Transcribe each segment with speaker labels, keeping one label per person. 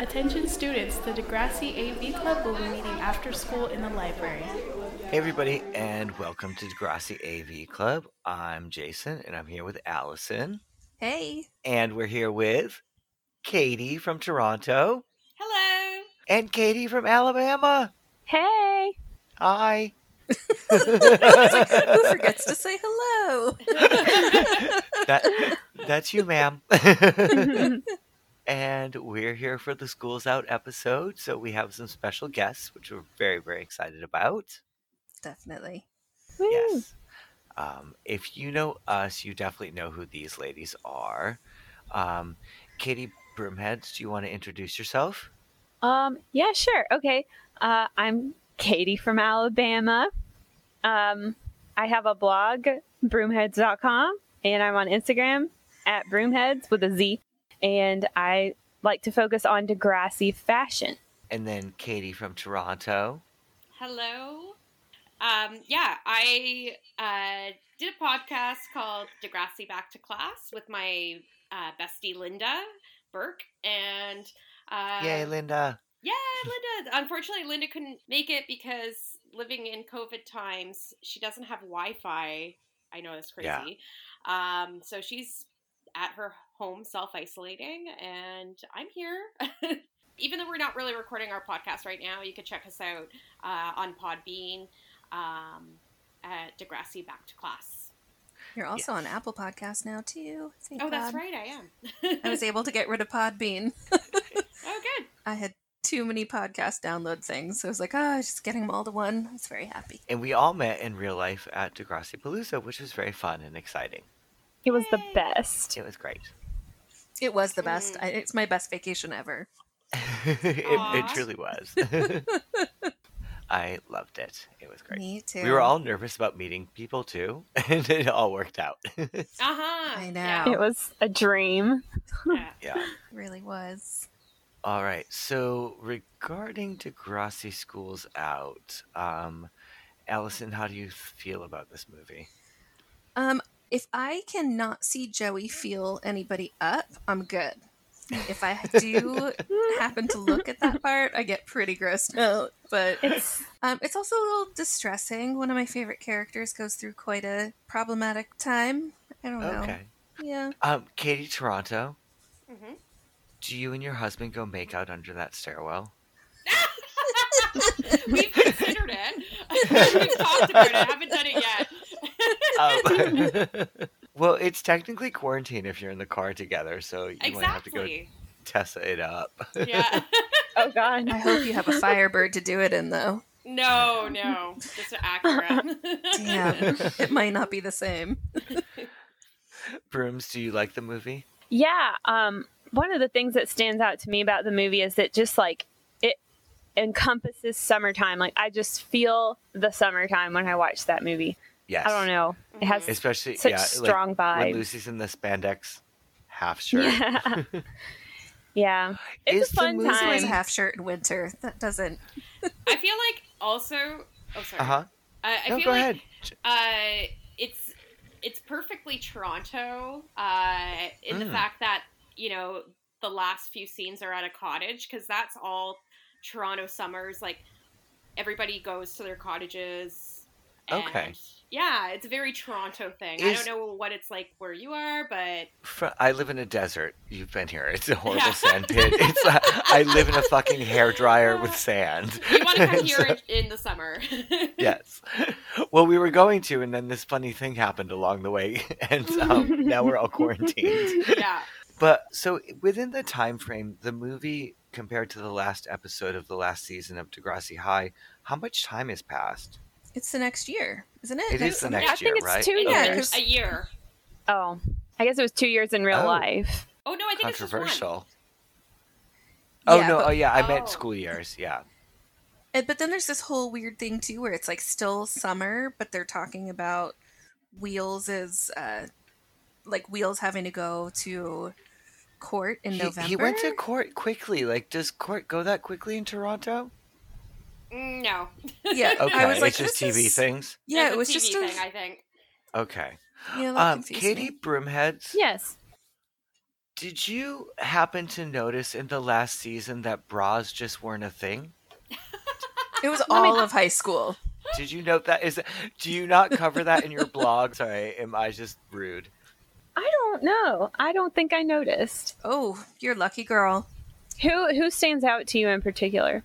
Speaker 1: Attention students, the Degrassi AV Club will be meeting after school in the library.
Speaker 2: Hey, everybody, and welcome to Degrassi AV Club. I'm Jason, and I'm here with Allison.
Speaker 3: Hey.
Speaker 2: And we're here with Katie from Toronto
Speaker 4: Hello.
Speaker 2: and Katie from Alabama.
Speaker 5: Hey!
Speaker 2: Hi.
Speaker 3: Who forgets to say hello?
Speaker 2: That, that's you, ma'am. and we're here for the Schools Out episode. So we have some special guests, which we're very, very excited about.
Speaker 3: Definitely.
Speaker 5: Woo.
Speaker 2: Yes. Um, if you know us, you definitely know who these ladies are. Um, Katie Broomheads, do you want to introduce yourself?
Speaker 5: Um, yeah, sure. Okay. Uh, I'm Katie from Alabama. Um, I have a blog, broomheads.com, and I'm on Instagram at broomheads with a Z. And I like to focus on Degrassi fashion.
Speaker 2: And then Katie from Toronto.
Speaker 4: Hello. Um, yeah, I uh, did a podcast called Degrassi Back to Class with my uh, bestie Linda Burke. And uh,
Speaker 2: Yay, Linda.
Speaker 4: yeah, Linda. Unfortunately, Linda couldn't make it because living in COVID times, she doesn't have Wi Fi. I know that's
Speaker 2: Yeah.
Speaker 4: crazy. Um, so she's at her home self isolating, and I'm here. Even though we're not really recording our podcast right now, you can check us out uh, on Podbean um, at Degrassi Back to Class.
Speaker 3: You're also
Speaker 2: Yes.
Speaker 3: on Apple Podcast now too. Thank
Speaker 4: Oh, that's
Speaker 3: God.
Speaker 4: right, I am.
Speaker 3: I was able to get rid of Podbean.
Speaker 4: oh, good.
Speaker 3: I had too many podcast download things, so I was like, oh, just getting them all to one. I was very happy.
Speaker 2: And we all met in real life at Degrassi Palooza, which was very fun and exciting.
Speaker 5: It was the
Speaker 4: Yay.
Speaker 5: best.
Speaker 2: It was great.
Speaker 3: It was the best.
Speaker 4: Mm.
Speaker 3: I, it's my best vacation ever.
Speaker 2: it, it
Speaker 4: Aw.
Speaker 2: truly was. I loved it. It was great.
Speaker 3: Me too.
Speaker 2: We were all nervous about meeting people too, and it all worked out.
Speaker 4: Uh huh.
Speaker 3: I know.
Speaker 5: It was a dream.
Speaker 2: yeah.
Speaker 3: really was.
Speaker 2: All right. So regarding Degrassi Schools Out, um, Allison, how do you feel about this movie?
Speaker 3: Um, if I cannot see Joey feel anybody up, I'm good. If I do happen to look at that part, I get pretty grossed out. But
Speaker 5: It's
Speaker 3: Um, it's also a little distressing. One of my favorite characters goes through quite a problematic time. I don't know.
Speaker 2: Okay.
Speaker 3: Yeah.
Speaker 2: Um, Katie Toronto,
Speaker 4: hmm
Speaker 2: do you and your husband go make out under that stairwell?
Speaker 4: We've considered it. We've talked about it. I haven't done it yet.
Speaker 2: Um, well, it's technically quarantine if you're in the car together, so you might have to go
Speaker 4: Exactly.
Speaker 2: test it up.
Speaker 4: Yeah.
Speaker 5: oh god.
Speaker 3: I hope you have a firebird to do it in, though.
Speaker 4: No, no. Just an Acura.
Speaker 3: Damn. it might not be the same.
Speaker 2: Brooms, do you like the movie?
Speaker 5: Yeah. Um, one of the things that stands out to me about the movie is that just like it encompasses summertime. Like I just feel the summertime when I watch that movie.
Speaker 2: Yes.
Speaker 5: I don't know. It has
Speaker 2: Especially
Speaker 5: such
Speaker 2: yeah,
Speaker 5: strong
Speaker 2: like when
Speaker 5: vibes.
Speaker 2: Lucy's in the spandex half shirt.
Speaker 5: Yeah. yeah. It's
Speaker 2: Is
Speaker 5: a
Speaker 2: the
Speaker 5: fun
Speaker 2: movie-
Speaker 3: This was a
Speaker 5: time.
Speaker 3: half shirt in winter. That doesn't.
Speaker 4: I feel like also. Oh, sorry.
Speaker 2: Uh huh.
Speaker 4: I, I
Speaker 2: No,
Speaker 4: feel
Speaker 2: go
Speaker 4: like
Speaker 2: ahead.
Speaker 4: Uh, it's it's perfectly Toronto uh, in the
Speaker 2: Mm.
Speaker 4: fact that you know the last few scenes are at a cottage because that's all Toronto summers. Like everybody goes to their cottages. and-
Speaker 2: Okay.
Speaker 4: Yeah, it's a very Toronto thing. I
Speaker 2: Is-
Speaker 4: don't know what it's like where you are, but
Speaker 2: Fr- I live in a desert. You've been here. It's a horrible
Speaker 4: Yeah.
Speaker 2: sand pit. It's a, I live in a fucking hair dryer with sand.
Speaker 4: you want to come
Speaker 2: And
Speaker 4: here
Speaker 2: so-
Speaker 4: in, in the summer.
Speaker 2: yes. Well, we were going to, and then this funny thing happened along the way, and um, now we're all quarantined.
Speaker 4: yeah.
Speaker 2: But so within the time frame, the movie compared to the last episode of the last season of Degrassi High, how much time has passed?
Speaker 3: It's the next year, isn't it?
Speaker 2: It is the
Speaker 3: Next-
Speaker 2: next
Speaker 5: I
Speaker 2: year,
Speaker 5: think it's
Speaker 2: right? Oh,
Speaker 5: two
Speaker 4: It's
Speaker 3: Yeah,
Speaker 4: a-
Speaker 5: years.
Speaker 4: a year.
Speaker 5: Oh. I guess it was two years in real
Speaker 2: Oh.
Speaker 5: life.
Speaker 4: Oh no, I think it's just one.
Speaker 2: Controversial. Oh
Speaker 3: Yeah,
Speaker 2: no!
Speaker 3: but-
Speaker 2: oh yeah, I
Speaker 4: Oh.
Speaker 2: meant school years. Yeah.
Speaker 3: Uh, But then there's this whole weird thing too, where it's like still summer, but they're talking about Wheels is uh, like Wheels having to go to court in
Speaker 2: he,
Speaker 3: November.
Speaker 2: he went to court quickly. Like, does court go that quickly in Toronto?
Speaker 4: Mm, No,
Speaker 3: Yeah,
Speaker 2: Okay,
Speaker 3: I was like,
Speaker 2: it's just
Speaker 3: this
Speaker 2: TV
Speaker 3: is-
Speaker 2: things.
Speaker 3: Yeah,
Speaker 4: It's
Speaker 3: it
Speaker 4: a
Speaker 3: was
Speaker 4: TV
Speaker 3: just a,
Speaker 4: thing. I think.
Speaker 2: Okay.
Speaker 3: yeah, that
Speaker 2: Um,
Speaker 3: confused
Speaker 2: Katie
Speaker 3: me.
Speaker 2: Broomheads,
Speaker 5: Yes.
Speaker 2: Did you happen to notice in the last season that bras just weren't a thing?
Speaker 3: It was all of high school.
Speaker 2: Did you note that? Is do you not cover that in your blog? Sorry, am I just rude?
Speaker 5: I don't know. I don't think I noticed.
Speaker 3: Oh, you're lucky girl.
Speaker 5: Who who stands out to you in particular?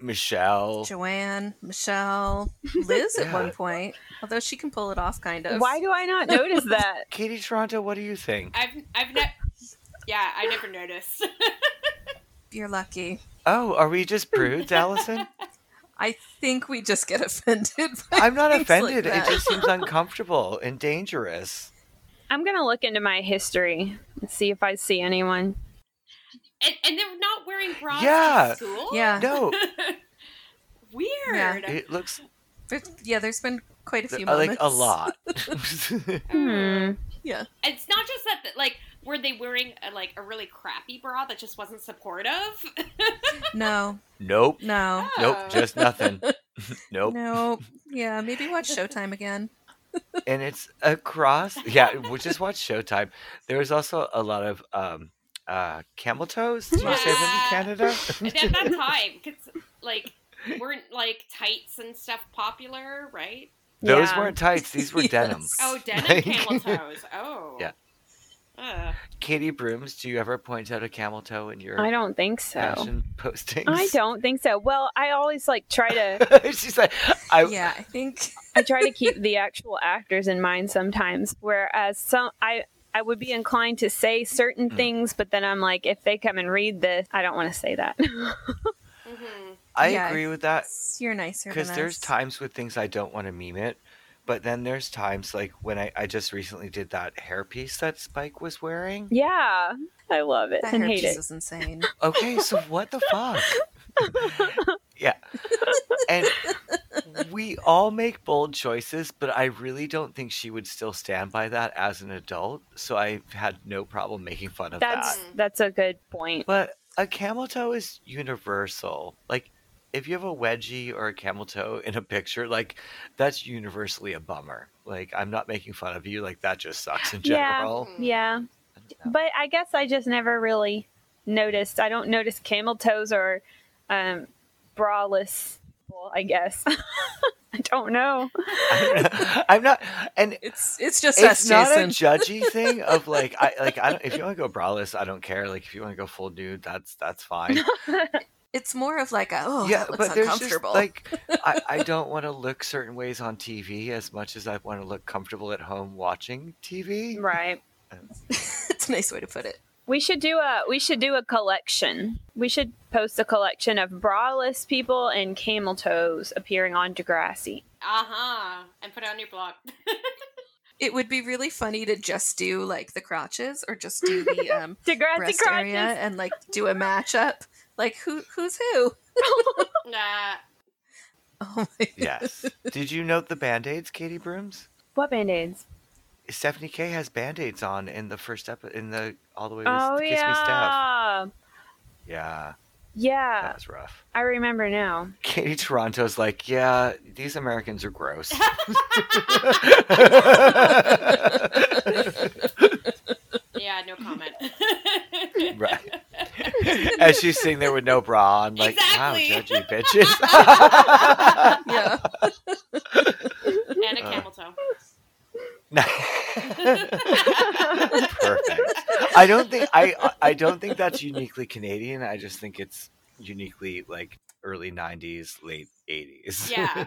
Speaker 2: Michelle.
Speaker 3: Joanne, Michelle, Liz
Speaker 2: Oh.
Speaker 3: at
Speaker 2: Yeah.
Speaker 3: one point. Although she can pull it off kind of.
Speaker 5: Why do I not notice that?
Speaker 2: Katie Toronto, what do you think?
Speaker 4: I've I've never. Yeah, I never noticed.
Speaker 3: you're lucky.
Speaker 2: Oh, are we just prudes, Allison?
Speaker 3: I think we just get offended. By
Speaker 2: I'm not
Speaker 3: things like
Speaker 2: offended.
Speaker 3: that.
Speaker 2: it just seems uncomfortable and dangerous.
Speaker 5: I'm gonna look into my history and see if I see anyone.
Speaker 4: and, and they're not wearing bras
Speaker 2: Yeah.
Speaker 4: to school.
Speaker 3: Yeah.
Speaker 2: No,
Speaker 4: Weird.
Speaker 3: Yeah.
Speaker 2: it looks
Speaker 3: There's- yeah, there's been quite a few
Speaker 2: uh, like
Speaker 3: moments.
Speaker 2: a lot.
Speaker 5: Hmm.
Speaker 3: Yeah.
Speaker 4: It's not just that, that, like, were they wearing a, like a really crappy bra that just wasn't supportive?
Speaker 3: No,
Speaker 2: nope.
Speaker 3: no,
Speaker 4: Oh.
Speaker 2: Nope. Just nothing. nope.
Speaker 3: no. Yeah, maybe watch Showtime again.
Speaker 2: and it's across yeah we just watched showtime there was also a lot of um uh camel toes do you say that in
Speaker 4: And
Speaker 2: canada
Speaker 4: at that time, 'cause, like, weren't like tights and stuff popular, right?
Speaker 2: those
Speaker 5: Yeah.
Speaker 2: weren't tights these were
Speaker 3: Yes.
Speaker 2: denim
Speaker 4: Oh, denim
Speaker 2: Like-
Speaker 4: camel toes. Oh,
Speaker 2: Yeah.
Speaker 4: Ugh.
Speaker 2: katie brooms do you ever point out a camel toe in your
Speaker 5: I don't think so.
Speaker 2: fashion postings
Speaker 5: I don't think so. Well, I always like try to
Speaker 2: she's like i
Speaker 3: yeah, I think.
Speaker 5: I try to keep the actual actors in mind sometimes. Whereas some I I would be inclined to say certain things, but then I'm like, if they come and read this, I don't want to say that.
Speaker 4: Mhm.
Speaker 2: i
Speaker 3: Yeah.
Speaker 2: agree with that
Speaker 3: You're nicer
Speaker 2: because
Speaker 3: than
Speaker 2: there's
Speaker 3: us.
Speaker 2: times with things I don't want to meme it, but then there's times like when I, I just recently did that hairpiece that Spike was wearing.
Speaker 5: yeah, I love it
Speaker 3: That
Speaker 5: and
Speaker 3: hair
Speaker 5: hate
Speaker 3: piece
Speaker 5: it.
Speaker 3: is insane.
Speaker 2: Okay, so what the fuck? yeah. And we all make bold choices, but I really don't think she would still stand by that as an adult. So I had no problem making fun of
Speaker 5: That's
Speaker 2: that.
Speaker 5: that's a good point.
Speaker 2: But a camel toe is universal. Like, if you have a wedgie or a camel toe in a picture, like, that's universally a bummer. Like, I'm not making fun of you. Like, that just sucks in
Speaker 5: Yeah.
Speaker 2: general.
Speaker 4: Mhm.
Speaker 5: Yeah, but I guess I just never really noticed. I don't notice camel toes or um, braless. people, I guess I don't know.
Speaker 2: I'm not, and
Speaker 3: It's it's just
Speaker 2: it's
Speaker 3: us,
Speaker 2: not a
Speaker 3: Jason.
Speaker 2: judgy thing of like I like I don't if you want to go braless I don't care like if you want to go full nude that's that's fine
Speaker 3: it's more of like a oh,
Speaker 2: yeah
Speaker 3: that looks
Speaker 2: but there's just
Speaker 3: uncomfortable.
Speaker 2: like I, I don't want to look certain ways on TV as much as I want to look comfortable at home watching TV
Speaker 5: Right.
Speaker 3: it's a nice way to put it.
Speaker 5: We should do a we should do a collection. We should post a collection of braless people and camel toes appearing on Degrassi.
Speaker 4: Uh huh. And put it on your blog.
Speaker 3: It would be really funny to just do like the crotches or just do the um
Speaker 5: Degrassi
Speaker 3: breast area
Speaker 5: crotches.
Speaker 3: and like do a matchup. Like who who's who?
Speaker 4: Nah.
Speaker 3: Oh my
Speaker 2: yes did you note the band-aids Katie Brooms
Speaker 5: What band aids?
Speaker 2: Stephanie K has band-aids on in the first episode in the all the way with
Speaker 5: Oh
Speaker 2: the Kiss Me Steph
Speaker 5: yeah,
Speaker 2: yeah that
Speaker 5: yeah.
Speaker 2: was rough
Speaker 5: I remember now.
Speaker 2: Katie Toronto's like yeah these Americans are gross
Speaker 4: Yeah. No comment.
Speaker 2: Right. As she's sitting there with no bra on, like, wow,
Speaker 4: Exactly.
Speaker 2: judgy bitches.
Speaker 3: yeah.
Speaker 4: and a
Speaker 2: Uh.
Speaker 4: camel toe.
Speaker 2: Perfect. I don't think I I don't think that's uniquely Canadian. I just think it's uniquely like early '90s, late '80s.
Speaker 4: yeah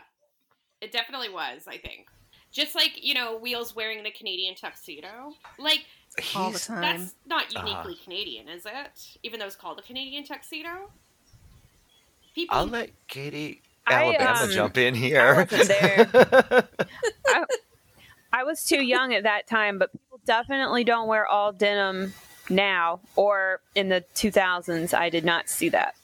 Speaker 4: it definitely was i think just like you know wheels wearing the canadian tuxedo like
Speaker 3: All the
Speaker 2: He's-
Speaker 3: time.
Speaker 4: that's not uniquely
Speaker 2: Uh-huh.
Speaker 4: canadian is it even though it's called a canadian tuxedo people
Speaker 2: I'll let Katie
Speaker 5: I,
Speaker 2: Alabama
Speaker 5: um,
Speaker 2: jump in here.
Speaker 5: wasn't I was too young at that time, but people definitely don't wear all denim now or in the 2000s. I did not see that.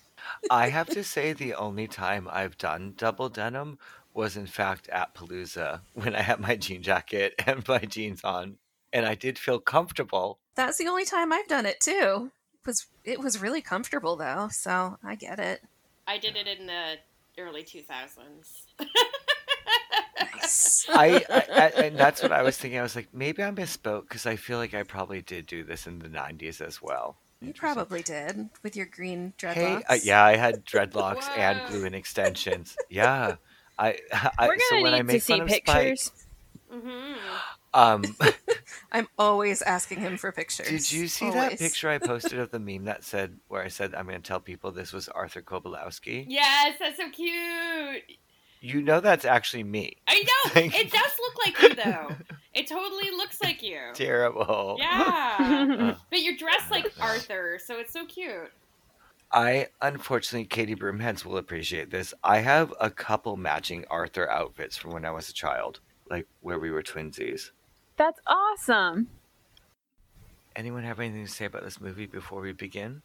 Speaker 2: I have to say, the only time I've done double denim was, in fact, at Palooza when I had my jean jacket and my jeans on, and I did feel comfortable.
Speaker 3: That's the only time I've done it too. Was it was really comfortable though, so I get it.
Speaker 4: i did it in the early 2000s
Speaker 3: yes.
Speaker 2: I, I I- and that's what I was thinking. I was like, maybe I misspoke because I feel like I probably did do this in the '90s as well.
Speaker 3: You
Speaker 2: Interesting.
Speaker 3: probably did with your green
Speaker 2: Hey,
Speaker 3: dreadlocks.
Speaker 2: uh, yeah, I had dreadlocks and
Speaker 4: Whoa.
Speaker 2: glue in extensions. Yeah, I. I
Speaker 5: We're
Speaker 2: so
Speaker 5: gonna
Speaker 2: when I
Speaker 5: need to
Speaker 2: make fun
Speaker 5: see
Speaker 2: of Spike,
Speaker 5: pictures.
Speaker 4: Mm-hmm.
Speaker 2: um,
Speaker 3: I'm always asking him for pictures.
Speaker 2: did you see that
Speaker 3: Always.
Speaker 2: picture I posted of the meme that said where I said I'm going to tell people this was Arthur Kobolowski?
Speaker 4: Yes, that's so cute.
Speaker 2: You know that's actually me.
Speaker 4: I know.
Speaker 2: Thank
Speaker 4: it
Speaker 2: you.
Speaker 4: does look like you though. It totally looks like you.
Speaker 2: Terrible.
Speaker 4: Yeah.
Speaker 2: Uh,
Speaker 4: But you're dressed like Arthur, so it's so cute.
Speaker 2: I unfortunately, Katie Broomheads will appreciate this. I have a couple matching Arthur outfits from when I was a child, like where we were twinsies.
Speaker 5: That's awesome.
Speaker 2: Anyone have anything to say about this movie before we begin?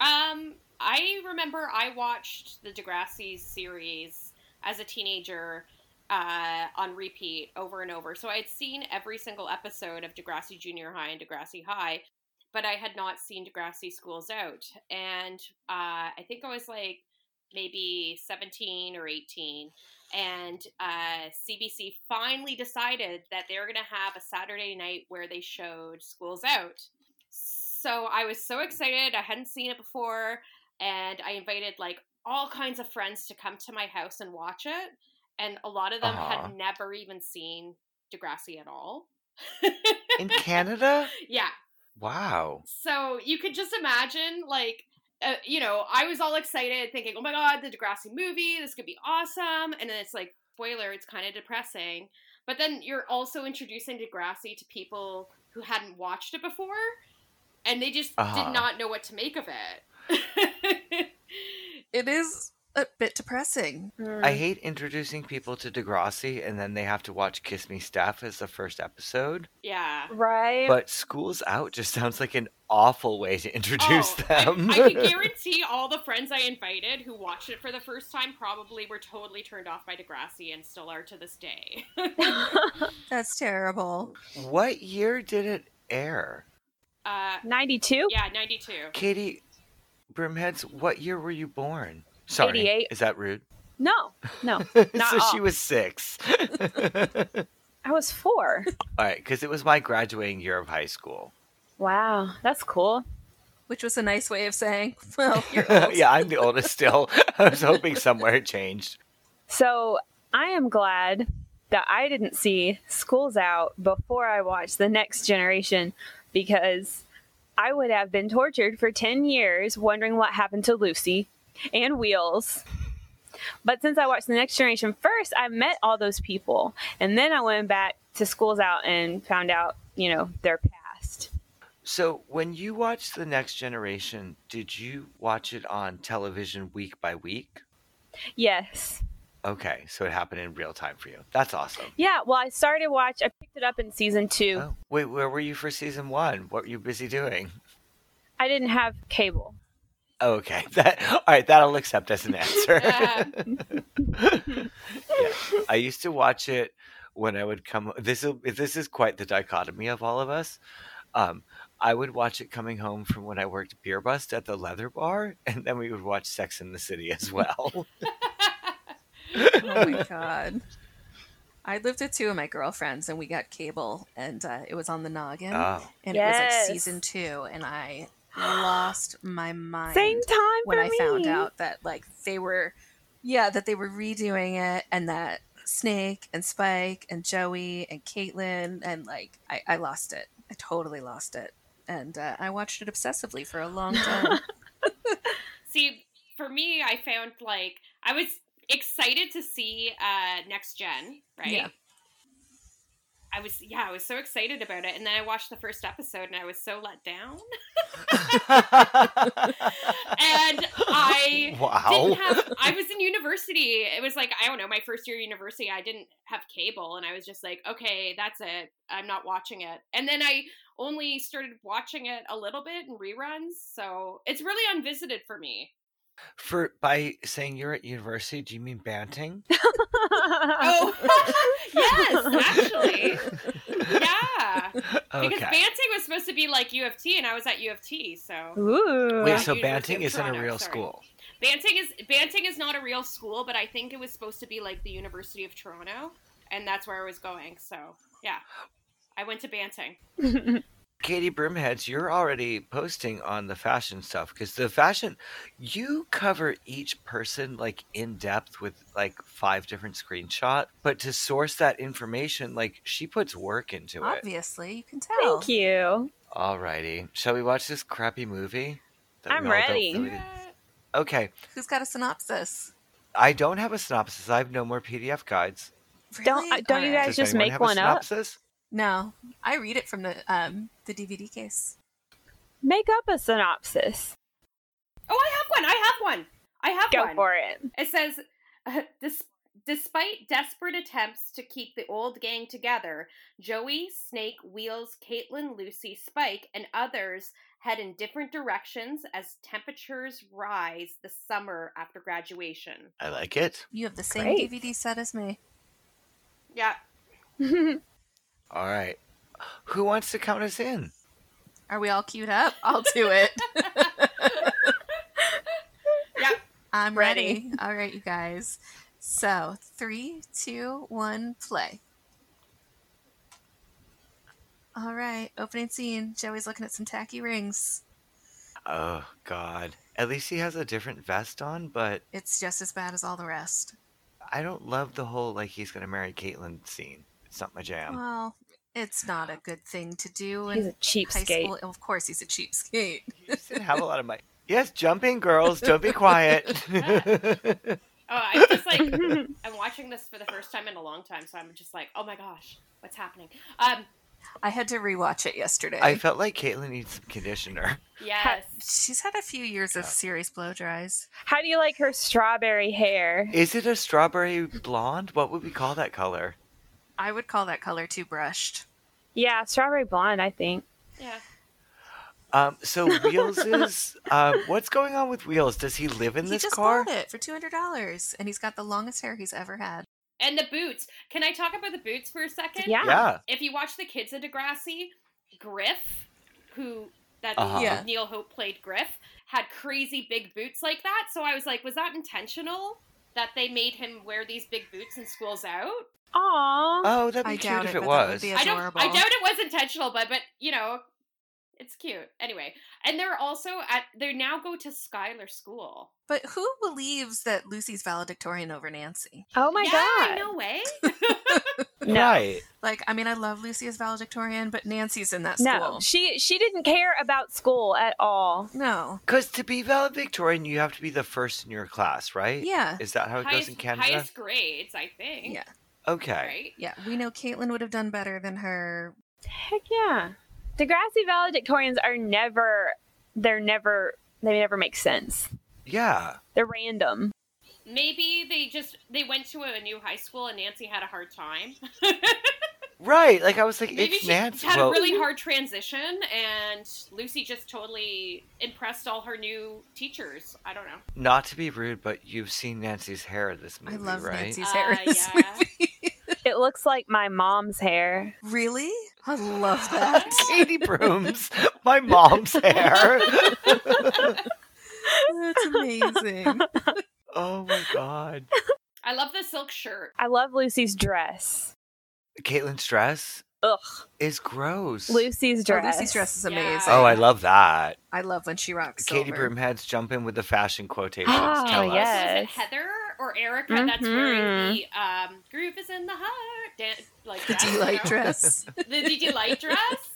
Speaker 4: Um, I remember I watched the Degrassi series as a teenager uh, on repeat over and over. So I had seen every single episode of Degrassi Junior High and Degrassi High, but I had not seen Degrassi Schools Out. And uh, I think I was like maybe 17 or 18. And uh, CBC finally decided that they were going to have a Saturday night where they showed Schools Out. So I was so excited. I hadn't seen it before. And I invited like all kinds of friends to come to my house and watch it. And a lot of them
Speaker 2: Aw.
Speaker 4: had never even seen Degrassi at all.
Speaker 2: In Canada?
Speaker 4: yeah.
Speaker 2: Wow.
Speaker 4: So you could just imagine, like, uh, you know, I was all excited thinking, oh my God, the Degrassi movie, this could be awesome. And then it's like, spoiler, it's kind of depressing. But then you're also introducing Degrassi to people who hadn't watched it before, and they just
Speaker 2: Uh-huh.
Speaker 4: did not know what to make of it.
Speaker 3: It is a bit depressing.
Speaker 2: I hate introducing people to Degrassi and then they have to watch Kiss Me Staff as the first episode.
Speaker 4: yeah.
Speaker 5: right.
Speaker 2: But School's Out just sounds like an awful way to introduce
Speaker 4: Oh, I-
Speaker 2: them.
Speaker 4: I, can guarantee all the friends I invited who watched it for the first time probably were totally turned off by Degrassi and still are to this day.
Speaker 3: That's terrible.
Speaker 2: what year did it air?
Speaker 4: Uh,
Speaker 5: 92?
Speaker 4: yeah, 92.
Speaker 2: Katie Brimheads, what year were you born? Sorry.
Speaker 5: 88.
Speaker 2: Is that rude?
Speaker 5: No, no. Not
Speaker 2: so
Speaker 5: all.
Speaker 2: she was six.
Speaker 5: I was four.
Speaker 2: All right, because it was my graduating year of high school.
Speaker 5: Wow, that's cool.
Speaker 3: Which was a nice way of saying, well, oh you're old.
Speaker 2: yeah, I'm the oldest still. I was hoping somewhere it changed.
Speaker 5: So I am glad that I didn't see Schools Out before I watched The Next Generation because I would have been tortured for 10 years wondering what happened to Lucy and Wheels. But since I watched The Next Generation first, I met all those people. And then I went back to Schools Out and found out, you know, their past.
Speaker 2: So, when you watched The Next Generation, did you watch it on television week by week?
Speaker 5: Yes.
Speaker 2: Okay, so it happened in real time for you. That's awesome.
Speaker 5: Yeah, well, I started watch. I picked it up in season two.
Speaker 2: Oh, wait, where were you for season one? What were you busy doing?
Speaker 5: I didn't have cable.
Speaker 2: Okay, that all right. That'll accept as an answer.
Speaker 4: Yeah.
Speaker 2: Yeah. I used to watch it when I would come. This is this is quite the dichotomy of all of us. Um, I would watch it coming home from when I worked beer bust at the leather bar, and then we would watch Sex in the City as well.
Speaker 3: Oh my god. I lived with two of my girlfriends and we got cable and uh, it was on the noggin
Speaker 2: oh,
Speaker 3: and it was
Speaker 5: Yes.
Speaker 3: like season two and I lost my mind
Speaker 5: Same time
Speaker 3: when
Speaker 5: for
Speaker 3: I found
Speaker 5: me.
Speaker 3: out that like they were yeah, that they were redoing it and that Snake and Spike and Joey and Caitlin and like I, I lost it. I totally lost it. And uh, I watched it obsessively for a long time.
Speaker 4: See, for me, I found like I was excited to see uh next gen, right?
Speaker 3: Yeah.
Speaker 4: I was yeah, I was so excited about it, and then I watched the first episode, and I was so let down, and I
Speaker 2: wow!
Speaker 4: didn't have I was in university. It was like I don't know, my first year of university, I didn't have cable and I was just like, okay, that's it. I'm not watching it. And then I only started watching it a little bit in reruns, so it's really unvisited for me.
Speaker 2: For by saying you're at university, do you mean Banting?
Speaker 4: Oh. yes, actually. Yeah. Because
Speaker 2: Okay.
Speaker 4: Banting was supposed to be like U of T and I was at U of T, so
Speaker 5: Ooh.
Speaker 2: Wait, so
Speaker 4: University
Speaker 2: Banting
Speaker 4: of
Speaker 2: isn't a
Speaker 4: Toronto,
Speaker 2: real
Speaker 4: sorry.
Speaker 2: school.
Speaker 4: Banting is Banting is not a real school, but I think it was supposed to be like the University of Toronto, and that's where I was going. So yeah, I went to Banting.
Speaker 2: Katie Broomheads, you're already posting on the fashion stuff because the fashion, you cover each person like in depth with like five different screenshots. But to source that information, like she puts work into it.
Speaker 3: Obviously, you can tell.
Speaker 5: Thank you.
Speaker 2: Alrighty. Shall we watch this crappy movie? that
Speaker 5: I'm
Speaker 2: we all don't
Speaker 5: ready.
Speaker 2: really- Okay.
Speaker 3: Who's got a synopsis?
Speaker 2: I don't have a synopsis. I have no more PDF guides.
Speaker 5: Don't-
Speaker 3: Really?
Speaker 5: don't you
Speaker 3: Alright.
Speaker 2: Does
Speaker 5: guys just
Speaker 2: anyone
Speaker 5: make
Speaker 2: have
Speaker 5: one
Speaker 2: a
Speaker 5: up?
Speaker 2: synopsis?
Speaker 3: No, I read it from the um the DVD case.
Speaker 5: Make up a synopsis.
Speaker 4: Oh, I have one. I have one. I have
Speaker 5: Go
Speaker 4: one.
Speaker 5: for it.
Speaker 4: It says, uh, Des- despite desperate attempts to keep the old gang together, Joey, Snake, Wheels, Caitlin, Lucy, Spike, and others head in different directions as temperatures rise the summer after graduation.
Speaker 2: I like it.
Speaker 3: You have the same
Speaker 5: Great.
Speaker 3: DVD set as me.
Speaker 4: Yeah.
Speaker 2: All right. Who wants to count us in?
Speaker 3: Are we all queued up? I'll do it.
Speaker 4: Yeah.
Speaker 3: I'm
Speaker 5: Ready.
Speaker 3: ready. All right, you guys. So three, two, one, play. All right, opening scene. Joey's looking at some tacky rings.
Speaker 2: Oh, God. At least he has a different vest on, but
Speaker 3: It's just as bad as all the rest.
Speaker 2: I don't love the whole like he's gonna marry Caitlyn scene. It's not my jam.
Speaker 3: Well, it's not a good thing to do
Speaker 5: Oh. He's a
Speaker 3: in high
Speaker 5: cheapskate.
Speaker 3: school. Of course, he's a cheapskate.
Speaker 2: You just didn't have a lot of money. Yes, jumping girls, don't be quiet.
Speaker 4: Oh, I'm just like, I'm watching this for the first time in a long time, so I'm just like, oh my gosh, what's happening? Um,
Speaker 3: I had to rewatch it yesterday.
Speaker 2: I felt like Caitlyn needs some conditioner.
Speaker 4: yes.
Speaker 3: She's had a few years of serious blow dries.
Speaker 5: How do you like her strawberry hair?
Speaker 2: Is it a strawberry blonde? What would we call that color?
Speaker 3: I would call that color too brushed.
Speaker 5: Yeah, strawberry blonde, I think.
Speaker 4: Yeah.
Speaker 2: Um, so Wheels is uh, what's going on with Wheels? Does he live in
Speaker 3: he
Speaker 2: this
Speaker 3: just
Speaker 2: car?
Speaker 3: bought it for two hundred dollars, and he's got the longest hair he's ever had.
Speaker 4: And the boots. Can I talk about the boots for a second?
Speaker 5: Yeah.
Speaker 2: Yeah.
Speaker 4: if you watch the kids of Degrassi, Griff, who that
Speaker 2: Uh-huh.
Speaker 3: Yeah.
Speaker 4: Neil Hope played Griff, had crazy big boots like that. So I was like, was that intentional that they made him wear these big boots in schools out?
Speaker 5: Aw.
Speaker 2: Oh, that'd be
Speaker 3: I
Speaker 2: cute
Speaker 3: doubt
Speaker 2: if
Speaker 3: it,
Speaker 2: it
Speaker 3: but that would
Speaker 2: was.
Speaker 3: be
Speaker 4: I don't.
Speaker 3: Adorable.
Speaker 4: I doubt it was intentional, but but you know, it's cute anyway. And they're also at. They now go to Skylar School.
Speaker 3: But who believes that Lucy's valedictorian over Nancy?
Speaker 5: oh my
Speaker 4: yeah,
Speaker 5: god.
Speaker 4: No way.
Speaker 5: No.
Speaker 2: Right.
Speaker 3: Like, I mean, I love Lucy as valedictorian, but Nancy's in that
Speaker 5: No,
Speaker 3: school.
Speaker 5: she she didn't care about school at all.
Speaker 3: No.
Speaker 2: Because to be valedictorian, you have to be the first in your class, right?
Speaker 3: Yeah.
Speaker 2: Is that how it goes
Speaker 4: highest,
Speaker 2: in Canada?
Speaker 4: highest grades, I think.
Speaker 3: Yeah.
Speaker 2: Okay.
Speaker 4: Right.
Speaker 3: Yeah. We know Caitlin would have done better than her.
Speaker 5: Heck yeah. Degrassi valedictorians are never they're never they never make sense.
Speaker 2: Yeah.
Speaker 5: They're random.
Speaker 4: Maybe they just they went to a new high school and Nancy had a hard time.
Speaker 2: Right. Like I was like,
Speaker 4: Maybe
Speaker 2: it's
Speaker 4: she
Speaker 2: Nancy.
Speaker 4: had
Speaker 2: Well,
Speaker 4: a really hard transition, and Lucy just totally impressed all her new teachers. I don't know.
Speaker 2: Not to be rude, but you've seen Nancy's hair in this movie,
Speaker 3: I love
Speaker 2: right?
Speaker 3: Nancy's hair in
Speaker 4: Uh,
Speaker 3: this
Speaker 4: yeah.
Speaker 3: movie.
Speaker 5: It looks like my mom's hair.
Speaker 3: really? I love that.
Speaker 2: Katie Brooms, my mom's hair.
Speaker 3: That's amazing.
Speaker 2: oh my god.
Speaker 4: I love the silk shirt.
Speaker 5: I love Lucy's dress.
Speaker 2: Caitlin's dress
Speaker 5: Ugh.
Speaker 2: is gross.
Speaker 5: Lucy's
Speaker 3: Oh,
Speaker 5: dress.
Speaker 3: Lucy's dress is amazing.
Speaker 4: Yeah.
Speaker 2: Oh, I love that.
Speaker 3: I love when she rocks.
Speaker 2: Katie
Speaker 3: silver.
Speaker 2: Broomhead's jump in with the fashion quotations.
Speaker 5: Oh,
Speaker 2: Tell us.
Speaker 5: yeah.
Speaker 4: Also, is it
Speaker 5: Yes.
Speaker 4: Heather or Erica that's wearing the um, groove is in the heart? Dan- like
Speaker 3: The
Speaker 4: dress, you
Speaker 3: delight
Speaker 4: know?
Speaker 3: dress.
Speaker 4: The D- delight dress.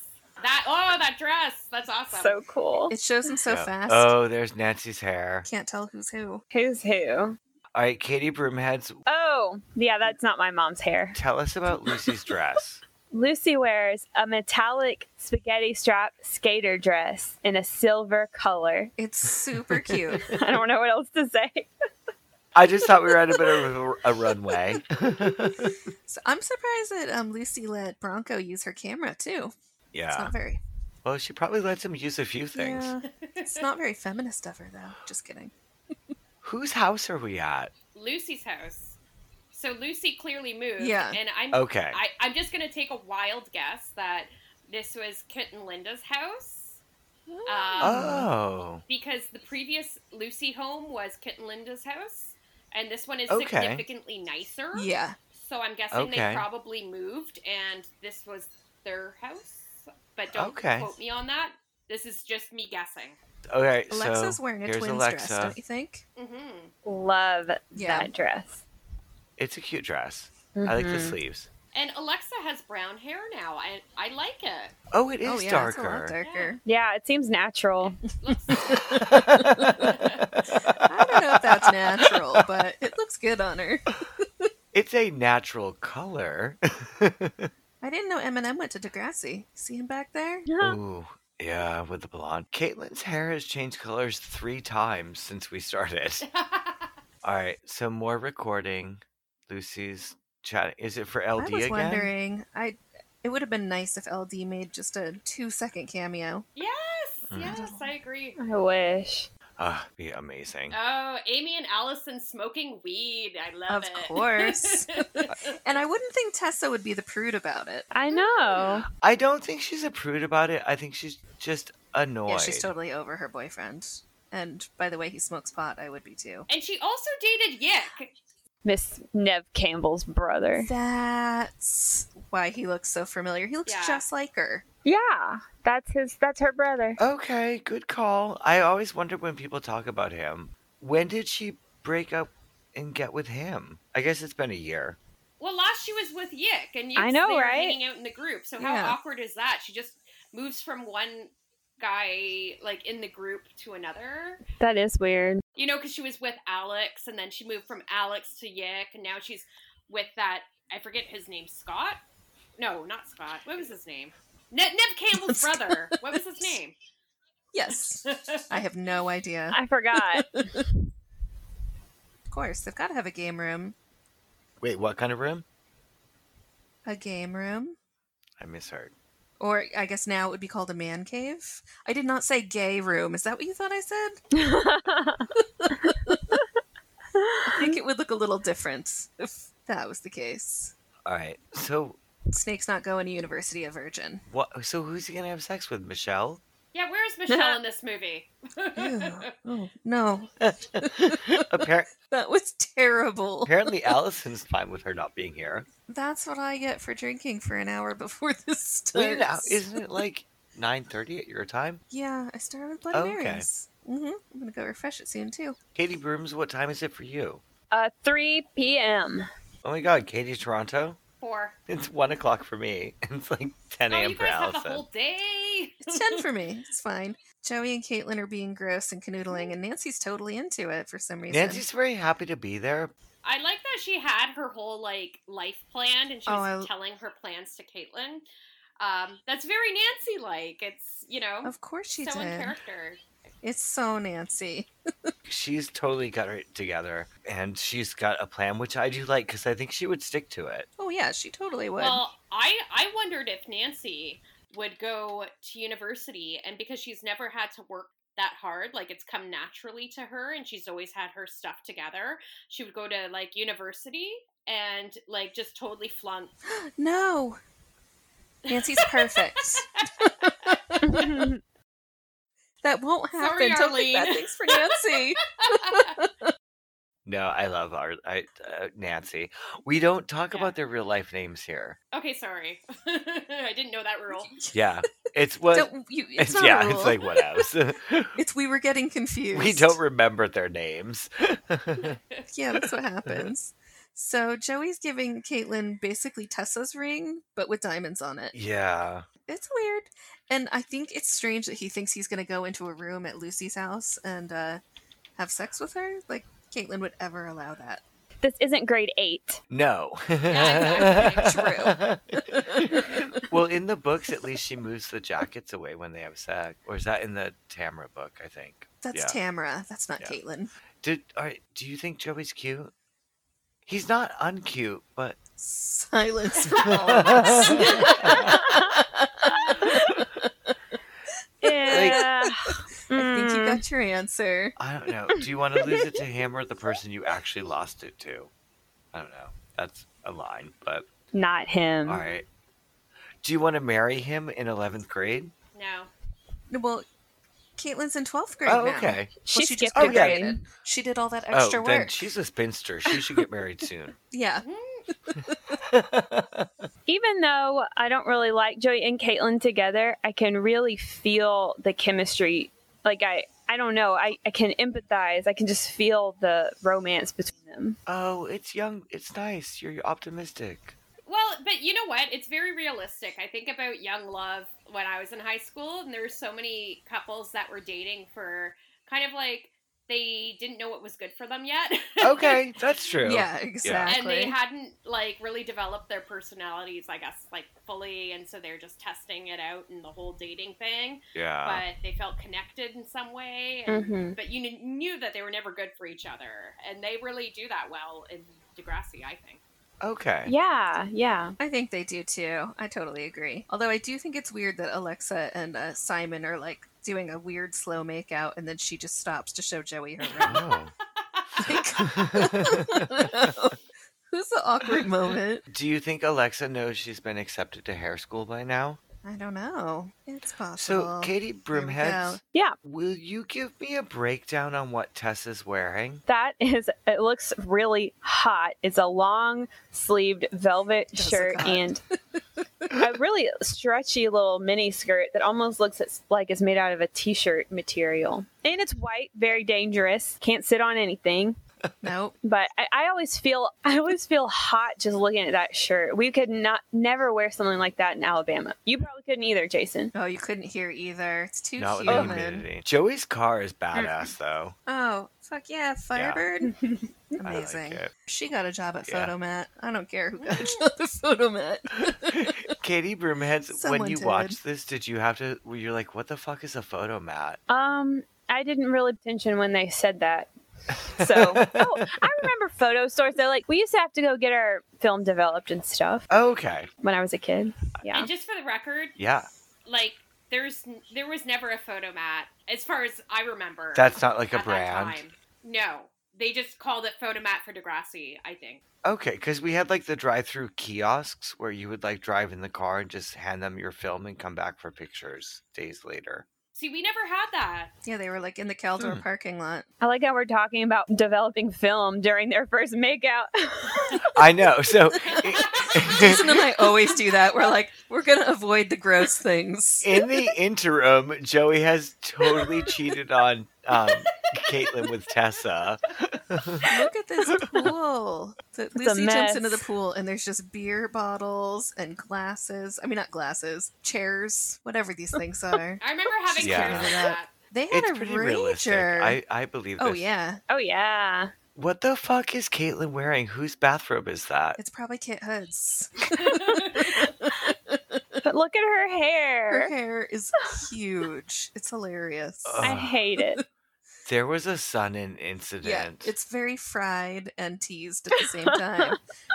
Speaker 4: That oh, that dress. That's awesome.
Speaker 5: So cool.
Speaker 3: It shows them so
Speaker 2: Yeah.
Speaker 3: fast.
Speaker 2: Oh, there's Nancy's hair.
Speaker 3: Can't tell who's who.
Speaker 5: Who's who?
Speaker 2: All right, Katie Broomhead's,
Speaker 5: Oh, yeah, that's not my mom's hair.
Speaker 2: tell us about Lucy's dress.
Speaker 5: Lucy wears a metallic spaghetti strap skater dress in a silver color.
Speaker 3: It's super cute.
Speaker 5: I don't know what else to say.
Speaker 2: I just thought we were at a bit of a, a runway.
Speaker 3: so I'm surprised that um, Lucy let Bronco use her camera too. It's
Speaker 2: yeah.
Speaker 3: not very.
Speaker 2: Well, she probably lets him use a few things.
Speaker 3: Yeah. it's not very feminist of her though. Just kidding.
Speaker 2: Whose house are we at?
Speaker 4: Lucy's house. So Lucy clearly moved.
Speaker 3: Yeah.
Speaker 4: And I'm
Speaker 2: Okay.
Speaker 4: I, I'm just gonna take a wild guess that this was Kit and Linda's house. Um,
Speaker 2: Oh.
Speaker 4: because because the previous Lucy home was Kit and Linda's house, and this one is
Speaker 2: Okay.
Speaker 4: significantly nicer.
Speaker 3: Yeah.
Speaker 4: So I'm guessing
Speaker 2: Okay.
Speaker 4: they probably moved, and this was their house. But don't
Speaker 2: Okay.
Speaker 4: quote me on that. This is just me guessing.
Speaker 2: Okay,
Speaker 3: Alexa's
Speaker 2: so
Speaker 3: wearing a
Speaker 2: here's
Speaker 3: twins
Speaker 2: Alexa.
Speaker 3: dress, don't you think?
Speaker 4: hmm
Speaker 5: Love
Speaker 3: Yeah.
Speaker 5: that dress.
Speaker 2: it's a cute dress. I like the
Speaker 5: Mhm.
Speaker 2: sleeves.
Speaker 4: And Alexa has brown hair now, and I like it.
Speaker 2: Oh, it is
Speaker 3: oh yeah, it's a lot
Speaker 2: darker.
Speaker 3: darker.
Speaker 5: Yeah, it seems natural.
Speaker 4: Looks
Speaker 3: I don't know if that's natural, but it looks good on her.
Speaker 2: it's a natural color.
Speaker 3: I didn't know Eminem went to Degrassi. See him back there?
Speaker 5: Yeah.
Speaker 2: Ooh, yeah, with the blonde. Caitlin's hair has changed colors three times since we started. All right, so more recording. Lucy's chat. Is it for LD
Speaker 3: I was
Speaker 2: again?
Speaker 3: wondering. I it would have been nice if LD made just a two second cameo.
Speaker 4: yes,
Speaker 2: Mm.
Speaker 4: yes, I agree.
Speaker 5: I wish.
Speaker 2: Ah, be amazing.
Speaker 3: Uh
Speaker 4: Oh, Amy and Allison smoking weed. I love
Speaker 3: Of
Speaker 4: it.
Speaker 3: course. And I wouldn't think Tessa would be the prude about it.
Speaker 5: I know.
Speaker 2: I don't think she's a prude about it. I think she's just annoyed.
Speaker 3: Yeah, she's totally over her boyfriend. And by the way, he smokes pot. I would be too.
Speaker 4: and she also dated Yick.
Speaker 5: Miss Nev Campbell's brother.
Speaker 3: That's why he looks so familiar. He looks
Speaker 4: Yeah.
Speaker 3: just like her.
Speaker 5: Yeah, that's his. That's her brother.
Speaker 2: Okay, good call. I always wondered when people talk about him. When did she break up and get with him? I guess it's been a year.
Speaker 4: Well, last she was with Yick, and Yick's
Speaker 5: I know,
Speaker 4: there
Speaker 5: right?
Speaker 4: hanging out in the group. So how
Speaker 3: Yeah.
Speaker 4: awkward is that? She just moves from one guy, like in the group, to another.
Speaker 5: That is weird.
Speaker 4: You know, because she was with Alex, and then she moved from Alex to Yick, and now she's with that. I forget his name, Scott. No, not Scott. What was his name? Ne- Neb Campbell's brother. What was his name?
Speaker 3: Yes. I have no idea.
Speaker 5: I forgot.
Speaker 3: Of course, they've got to have a game room.
Speaker 2: Wait, what kind of room?
Speaker 3: A game room.
Speaker 2: I misheard.
Speaker 3: Or I guess now it would be called a man cave. I did not say gay room. Is that what you thought I said? I think it would look a little different if that was the case.
Speaker 2: All right. So
Speaker 3: Snake's not going to university a virgin.
Speaker 2: what? So who's he gonna have sex with? Michelle?
Speaker 4: Yeah, where is Michelle in this movie?
Speaker 3: oh, no,
Speaker 2: Appar-
Speaker 3: that was terrible.
Speaker 2: apparently, Allison's fine with her not being here.
Speaker 3: That's what I get for drinking for an hour before this starts.
Speaker 2: Wait, now, isn't it like nine thirty at your time?
Speaker 3: yeah, I started with Bloody
Speaker 2: Okay.
Speaker 3: Marys. hmm I'm gonna go refresh it soon too.
Speaker 2: Katie Brooms, what time is it for you?
Speaker 5: uh, 3 p.m.
Speaker 2: Oh my God, Katie Toronto.
Speaker 4: Four.
Speaker 2: It's one o'clock for me. It's like ten
Speaker 4: Oh,
Speaker 2: a.m.
Speaker 4: you
Speaker 2: for
Speaker 4: guys
Speaker 2: Allison.
Speaker 4: have the whole day.
Speaker 3: It's ten for me. It's fine. Joey and Caitlin are being gross and canoodling, and Nancy's totally into it for some reason.
Speaker 2: Nancy's very happy to be there.
Speaker 4: I like that she had her whole like life planned, and she
Speaker 3: Oh,
Speaker 4: was
Speaker 3: I-
Speaker 4: telling her plans to Caitlin. Um, that's very Nancy-like. It's you know,
Speaker 3: of course she
Speaker 4: so in
Speaker 3: did.
Speaker 4: character.
Speaker 3: It's so Nancy.
Speaker 2: She's totally got it together, and she's got a plan, which I do like because I think she would stick to it.
Speaker 3: Oh yeah, she totally would.
Speaker 4: Well, I I wondered if Nancy would go to university, and because she's never had to work that hard, like it's come naturally to her, and she's always had her stuff together. She would go to like university and like just totally flunk.
Speaker 3: no. Nancy's perfect. that won't happen.
Speaker 4: Sorry,
Speaker 3: Don't think bad
Speaker 4: Arlene.
Speaker 3: things for Nancy.
Speaker 2: No, I love our I, uh, Nancy. We don't talk
Speaker 4: Yeah.
Speaker 2: about their real life names here.
Speaker 4: okay, sorry, I didn't know that rule.
Speaker 2: Yeah, it's what.
Speaker 3: Don't, you, it's,
Speaker 2: it's
Speaker 3: not
Speaker 2: yeah,
Speaker 3: a rule.
Speaker 2: it's like what else?
Speaker 3: It's we were getting confused.
Speaker 2: we don't remember their names.
Speaker 3: Yeah, that's what happens. So Joey's giving Caitlin basically Tessa's ring, but with diamonds on it.
Speaker 2: yeah.
Speaker 3: It's weird, and I think it's strange that he thinks he's going to go into a room at Lucy's house and uh, have sex with her. Like Caitlin would ever allow that.
Speaker 5: this isn't grade eight.
Speaker 2: No.
Speaker 3: exactly.
Speaker 2: True. well, in the books, at least she moves the jackets away when they have sex. Or is that in the Tamra book? I think.
Speaker 3: That's
Speaker 2: Yeah.
Speaker 3: Tamara. That's not
Speaker 2: Yeah.
Speaker 3: Caitlin.
Speaker 2: Did all right, do you think Joey's cute? He's not uncute, but
Speaker 3: Silence. for moments.
Speaker 5: Yeah.
Speaker 3: I think you
Speaker 5: Mm.
Speaker 3: got your answer.
Speaker 2: I don't know. Do you want to lose it to him or the person you actually lost it to? I don't know. That's a line, but
Speaker 5: Not him.
Speaker 2: all right. Do you want to marry him in 11th grade?
Speaker 4: No,
Speaker 3: Well, Caitlin's in 12th grade
Speaker 2: Oh,
Speaker 3: now.
Speaker 2: okay.
Speaker 5: She
Speaker 3: she just
Speaker 5: skipped a
Speaker 2: graduated.
Speaker 5: grade.
Speaker 3: She did all that
Speaker 2: Oh,
Speaker 3: extra
Speaker 2: then
Speaker 3: work.
Speaker 2: she's a spinster. She should get married soon.
Speaker 3: Yeah.
Speaker 5: Even though I don't really like Joey and Caitlin together, I can really feel the chemistry. Like I, I don't know. I, I can empathize. I can just feel the romance between them.
Speaker 2: Oh, it's young. It's nice. You're optimistic.
Speaker 4: Well, but you know what? It's very realistic. I think about young love when I was in high school, and there were so many couples that were dating for kind of like they didn't know what was good for them yet.
Speaker 2: Okay, that's true.
Speaker 3: Yeah,
Speaker 4: and
Speaker 3: exactly.
Speaker 4: they hadn't like really developed their personalities, I guess, like fully, and so they're just testing it out and the whole dating thing.
Speaker 2: Yeah.
Speaker 4: but they felt connected in some way. And,
Speaker 5: Mm-hmm.
Speaker 4: But you kn- knew that they were never good for each other, and they really do that well in Degrassi, I think.
Speaker 2: Okay.
Speaker 5: Yeah, yeah.
Speaker 3: I think they do too. I totally agree. Although I do think it's weird that Alexa and uh, Simon are like doing a weird slow makeout and then she just stops to show Joey her ring.
Speaker 2: Oh.
Speaker 3: Who's the awkward moment?
Speaker 2: Do you think Alexa knows she's been accepted to hair school by now?
Speaker 3: I don't know. It's
Speaker 2: So,
Speaker 3: possible.
Speaker 2: Katie
Speaker 3: we go.
Speaker 2: Broomheads,
Speaker 5: Yeah.
Speaker 2: will you give me a breakdown on what Tess is wearing?
Speaker 5: That is, it looks really hot. It's a long sleeved velvet
Speaker 3: Does look
Speaker 5: shirt
Speaker 3: hot.
Speaker 5: and a really stretchy little mini skirt that almost looks it's- like it's made out of a t shirt material. And it's white, very dangerous. Can't sit on anything.
Speaker 3: Nope.
Speaker 5: But I, I always feel I always feel hot just looking at that shirt. We could not never wear something like that in Alabama. You probably couldn't either, Jason.
Speaker 3: Oh, you couldn't hear either. It's too
Speaker 2: Not with the
Speaker 3: human.
Speaker 2: humidity. Joey's car is badass, though.
Speaker 3: Oh, fuck yeah, Firebird.
Speaker 2: I like
Speaker 3: Amazing.
Speaker 2: it.
Speaker 3: She got a job at
Speaker 2: Yeah.
Speaker 3: Photomat. I don't care who got a job at Photomat.
Speaker 2: Katie Broomheads, when
Speaker 3: Someone
Speaker 2: you
Speaker 3: did.
Speaker 2: watched this, did you have to? Were you like, what the fuck is a photo mat?
Speaker 5: Um, I didn't really pay attention when they said that. So, oh, I remember photo stores. They're like, we used to have to go get our film developed and stuff
Speaker 2: Okay.
Speaker 5: when I was a kid. Yeah.
Speaker 4: And just for the record,
Speaker 2: Yeah.
Speaker 4: like there's n- there was never a photo mat as far as I remember.
Speaker 2: That's not like a
Speaker 4: at that
Speaker 2: brand.
Speaker 4: time. No, they just called it photo mat for Degrassi. I think.
Speaker 2: Okay, because we had like the drive through kiosks where you would like drive in the car and just hand them your film and come back for pictures days later.
Speaker 4: See, we never had that.
Speaker 3: Yeah, they were like in the Caldor
Speaker 2: Hmm.
Speaker 3: parking lot.
Speaker 5: I like how we're talking about developing film during their first makeout.
Speaker 2: I know. So
Speaker 3: Jason and I always do that. We're like, we're gonna avoid the gross things.
Speaker 2: in the interim, Joey has totally cheated on um, Caitlin with Tessa.
Speaker 3: Look at this pool. So
Speaker 5: a
Speaker 3: Lucy jumps
Speaker 5: mess.
Speaker 3: into the pool and there's just beer bottles and glasses. I mean, not glasses, chairs, whatever these things are.
Speaker 4: I remember having
Speaker 2: Yeah.
Speaker 4: yeah. that.
Speaker 3: They had
Speaker 2: It's
Speaker 3: a
Speaker 2: pretty realistic.
Speaker 3: rager.
Speaker 2: I, I believe this.
Speaker 3: oh yeah,
Speaker 5: oh yeah.
Speaker 2: What the fuck is Caitlin wearing? Whose bathrobe is that?
Speaker 3: it's probably Kit Hood's.
Speaker 5: But look at
Speaker 3: Her
Speaker 5: her hair.
Speaker 3: hair is huge. It's hilarious.
Speaker 2: Ugh.
Speaker 5: I hate it.
Speaker 2: There was a sun in incident.
Speaker 3: Yeah, it's very fried and teased at the same time.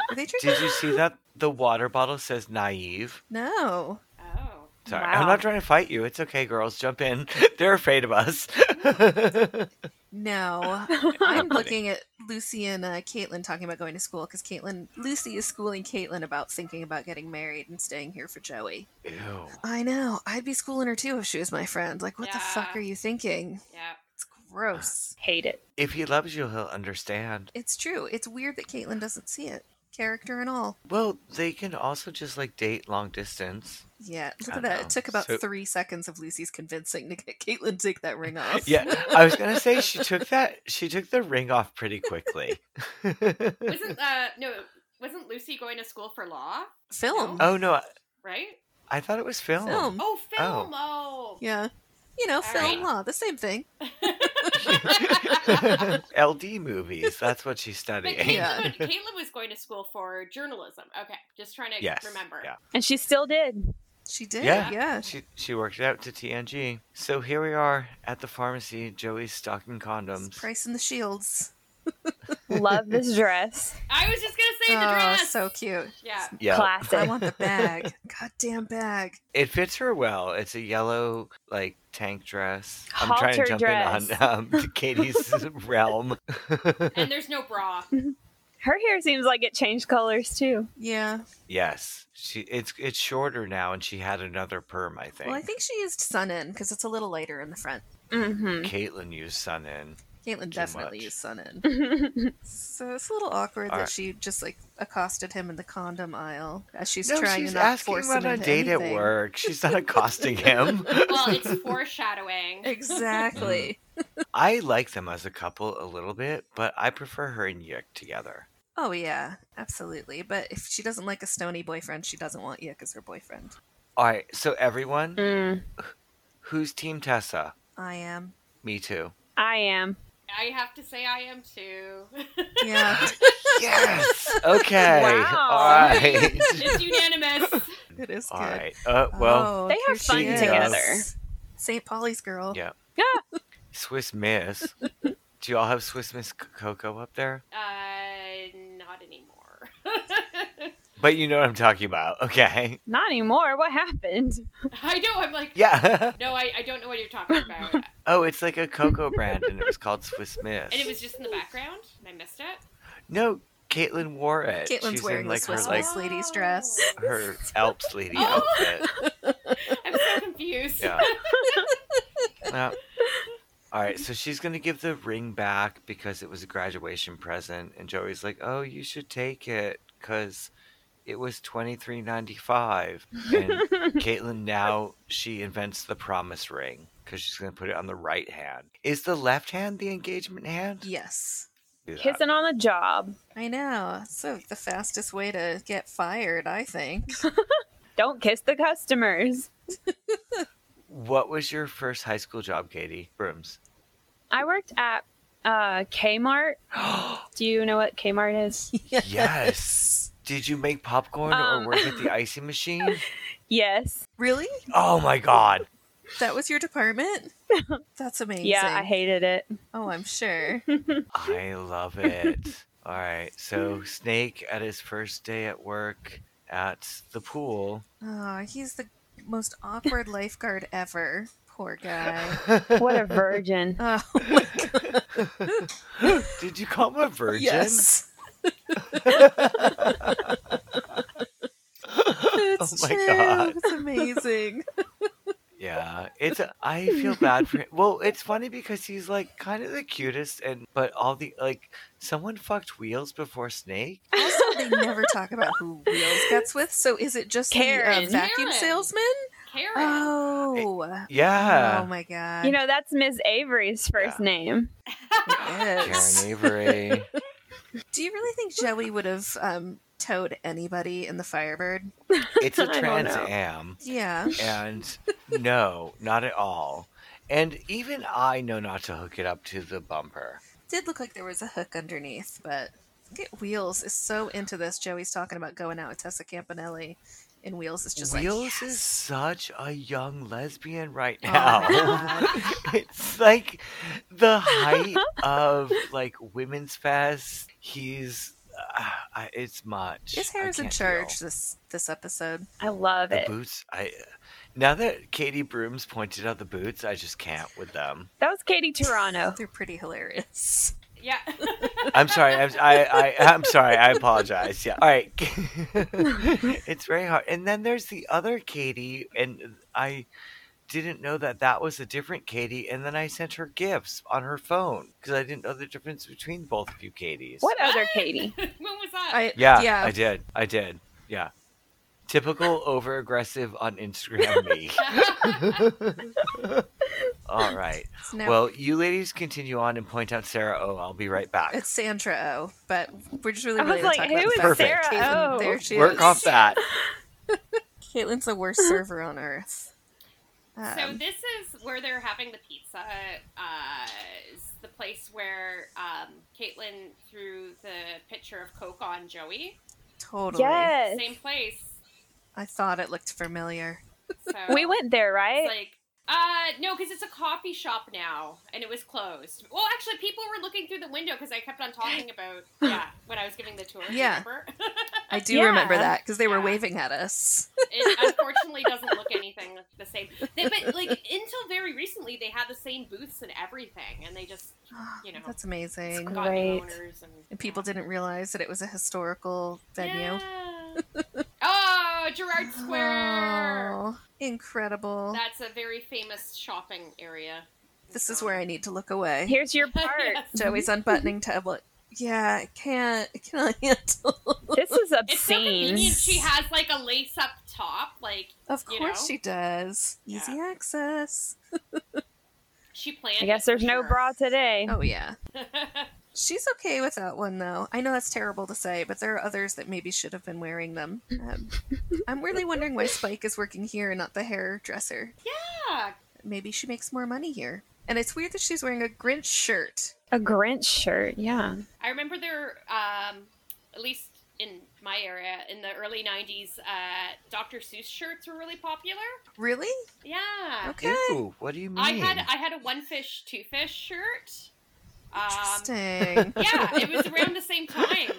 Speaker 3: Are they drinking?
Speaker 2: Did you see that? The water bottle says naive.
Speaker 3: No.
Speaker 4: Oh.
Speaker 2: Sorry,
Speaker 5: Wow.
Speaker 2: I'm not trying to fight you. It's okay, girls. Jump in. They're afraid of us.
Speaker 3: No, I'm looking at Lucy and uh, Caitlin talking about going to school because Caitlin, Lucy is schooling Caitlin about thinking about getting married and staying here for Joey.
Speaker 2: Ew.
Speaker 3: I know. I'd be schooling her too if she was my friend. Like, what the fuck
Speaker 4: Yeah.
Speaker 3: are you thinking?
Speaker 4: Yeah.
Speaker 3: It's gross.
Speaker 5: Hate it.
Speaker 2: If he loves you, he'll understand.
Speaker 3: It's true. It's weird that Caitlin doesn't see it, character and all.
Speaker 2: Well, they can also just like date long distance.
Speaker 3: Yeah, look
Speaker 2: I
Speaker 3: at that.
Speaker 2: know.
Speaker 3: It took about
Speaker 2: So-
Speaker 3: three seconds of Lucy's convincing to get Caitlin to take that ring off.
Speaker 2: Yeah, I was gonna say she took that. She took the ring off pretty quickly.
Speaker 4: Wasn't uh no? Wasn't Lucy going to school for law?
Speaker 3: Film.
Speaker 2: oh no, I,
Speaker 4: Right?
Speaker 2: I thought it was film.
Speaker 3: Film.
Speaker 4: Oh, film. Oh.
Speaker 3: Yeah. You know, film
Speaker 4: right.
Speaker 3: law, the same thing.
Speaker 2: LD movies. That's what she's
Speaker 4: But
Speaker 2: studying.
Speaker 4: Caitlin,
Speaker 3: Yeah.
Speaker 4: Caitlin was going to school for journalism. Okay, just trying to
Speaker 2: Yes.
Speaker 4: remember.
Speaker 2: Yeah.
Speaker 5: And she still did.
Speaker 3: She did.
Speaker 2: Yeah.
Speaker 3: yeah.
Speaker 2: She she worked it out to TNG. So here we are at the pharmacy. Joey's stocking condoms.
Speaker 3: Price and the Shields.
Speaker 5: Love this dress.
Speaker 4: I was just gonna say the
Speaker 3: oh,
Speaker 4: dress.
Speaker 3: so cute.
Speaker 4: yeah,
Speaker 2: Yeah.
Speaker 3: I
Speaker 5: Classic.
Speaker 3: want the bag. Goddamn bag.
Speaker 2: It fits her well. It's a yellow like tank dress. I'm trying
Speaker 5: Halter
Speaker 2: to jump in
Speaker 5: dress.
Speaker 2: on um, Katie's realm.
Speaker 4: and there's no bra.
Speaker 5: Her hair seems like it changed colors too.
Speaker 3: Yeah.
Speaker 2: Yes, she it's it's shorter now, and she had another perm. I think.
Speaker 3: Well, I think she used sun in because it's a little lighter in the front.
Speaker 5: Mm-hmm.
Speaker 2: Caitlin used sun in.
Speaker 3: Caitlin definitely
Speaker 2: much.
Speaker 3: used sun in. So it's a little awkward that
Speaker 2: Alright.
Speaker 3: she just like accosted him in the condom aisle as she's
Speaker 2: no,
Speaker 3: trying
Speaker 2: she's
Speaker 3: to not
Speaker 2: asking
Speaker 3: force
Speaker 2: him
Speaker 3: him
Speaker 2: on a
Speaker 3: into
Speaker 2: date
Speaker 3: anything.
Speaker 2: at work. She's not accosting him.
Speaker 4: Well, it's foreshadowing.
Speaker 3: Exactly.
Speaker 2: Mm. I like them as a couple a little bit, but I prefer her and Yuk together.
Speaker 3: Oh yeah, absolutely. But if she doesn't like a stony boyfriend, she doesn't want Yuk as her boyfriend.
Speaker 2: All right, so everyone,
Speaker 3: Mm.
Speaker 2: who's Team Tessa?
Speaker 3: I am.
Speaker 2: Me too.
Speaker 5: I am.
Speaker 4: I have to say, I am too.
Speaker 3: Yeah.
Speaker 2: Yes. Okay.
Speaker 5: Wow.
Speaker 2: All right.
Speaker 4: it's unanimous.
Speaker 3: it is good.
Speaker 2: All right. Uh, well,
Speaker 3: Oh,
Speaker 5: They have
Speaker 3: here
Speaker 5: fun
Speaker 3: she is.
Speaker 5: together.
Speaker 3: St. Polly's girl.
Speaker 2: yeah.
Speaker 5: Ah.
Speaker 2: Swiss Miss. Do y'all have Swiss Miss C- Coco up there?
Speaker 4: Uh, not anymore.
Speaker 2: But you know what I'm talking about. Okay.
Speaker 5: Not anymore. What happened?
Speaker 4: I know. I'm like,
Speaker 2: Yeah.
Speaker 4: no, I, I don't know what you're talking about. and
Speaker 2: Oh, it's like a cocoa brand, and it was called Swiss Miss.
Speaker 4: it was just in the background, and I missed it.
Speaker 2: no. Caitlin wore it.
Speaker 3: Caitlin's
Speaker 2: She's
Speaker 3: wearing
Speaker 2: in
Speaker 3: the
Speaker 2: like
Speaker 3: Swiss
Speaker 2: her like
Speaker 3: Miss lady's
Speaker 5: Oh.
Speaker 3: dress.
Speaker 2: her Alps lady
Speaker 4: Oh.
Speaker 2: outfit.
Speaker 4: I'm so confused.
Speaker 2: Yeah. Yeah. all right, so she's gonna give the ring back because it was a graduation present, and Joey's like, "Oh, you should take it because it was twenty three ninety five. And Caitlin now she invents the promise ring because she's gonna put it on the right hand. Is the left hand the engagement hand?
Speaker 3: Yes.
Speaker 2: Do that.
Speaker 5: Kissing on the job.
Speaker 3: I know. It's uh, the fastest way to get fired, I think.
Speaker 5: Don't kiss the customers.
Speaker 2: What was your first high school job, Katie? Brooms.
Speaker 5: I worked at uh, Kmart. Do you know what Kmart is?
Speaker 2: Yes. Did you make popcorn
Speaker 5: Um.
Speaker 2: or work at the icy machine?
Speaker 5: yes.
Speaker 3: Really?
Speaker 2: Oh my god.
Speaker 3: That was your department? That's amazing.
Speaker 5: Yeah, I hated it.
Speaker 3: Oh, I'm sure.
Speaker 2: I love it. All right. So Snake at his first day at work at the pool.
Speaker 3: Oh, he's the most awkward lifeguard ever. Poor guy.
Speaker 5: What a virgin.
Speaker 3: Oh my
Speaker 2: Did you call him a virgin?
Speaker 3: yes. It's
Speaker 2: Oh my
Speaker 3: true.
Speaker 2: God.
Speaker 3: It's amazing.
Speaker 2: Yeah. It's I feel bad for him. Well, it's funny because he's like kind of the cutest and but all the like someone fucked wheels before Snake.
Speaker 3: Also, they never talk about who Wheels gets with. So is it just the
Speaker 5: Karen.
Speaker 3: uh, vacuum
Speaker 4: Karen.
Speaker 3: salesman?
Speaker 4: Karen.
Speaker 3: Oh.
Speaker 2: Yeah.
Speaker 3: Oh my god.
Speaker 5: You know, that's Ms. Avery's first
Speaker 2: Yeah.
Speaker 5: name.
Speaker 3: It is.
Speaker 2: Karen Avery.
Speaker 3: Do you really think Joey would have um, towed anybody in the Firebird?
Speaker 2: It's a
Speaker 5: I don't
Speaker 2: Trans
Speaker 5: know.
Speaker 2: Am.
Speaker 3: Yeah.
Speaker 2: And no, not at all. And even I know not to hook it up to the bumper.
Speaker 3: Did look like there was a hook underneath, but look at Wheels is so into this. Joey's talking about going out with Tessa Campanelli, and Wheels is just
Speaker 2: Wheels
Speaker 3: like,
Speaker 2: is
Speaker 3: "Yes."
Speaker 2: such a young lesbian right
Speaker 3: Oh,
Speaker 2: now.
Speaker 3: God.
Speaker 2: it's like the height of like women's fest. He's uh, I- it's much.
Speaker 3: His hair
Speaker 2: I
Speaker 3: is in
Speaker 2: can't
Speaker 3: charge
Speaker 2: deal.
Speaker 3: this this episode.
Speaker 5: I love
Speaker 2: The
Speaker 5: it.
Speaker 2: boots. I now that Katie Brooms pointed out the boots, I just can't with them.
Speaker 5: That was Katie
Speaker 2: Oh.
Speaker 5: Toronto.
Speaker 3: They're pretty hilarious.
Speaker 4: Yeah.
Speaker 2: I'm sorry. I'm, I, I I'm sorry. I apologize. Yeah. All right. it's very hard. And then there's the other Katie, and I didn't know that that was a different Katie. And then I sent her gifts on her phone because I didn't know the difference between both of you Katies.
Speaker 5: What other Katie?
Speaker 4: when was that?
Speaker 3: I,
Speaker 2: Yeah,
Speaker 3: yeah.
Speaker 2: I did. I did. Yeah. Typical over aggressive on Instagram me. All right.
Speaker 3: It's now-
Speaker 2: Well, you ladies continue on and point out Sarah. Oh, I'll be right back.
Speaker 3: it's Sandra O, but we're just really
Speaker 5: I was
Speaker 3: really
Speaker 5: like,
Speaker 3: talking about
Speaker 5: who
Speaker 3: the
Speaker 5: is Oh?"
Speaker 3: fact
Speaker 2: Sarah
Speaker 3: that Caitlin,
Speaker 5: O?
Speaker 3: There she
Speaker 2: Work
Speaker 3: is.
Speaker 2: off that.
Speaker 3: Caitlin's the worst server on earth.
Speaker 4: so
Speaker 3: Um,
Speaker 4: this is where they're having the pizza. Uh, is the place where um, Caitlin threw the picture of Coke on Joey.
Speaker 3: totally.
Speaker 5: Yes.
Speaker 4: Same place.
Speaker 3: I thought it looked familiar.
Speaker 4: So
Speaker 5: We went there,
Speaker 4: it's
Speaker 5: right?
Speaker 4: like. Uh, no, because it's a coffee shop now, and it was closed. Well, actually, people were looking through the window because I kept on talking about yeah when I was giving the tour.
Speaker 3: Yeah.
Speaker 4: remember?
Speaker 3: I do
Speaker 5: Yeah.
Speaker 3: remember that because they were
Speaker 4: Yeah.
Speaker 3: waving at us.
Speaker 4: It unfortunately doesn't look anything the same. They, but like until very recently, they had the same booths and everything, and they just You know.
Speaker 3: That's amazing.
Speaker 5: It's
Speaker 4: got new
Speaker 5: Great.
Speaker 4: owners and,
Speaker 3: And people didn't realize that it was a historical venue.
Speaker 4: Yeah. oh, Gerard Square.
Speaker 3: Oh, incredible.
Speaker 4: That's a very famous shopping area.
Speaker 3: Oh.
Speaker 4: Um,
Speaker 3: this is where I need to look away.
Speaker 5: Here's your part.
Speaker 4: Yes.
Speaker 3: Joey's unbuttoning tablet. Yeah, I can't. I cannot handle.
Speaker 5: This is
Speaker 4: It's so convenient.
Speaker 5: obscene.
Speaker 4: She has like a lace up top. Like
Speaker 3: Of
Speaker 4: You
Speaker 3: course
Speaker 4: know?
Speaker 3: she does.
Speaker 4: Yeah.
Speaker 3: Easy access.
Speaker 4: she planned.
Speaker 5: I guess
Speaker 4: it.
Speaker 5: there's no bra today.
Speaker 3: Oh yeah. She's okay with that one though. I know that's terrible to say, but there are others that maybe should have been wearing them. Um, I'm really wondering why Spike is working here and not the hairdresser.
Speaker 4: yeah.
Speaker 3: Maybe she makes more money here. And it's weird that she's wearing a Grinch shirt.
Speaker 5: A Grinch shirt, yeah.
Speaker 4: I remember there, um, at least in my area, in the early '90s, uh, Dr. Seuss shirts were really popular.
Speaker 3: Really?
Speaker 4: Yeah,
Speaker 3: Okay.
Speaker 2: Ew, what do you mean?
Speaker 4: I had I had a one fish, two fish shirt. Um,
Speaker 3: Interesting.
Speaker 4: yeah, it was around the same time.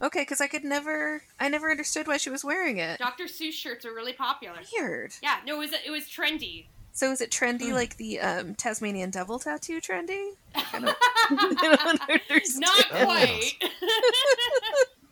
Speaker 3: okay, because I could never. I never understood why she was wearing it.
Speaker 4: Dr. Seuss shirts are really popular.
Speaker 3: Weird.
Speaker 4: Yeah, no, it was it was trendy.
Speaker 3: So is it trendy like the um, Tasmanian devil tattoo trendy? I don't, I don't understand.
Speaker 4: Not quite.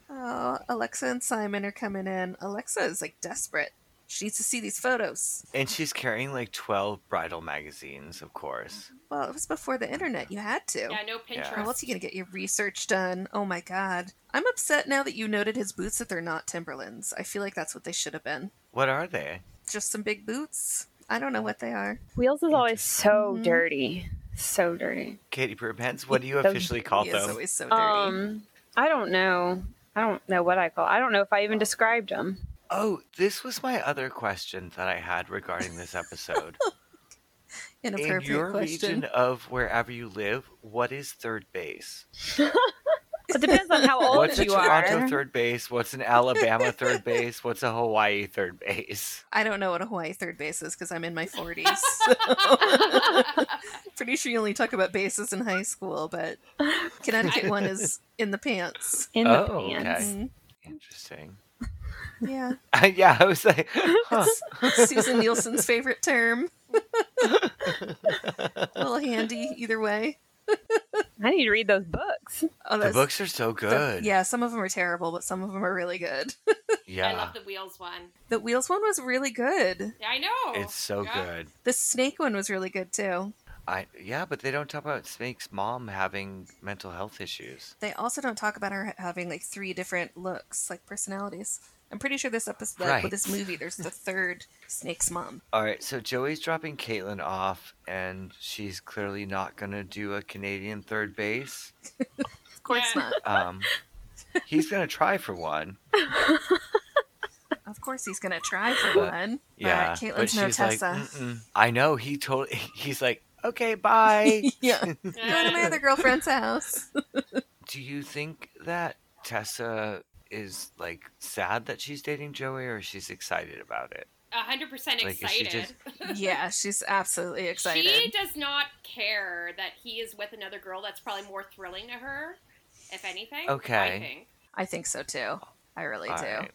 Speaker 3: Oh, Alexa and Simon are coming in. Alexa is like desperate. She needs to see these photos.
Speaker 2: And she's carrying like 12 bridal magazines, of course.
Speaker 3: Well, it was before the internet. You had to.
Speaker 4: yeah, no Pinterest.
Speaker 3: How else are you going to get your research done? Oh my god. I'm upset now that you noted his boots that they're not Timberlands. I feel like that's what they should have been.
Speaker 2: What are they?
Speaker 3: Just some big boots. I don't know what they are.
Speaker 5: Wheels is always so
Speaker 3: Mhm.
Speaker 5: dirty. So dirty.
Speaker 2: Katie Burpants, what do you
Speaker 5: Those-
Speaker 2: officially call
Speaker 3: he is
Speaker 2: them?
Speaker 3: always so dirty.
Speaker 5: Um I don't know. I don't know what I call. I don't know if I even described them.
Speaker 2: Oh, this was my other question that I had regarding this episode. In
Speaker 3: Inappropriate
Speaker 2: your
Speaker 3: question.
Speaker 2: region of wherever you live, what is third base?
Speaker 5: It depends on how old
Speaker 2: What's a
Speaker 5: you
Speaker 2: Toronto
Speaker 5: are.
Speaker 2: third base? What's an Alabama third base? What's a Hawaii third base?
Speaker 3: I don't know what a Hawaii third base is because I'm in my 40s. Pretty sure you only talk about bases in high school, but Connecticut one is in the pants.
Speaker 5: In the
Speaker 2: Oh, okay.
Speaker 5: pants.
Speaker 3: Mhm.
Speaker 2: Interesting.
Speaker 3: Yeah.
Speaker 2: yeah, I was like, huh.
Speaker 3: It's Susan Nielsen's favorite term. a little handy either way.
Speaker 5: I need to read those books.
Speaker 3: Oh,
Speaker 2: the
Speaker 3: that's,
Speaker 2: books are so
Speaker 3: the-
Speaker 2: good.
Speaker 3: yeah, some of them are terrible, but some of them are really good.
Speaker 2: Yeah,
Speaker 4: I love the wheels one.
Speaker 3: The wheels one was really good.
Speaker 4: Yeah, I know.
Speaker 2: it's so
Speaker 4: Yeah.
Speaker 2: good.
Speaker 3: The snake one was really good too.
Speaker 2: I yeah, but they don't talk about Snake's mom having mental health issues.
Speaker 3: They also don't talk about her having like three different looks, like personalities. I'm pretty sure this episode, like,
Speaker 2: Right.
Speaker 3: with this movie, there's the third snake's mom.
Speaker 2: All right, so Joey's dropping Caitlin off, and she's clearly not gonna do a Canadian third base.
Speaker 3: Of course
Speaker 4: Yeah.
Speaker 3: not.
Speaker 2: Um, he's gonna try for one.
Speaker 3: Of course he's gonna try for
Speaker 2: But-
Speaker 3: one.
Speaker 2: Yeah,
Speaker 3: but Caitlin's no Tessa.
Speaker 2: like, "Mm." "Mm-mm." I know. He told. He's like, okay, bye.
Speaker 3: yeah, go to my
Speaker 4: Yeah.
Speaker 3: other girlfriend's house.
Speaker 2: do you think that Tessa is like sad that she's dating Joey, or she's excited about it?
Speaker 4: A hundred percent
Speaker 2: Like, is she
Speaker 4: excited.
Speaker 2: just-
Speaker 3: yeah, she's absolutely excited.
Speaker 4: She does not care that he is with another girl. That's probably more thrilling to her, if anything.
Speaker 2: Okay.
Speaker 4: I think.
Speaker 3: I think so too. I really
Speaker 2: All
Speaker 3: do.
Speaker 2: right.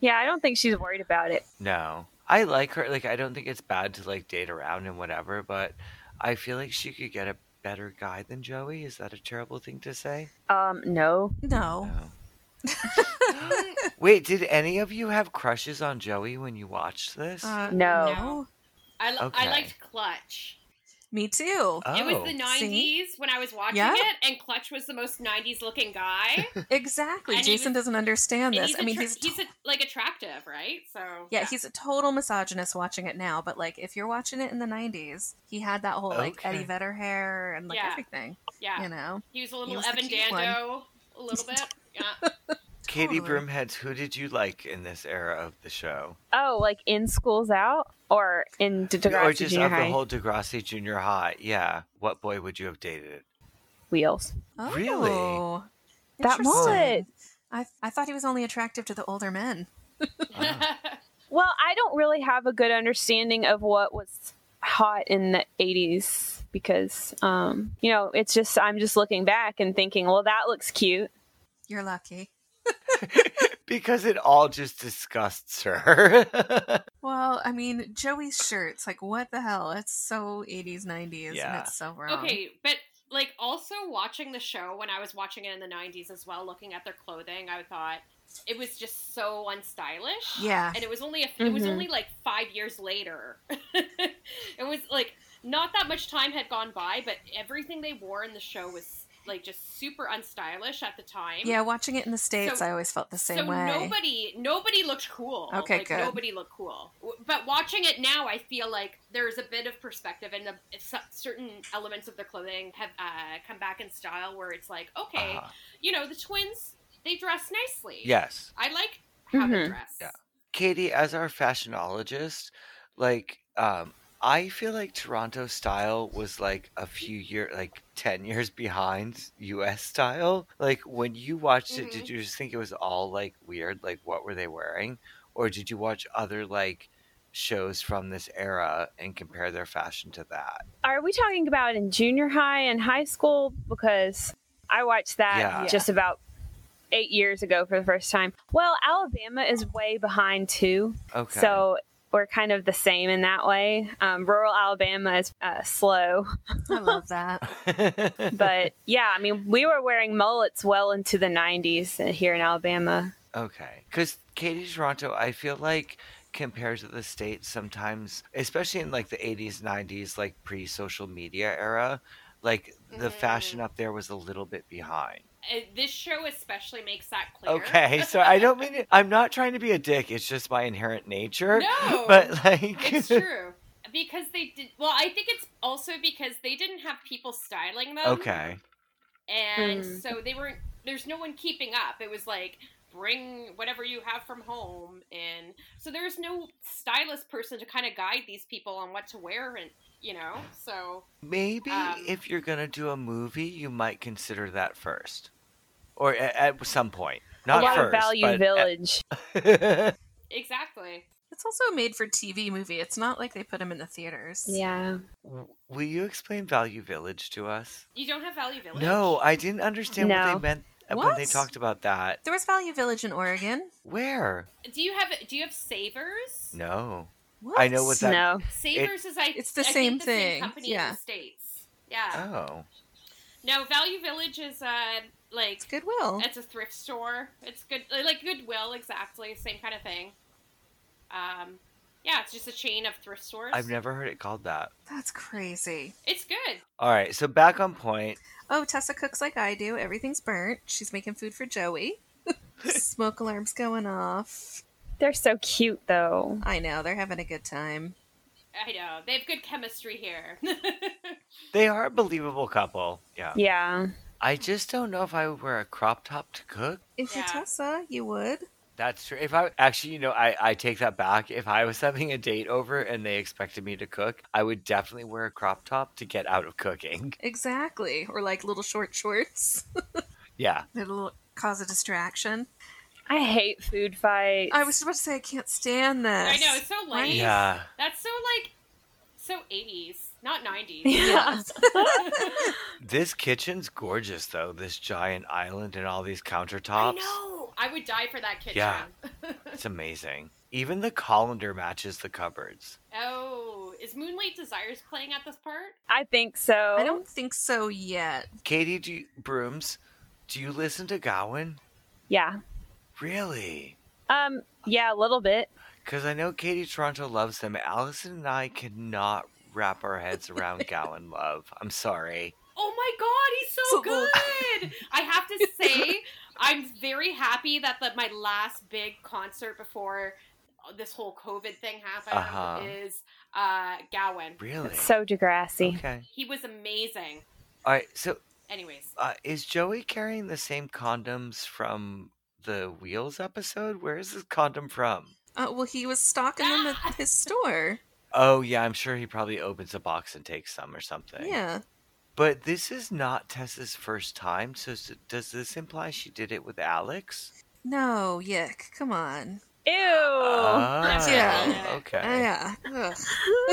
Speaker 5: Yeah, I don't think she's worried about it.
Speaker 2: No, I like her. Like, I don't think it's bad to like date around and whatever, but I feel like she could get a better guy than Joey. Is that a terrible thing to say?
Speaker 5: Um, no.
Speaker 3: No,
Speaker 2: No. Wait, did any of you have crushes on Joey when you watched this?
Speaker 3: Uh,
Speaker 5: No.
Speaker 4: I, li-
Speaker 2: Okay.
Speaker 4: I liked Clutch.
Speaker 3: me too.
Speaker 4: It was the
Speaker 2: Oh.
Speaker 4: '90s when I was watching
Speaker 3: Yeah.
Speaker 4: it, and Clutch was the most '90s looking guy.
Speaker 3: Exactly.
Speaker 4: And he
Speaker 3: Jason
Speaker 4: was-
Speaker 3: doesn't understand
Speaker 4: And
Speaker 3: this.
Speaker 4: he's
Speaker 3: I mean,
Speaker 4: attra-
Speaker 3: he's
Speaker 4: he's a, like attractive, right? So
Speaker 3: Yeah, he's a total misogynist watching it now, but like if you're watching it in the 90s, he had that whole like
Speaker 2: Okay.
Speaker 3: Eddie Vedder hair and like
Speaker 4: Yeah.
Speaker 3: everything,
Speaker 4: yeah.
Speaker 3: you know.
Speaker 4: He was a little
Speaker 3: was the
Speaker 4: Evan
Speaker 3: cute one.
Speaker 4: Dando, a little bit. Yeah.
Speaker 2: Katie
Speaker 3: totally.
Speaker 2: Broomheads, who did you like in this era of the show?
Speaker 5: Oh, like in schools out or in De- Degrassi
Speaker 2: or just
Speaker 5: Junior
Speaker 2: of
Speaker 5: High
Speaker 2: the whole Degrassi Junior High? Yeah. What boy would you have dated?
Speaker 5: wheels.
Speaker 2: Really?
Speaker 3: Oh,
Speaker 5: That
Speaker 3: interesting.
Speaker 5: mullet.
Speaker 3: I I thought he was only attractive to the older men.
Speaker 5: Well, I don't really have a good understanding of what was hot in the 80s because um, you know, it's just I'm just looking back and thinking, well, that looks cute.
Speaker 3: You're lucky.
Speaker 2: because it all just disgusts her.
Speaker 3: Well, I mean, Joey's shirts, like, what the hell? It's so 80s, 90s,
Speaker 2: Yeah.
Speaker 3: and it's so wrong.
Speaker 4: Okay, but like also watching the show when I was watching it in the 90s as well, looking at their clothing, I thought it was just so unstylish.
Speaker 3: Yeah. Mm-hmm.
Speaker 4: And it was only a, it was
Speaker 5: Mhm.
Speaker 4: only like 5 years later. it was like not that much time had gone by, but everything they wore in the show was like just super unstylish at the time.
Speaker 3: Yeah, watching it in the States,
Speaker 4: So-
Speaker 3: I always felt the same
Speaker 4: so
Speaker 3: way.
Speaker 4: nobody nobody looked cool.
Speaker 3: Okay,
Speaker 4: like,
Speaker 3: good.
Speaker 4: Nobody looked cool. W- But watching it now, I feel like there's a bit of perspective, and the, s- certain elements of their clothing have uh, come back in style, where it's like, okay,
Speaker 2: Uh-huh.
Speaker 4: you know, the twins they dress nicely.
Speaker 2: Yes.
Speaker 4: I like how they
Speaker 3: Mm-hmm.
Speaker 5: Mhm.
Speaker 4: dress.
Speaker 2: Yeah. Katie, as our fashionologist, like, um, I feel like Toronto style was like a few year, like ten years behind U.S. style. Like when you watched it, did you just think it was all like weird? Like what were they wearing, or did you watch other like shows from this era and compare their fashion to that?
Speaker 5: Are we talking about in junior high and high school? Because I watched that
Speaker 2: Yeah.
Speaker 5: just about eight years ago for the first time. Well, Alabama is way behind too,
Speaker 2: Okay.
Speaker 5: so we're kind of the same in that way. Um, rural Alabama is uh, slow,
Speaker 3: I love that.
Speaker 5: but yeah, I mean, we were wearing mullets well into the '90s here in Alabama.
Speaker 2: Okay. Because Katie Toronto, I feel like compared to the States sometimes, especially in like the 80s, 90s, like pre social media era, like the fashion up there was a little bit behind.
Speaker 4: Uh, this show especially makes that clear.
Speaker 2: Okay. So I don't mean, it, I'm not trying to be a dick. It's just my inherent nature.
Speaker 4: No.
Speaker 2: But like,
Speaker 4: it's true because they did. Well, I think it's also because they didn't have people styling them.
Speaker 2: okay.
Speaker 4: and
Speaker 3: Hmm.
Speaker 5: Mm.
Speaker 4: so they weren't there's no one keeping up it was like bring whatever you have from home and so there's no stylist person to kind of guide these people on what to wear and you know so
Speaker 2: Maybe
Speaker 4: Um,
Speaker 2: if you're going to do a movie, you might consider that first or at, at some point. Not
Speaker 5: a lot
Speaker 2: first.
Speaker 5: of Value
Speaker 2: but at-
Speaker 5: Village.
Speaker 4: exactly
Speaker 3: It's also a made for TV movie. It's not like they put them in the theaters.
Speaker 5: yeah.
Speaker 2: W- Will you explain Value Village to us?
Speaker 4: you don't have value village
Speaker 2: No, I didn't understand what
Speaker 5: No.
Speaker 2: they meant uh, when they
Speaker 3: What?
Speaker 2: talked about that.
Speaker 3: There was Value Village in Oregon.
Speaker 2: Where?
Speaker 4: do you have do you have savers
Speaker 2: No.
Speaker 3: What?
Speaker 2: I know what that-
Speaker 5: No.
Speaker 4: savers is i
Speaker 3: It's the
Speaker 4: I think
Speaker 3: same thing,
Speaker 4: company in
Speaker 3: yeah.
Speaker 4: the states yeah
Speaker 2: Oh.
Speaker 4: no value village is uh like
Speaker 3: It's Goodwill.
Speaker 4: It's a thrift store. It's good, uh, like Goodwill, exactly, same kind of thing. Um, yeah, it's just a chain of thrift stores.
Speaker 2: I've never heard it called that.
Speaker 3: That's crazy.
Speaker 4: It's good.
Speaker 2: All right, so back on point.
Speaker 3: Oh, Tessa cooks like I do. Everything's burnt. She's making food for Joey. Smoke alarm's going off.
Speaker 5: They're so cute though.
Speaker 3: I know. They're having a good time.
Speaker 4: I know they have good chemistry here.
Speaker 2: They are a believable couple. Yeah.
Speaker 5: Yeah.
Speaker 2: I just don't know if I would wear a crop top to cook.
Speaker 3: If you're
Speaker 4: Yeah.
Speaker 3: Tessa, you would.
Speaker 2: That's true. If I actually, you know, I, I take that back. If I was having a date over and they expected me to cook, I would definitely wear a crop top to get out of cooking.
Speaker 3: Exactly. Or like little short shorts.
Speaker 2: Yeah.
Speaker 3: It'll cause a distraction.
Speaker 5: I hate food fights.
Speaker 3: I was about to say I can't stand this.
Speaker 4: I know it's so
Speaker 3: Why-
Speaker 4: lame.
Speaker 2: Yeah.
Speaker 4: That's so like so eighties, not nineties.
Speaker 5: Yeah.
Speaker 2: This kitchen's gorgeous though. This giant island and all these
Speaker 4: I
Speaker 2: countertops.
Speaker 4: know. I would die for that kitchen.
Speaker 2: Yeah. It's amazing. Even the colander matches the cupboards.
Speaker 4: Oh, is Moonlight Desires playing at this part?
Speaker 5: I think so.
Speaker 3: I don't think so yet.
Speaker 2: Katie do you, Brooms, do you listen to Gowan?
Speaker 5: Yeah.
Speaker 2: Really?
Speaker 5: Um. Yeah, a little bit.
Speaker 2: Because I know Katie Toronto loves them. Allison and I cannot wrap our heads around Gowan love. I'm sorry.
Speaker 4: Oh my god, he's so,
Speaker 3: So little.
Speaker 4: good! I have to say, I'm very happy that the, my last big concert before this whole COVID thing happened
Speaker 2: Uh-huh.
Speaker 4: is uh, Gowan.
Speaker 2: Really?
Speaker 5: So Degrassi.
Speaker 2: okay.
Speaker 4: He was amazing.
Speaker 2: All right. So
Speaker 4: Anyways,
Speaker 2: uh, is Joey carrying the same condoms from the Wheels episode? Where is this condom from?
Speaker 3: Uh, well, he was stocking them
Speaker 4: Ah.
Speaker 3: at his store.
Speaker 2: Oh, yeah. I'm sure he probably opens a box and takes some or something.
Speaker 3: Yeah.
Speaker 2: But this is not Tessa's first time, so s- does this imply she did it with Alex?
Speaker 3: No, yick. Come on.
Speaker 5: Ew.
Speaker 2: Ah,
Speaker 3: Oh, Yeah.
Speaker 2: Okay.
Speaker 3: Ah, yeah.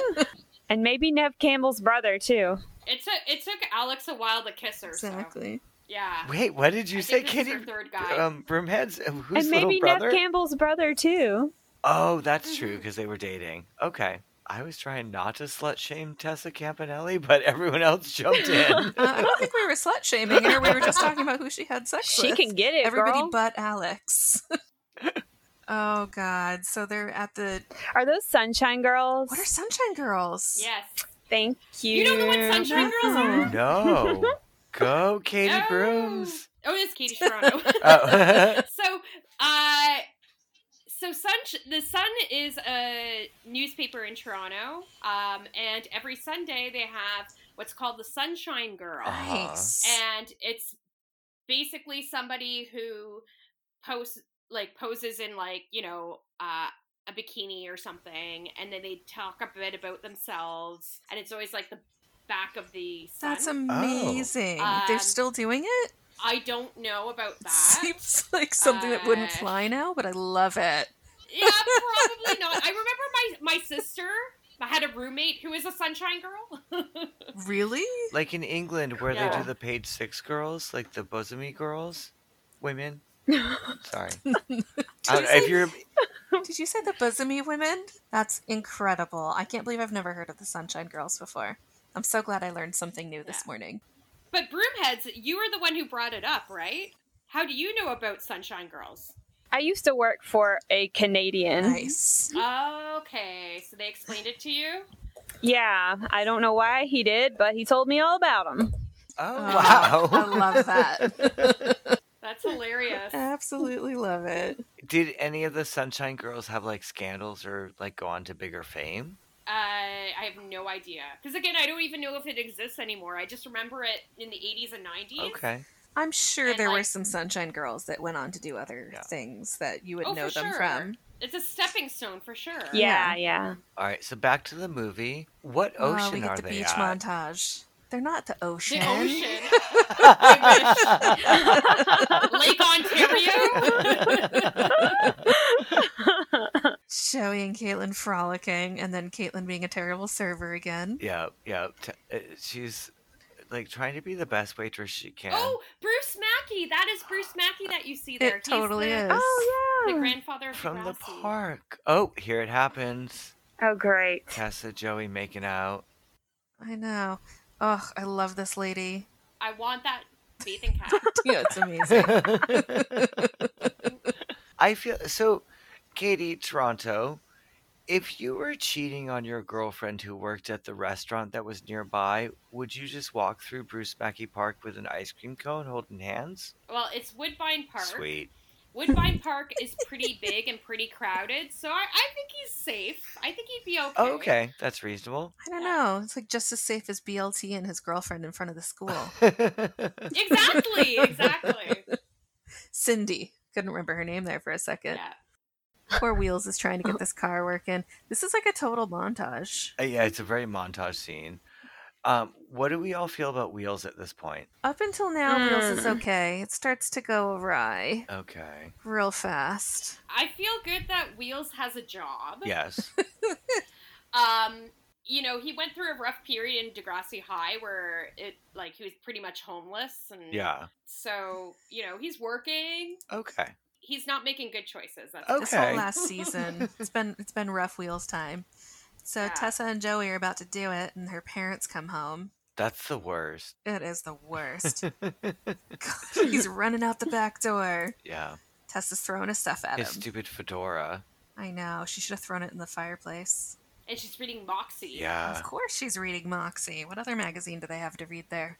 Speaker 3: Ugh.
Speaker 5: and maybe Nev Campbell's brother too.
Speaker 4: it took it took Alex a while to kiss her. so-
Speaker 3: Exactly.
Speaker 4: Yeah.
Speaker 2: Wait, what did you
Speaker 4: I
Speaker 2: say,
Speaker 4: think this is
Speaker 2: Kitty?
Speaker 4: her third guy.
Speaker 2: Um, Broomhead's uh, whose
Speaker 5: and maybe
Speaker 2: little brother?
Speaker 5: Nev Campbell's brother too.
Speaker 2: oh, that's true
Speaker 3: Mm-hmm.
Speaker 4: Mhm.
Speaker 2: because they were dating. Okay, I was trying not to slut shame Tessa Campanelli, but everyone else jumped in.
Speaker 3: Uh, I don't think we were slut shaming her. We were just talking about who she had sex
Speaker 5: She
Speaker 3: with.
Speaker 5: can get it,
Speaker 3: Everybody
Speaker 5: girl.
Speaker 3: but Alex. oh God! So they're at the
Speaker 5: are those Sunshine Girls?
Speaker 3: what are Sunshine Girls?
Speaker 4: Yes.
Speaker 5: Thank you.
Speaker 4: You don't know what Sunshine Girls are?
Speaker 2: no, go, Katie
Speaker 4: No.
Speaker 2: Brooms.
Speaker 4: Oh, it's Katie Serrano.
Speaker 2: Oh.
Speaker 4: so, uh, so Sun, the Sun is a newspaper in Toronto, um, and every Sunday they have what's called the Sunshine Girl,
Speaker 2: Uh-huh.
Speaker 3: Ah, Nice.
Speaker 4: and it's basically somebody who posts like poses in like you know uh, a bikini or something, and then they talk a bit about themselves, and it's always like the back of the sun.
Speaker 3: That's amazing. They're
Speaker 4: Um,
Speaker 3: still doing it.
Speaker 4: I don't know about
Speaker 3: It
Speaker 4: that.
Speaker 3: Seems like something that wouldn't
Speaker 4: Uh,
Speaker 3: fly now, but I love it.
Speaker 4: Yeah, probably not. I remember my my sister had a roommate who is a sunshine girl.
Speaker 3: Really?
Speaker 2: like in England where they
Speaker 4: Yeah.
Speaker 2: do the page six girls, like the bosomy girls, women. Sorry,
Speaker 3: Did
Speaker 2: I,
Speaker 3: you
Speaker 2: if
Speaker 3: say-
Speaker 2: you're oh,
Speaker 3: Did you say the bosomy women? That's incredible. I can't believe I've never heard of the Sunshine Girls before. I'm so glad I learned something new this
Speaker 4: Yeah.
Speaker 3: morning.
Speaker 4: but Broomheads, you were the one who brought it up, right? How do you know about sunshine girls?
Speaker 5: I used to work for a Canadian.
Speaker 3: Nice.
Speaker 4: Okay, so they explained it to you.
Speaker 5: Yeah, I don't know why he did, but he told me all about him.
Speaker 2: oh
Speaker 3: Oh,
Speaker 2: wow,
Speaker 3: I love that.
Speaker 4: That's hilarious.
Speaker 3: Absolutely love it.
Speaker 2: Did any of the Sunshine Girls have like scandals or like go on to bigger fame?
Speaker 4: Uh, I have no idea because again, I don't even know if it exists anymore. I just remember it in the '80s and '90s.
Speaker 2: Okay.
Speaker 3: I'm sure
Speaker 4: And,
Speaker 3: there were
Speaker 4: like-
Speaker 3: some Sunshine Girls that went on to do other
Speaker 2: Yeah.
Speaker 3: things that you would
Speaker 4: Oh,
Speaker 3: know
Speaker 4: for
Speaker 3: them
Speaker 4: sure.
Speaker 3: from.
Speaker 4: It's a stepping stone for sure.
Speaker 5: Yeah,
Speaker 3: Yeah.
Speaker 5: yeah.
Speaker 2: All right. So back to the movie. What
Speaker 3: Oh,
Speaker 2: ocean
Speaker 3: we get
Speaker 2: are
Speaker 3: the
Speaker 2: they
Speaker 3: beach
Speaker 2: at?
Speaker 3: montage. They're not the ocean.
Speaker 4: The ocean, Lake Ontario.
Speaker 3: Joey and Caitlin frolicking, and then Caitlin being a terrible server again.
Speaker 2: yeah, yeah. T- uh, she's like trying to be the best waitress she can.
Speaker 4: Oh, Bruce Mackey. That is Bruce Mackey that you see there.
Speaker 3: It totally
Speaker 4: the,
Speaker 3: is.
Speaker 5: Oh
Speaker 4: The
Speaker 5: yeah.
Speaker 4: grandfather of
Speaker 2: from the
Speaker 4: Degrassi.
Speaker 2: park. Oh, here it happens.
Speaker 5: oh great.
Speaker 2: Tessa, Joey making out.
Speaker 3: I know. Oh, I love this lady.
Speaker 4: I want that bathing cap.
Speaker 3: Yeah, it's amazing.
Speaker 2: I feel so, Katie, Toronto. If you were cheating on your girlfriend who worked at the restaurant that was nearby, would you just walk through Bruce Mackey Park with an ice cream cone holding hands?
Speaker 4: well, it's Woodbine Park.
Speaker 2: Sweet.
Speaker 4: Woodbine Park is pretty big and pretty crowded, so I, I think he's safe. I think he'd be okay.
Speaker 2: Oh, okay, that's reasonable.
Speaker 3: I don't know. It's like just as safe as BLT and his girlfriend in front of the school.
Speaker 4: Exactly. Exactly.
Speaker 3: Cindy. Couldn't remember her name there for a second.
Speaker 4: Yeah.
Speaker 3: Poor Wheels is trying to get this car working. This is like a total montage.
Speaker 2: Uh, yeah, it's a very montage scene. Um, what do we all feel about wheels at this point?
Speaker 3: Up until now, Wheels is
Speaker 5: Mm.
Speaker 3: okay. It starts to go awry
Speaker 2: Okay.
Speaker 3: real fast.
Speaker 4: I feel good that Wheels has a job.
Speaker 2: Yes.
Speaker 4: Um, you know, he went through a rough period in Degrassi High where it like he was pretty much homeless and
Speaker 2: Yeah.
Speaker 4: so, you know, he's working.
Speaker 2: Okay.
Speaker 4: he's not making good choices. That's
Speaker 2: Okay.
Speaker 3: This whole last season, it's been it's been rough Wheels time. So
Speaker 4: Yeah.
Speaker 3: Tessa and Joey are about to do it, and her parents come home.
Speaker 2: That's the worst.
Speaker 3: It is the worst. God, he's running out the back door.
Speaker 2: Yeah.
Speaker 3: Tessa's throwing his stuff at
Speaker 2: His
Speaker 3: him.
Speaker 2: stupid fedora.
Speaker 3: I know. She should have thrown it in the fireplace.
Speaker 4: and she's reading Moxie.
Speaker 2: Yeah.
Speaker 3: of course she's reading Moxie. What other magazine do they have to read there?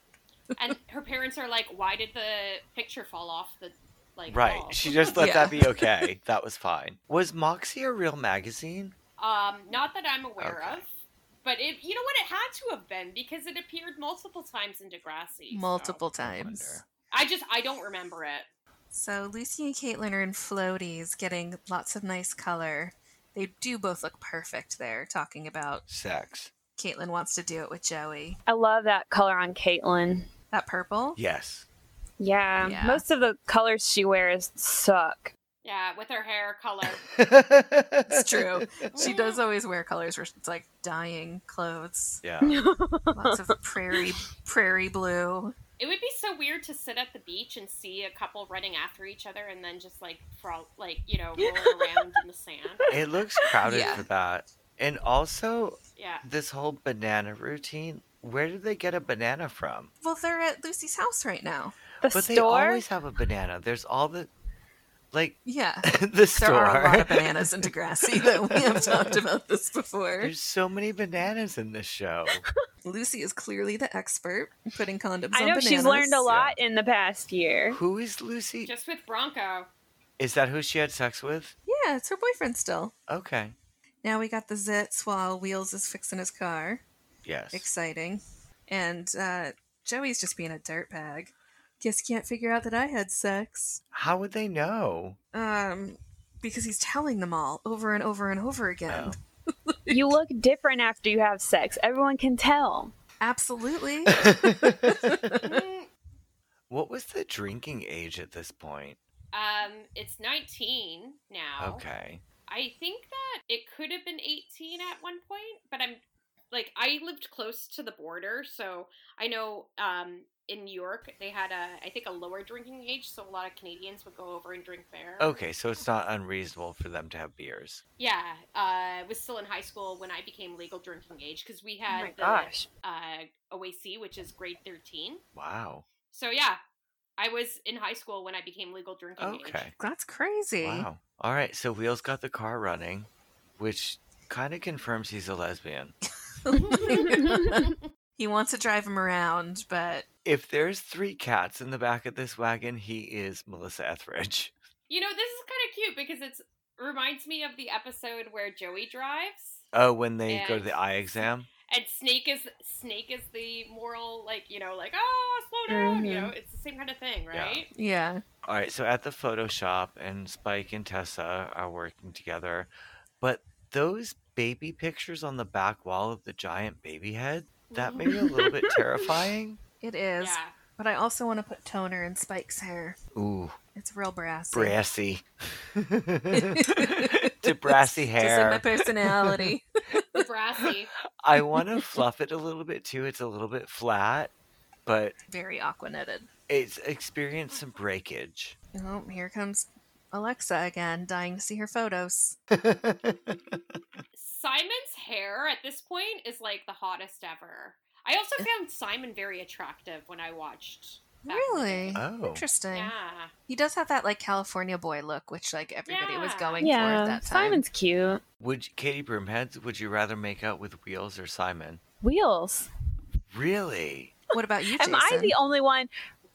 Speaker 4: And her parents are like, "Why did the picture fall off the like?"
Speaker 2: Right.
Speaker 4: wall?"
Speaker 2: She just let
Speaker 3: Oh. Yeah.
Speaker 2: that be okay. That was fine. Was Moxie a real magazine?
Speaker 4: um, not that I'm aware
Speaker 2: Okay.
Speaker 4: of, but it you know what it had to have been because it appeared multiple times in Degrassi. so-
Speaker 3: Multiple
Speaker 2: I
Speaker 3: times.
Speaker 2: wonder.
Speaker 4: I just I don't remember it.
Speaker 3: So Lucy and Caitlin are in floaties, getting lots of nice color. They do both look perfect there, talking about
Speaker 2: Sex.
Speaker 3: Caitlin wants to do it with Joey.
Speaker 5: I love that color on Caitlyn.
Speaker 3: That purple?
Speaker 2: Yes.
Speaker 5: Yeah.
Speaker 3: Yeah.
Speaker 5: Most of the colors she wears suck.
Speaker 4: Yeah, with her hair color.
Speaker 3: It's
Speaker 2: it's
Speaker 3: true. she does always wear colors where it's like dyeing clothes.
Speaker 2: Yeah.
Speaker 3: Lots of prairie prairie blue.
Speaker 4: It would be so weird to sit at the beach and see a couple running after each other and then just like frol- like you know rolling around in the sand.
Speaker 2: It looks crowded
Speaker 3: Yeah.
Speaker 2: for that. And also,
Speaker 4: Yeah.
Speaker 2: this whole banana routine. Where did they get a banana from?
Speaker 3: Well, they're at Lucy's house right now.
Speaker 5: The
Speaker 2: but they
Speaker 5: store.
Speaker 2: always have a banana. There's all the, like
Speaker 3: Yeah.
Speaker 2: the
Speaker 3: There
Speaker 2: store.
Speaker 3: are a lot of bananas in Degrassi that we have talked about this before.
Speaker 2: There's so many bananas in this show.
Speaker 3: Lucy is clearly the expert in putting condoms
Speaker 5: I
Speaker 3: on
Speaker 5: know
Speaker 3: bananas.
Speaker 5: she's learned a lot in the past year.
Speaker 2: Who is Lucy?
Speaker 4: Just with Bronco.
Speaker 2: Is that who she had sex with?
Speaker 3: Yeah, it's her boyfriend still.
Speaker 2: Okay.
Speaker 3: Now we got the zits while Wheels is fixing his car.
Speaker 2: Yes.
Speaker 3: Exciting. And uh, Joey's just being a dirtbag. Guess can't figure out that I had sex.
Speaker 2: How would they know?
Speaker 3: Um, because he's telling them all over and over and over again.
Speaker 2: Oh.
Speaker 5: You look different after you have sex. Everyone can tell.
Speaker 3: Absolutely.
Speaker 4: Mm,
Speaker 2: What was the drinking age at this point?
Speaker 4: um, it's 19 now.
Speaker 2: Okay.
Speaker 4: I think that it could have been 18 at one point, but I'm like I lived close to the border, so I know um in New York they had a I think a lower drinking age, so a lot of Canadians would go over and drink there.
Speaker 2: Okay, so it's not unreasonable for them to have beers.
Speaker 4: Yeah, uh, I was still in high school when I became legal drinking age because we had the uh, OAC, which is grade 13.
Speaker 2: Wow.
Speaker 4: So yeah, I was in high school when I became legal drinking age.
Speaker 2: Okay.
Speaker 3: That's crazy.
Speaker 2: Wow. All right, so Wheels got the car running, which kind of confirms he's a lesbian.
Speaker 3: He wants to drive him around, but
Speaker 2: If there's three cats in the back of this wagon, he is Melissa Etheridge.
Speaker 4: You know, this is kind of cute because it's reminds me of the episode where Joey drives.
Speaker 2: Oh, when they go to the
Speaker 4: Yes.
Speaker 2: eye exam?
Speaker 4: and snake is snake is the moral like you know like oh slow down you
Speaker 5: Mhm.
Speaker 4: know it's the same kind of thing right
Speaker 3: yeah.
Speaker 2: All right, so at the Photoshop, and Spike and Tessa are working together, but those baby pictures on the back wall of the giant baby head, that may be a little bit terrifying.
Speaker 3: It is.
Speaker 4: yeah
Speaker 3: But I also want to put toner in Spike's hair.
Speaker 2: Ooh,
Speaker 3: It's real brassy.
Speaker 2: brassy. to brassy
Speaker 3: Just like my
Speaker 2: hair.
Speaker 3: personality.
Speaker 4: the brassy
Speaker 2: I want to fluff it a little bit too. It's a little bit flat, but
Speaker 3: Very aquanetted.
Speaker 2: it's experienced some breakage.
Speaker 3: Oh, here comes Alexa again, dying to see her photos.
Speaker 4: simon's hair at this point is like the hottest ever i also found simon very attractive when i watched that
Speaker 3: Really?
Speaker 2: Oh,
Speaker 3: Interesting.
Speaker 4: yeah
Speaker 3: He does have that like California boy look, which like everybody was
Speaker 4: Yeah.
Speaker 3: going for at
Speaker 5: yeah,
Speaker 3: that time.
Speaker 5: Simon's cute.
Speaker 2: would you- Katie Broomheads? Would you rather make out with Wheels or Simon?
Speaker 5: Wheels.
Speaker 2: Really?
Speaker 3: What about you,
Speaker 5: Am I
Speaker 3: Jason?
Speaker 5: the only one?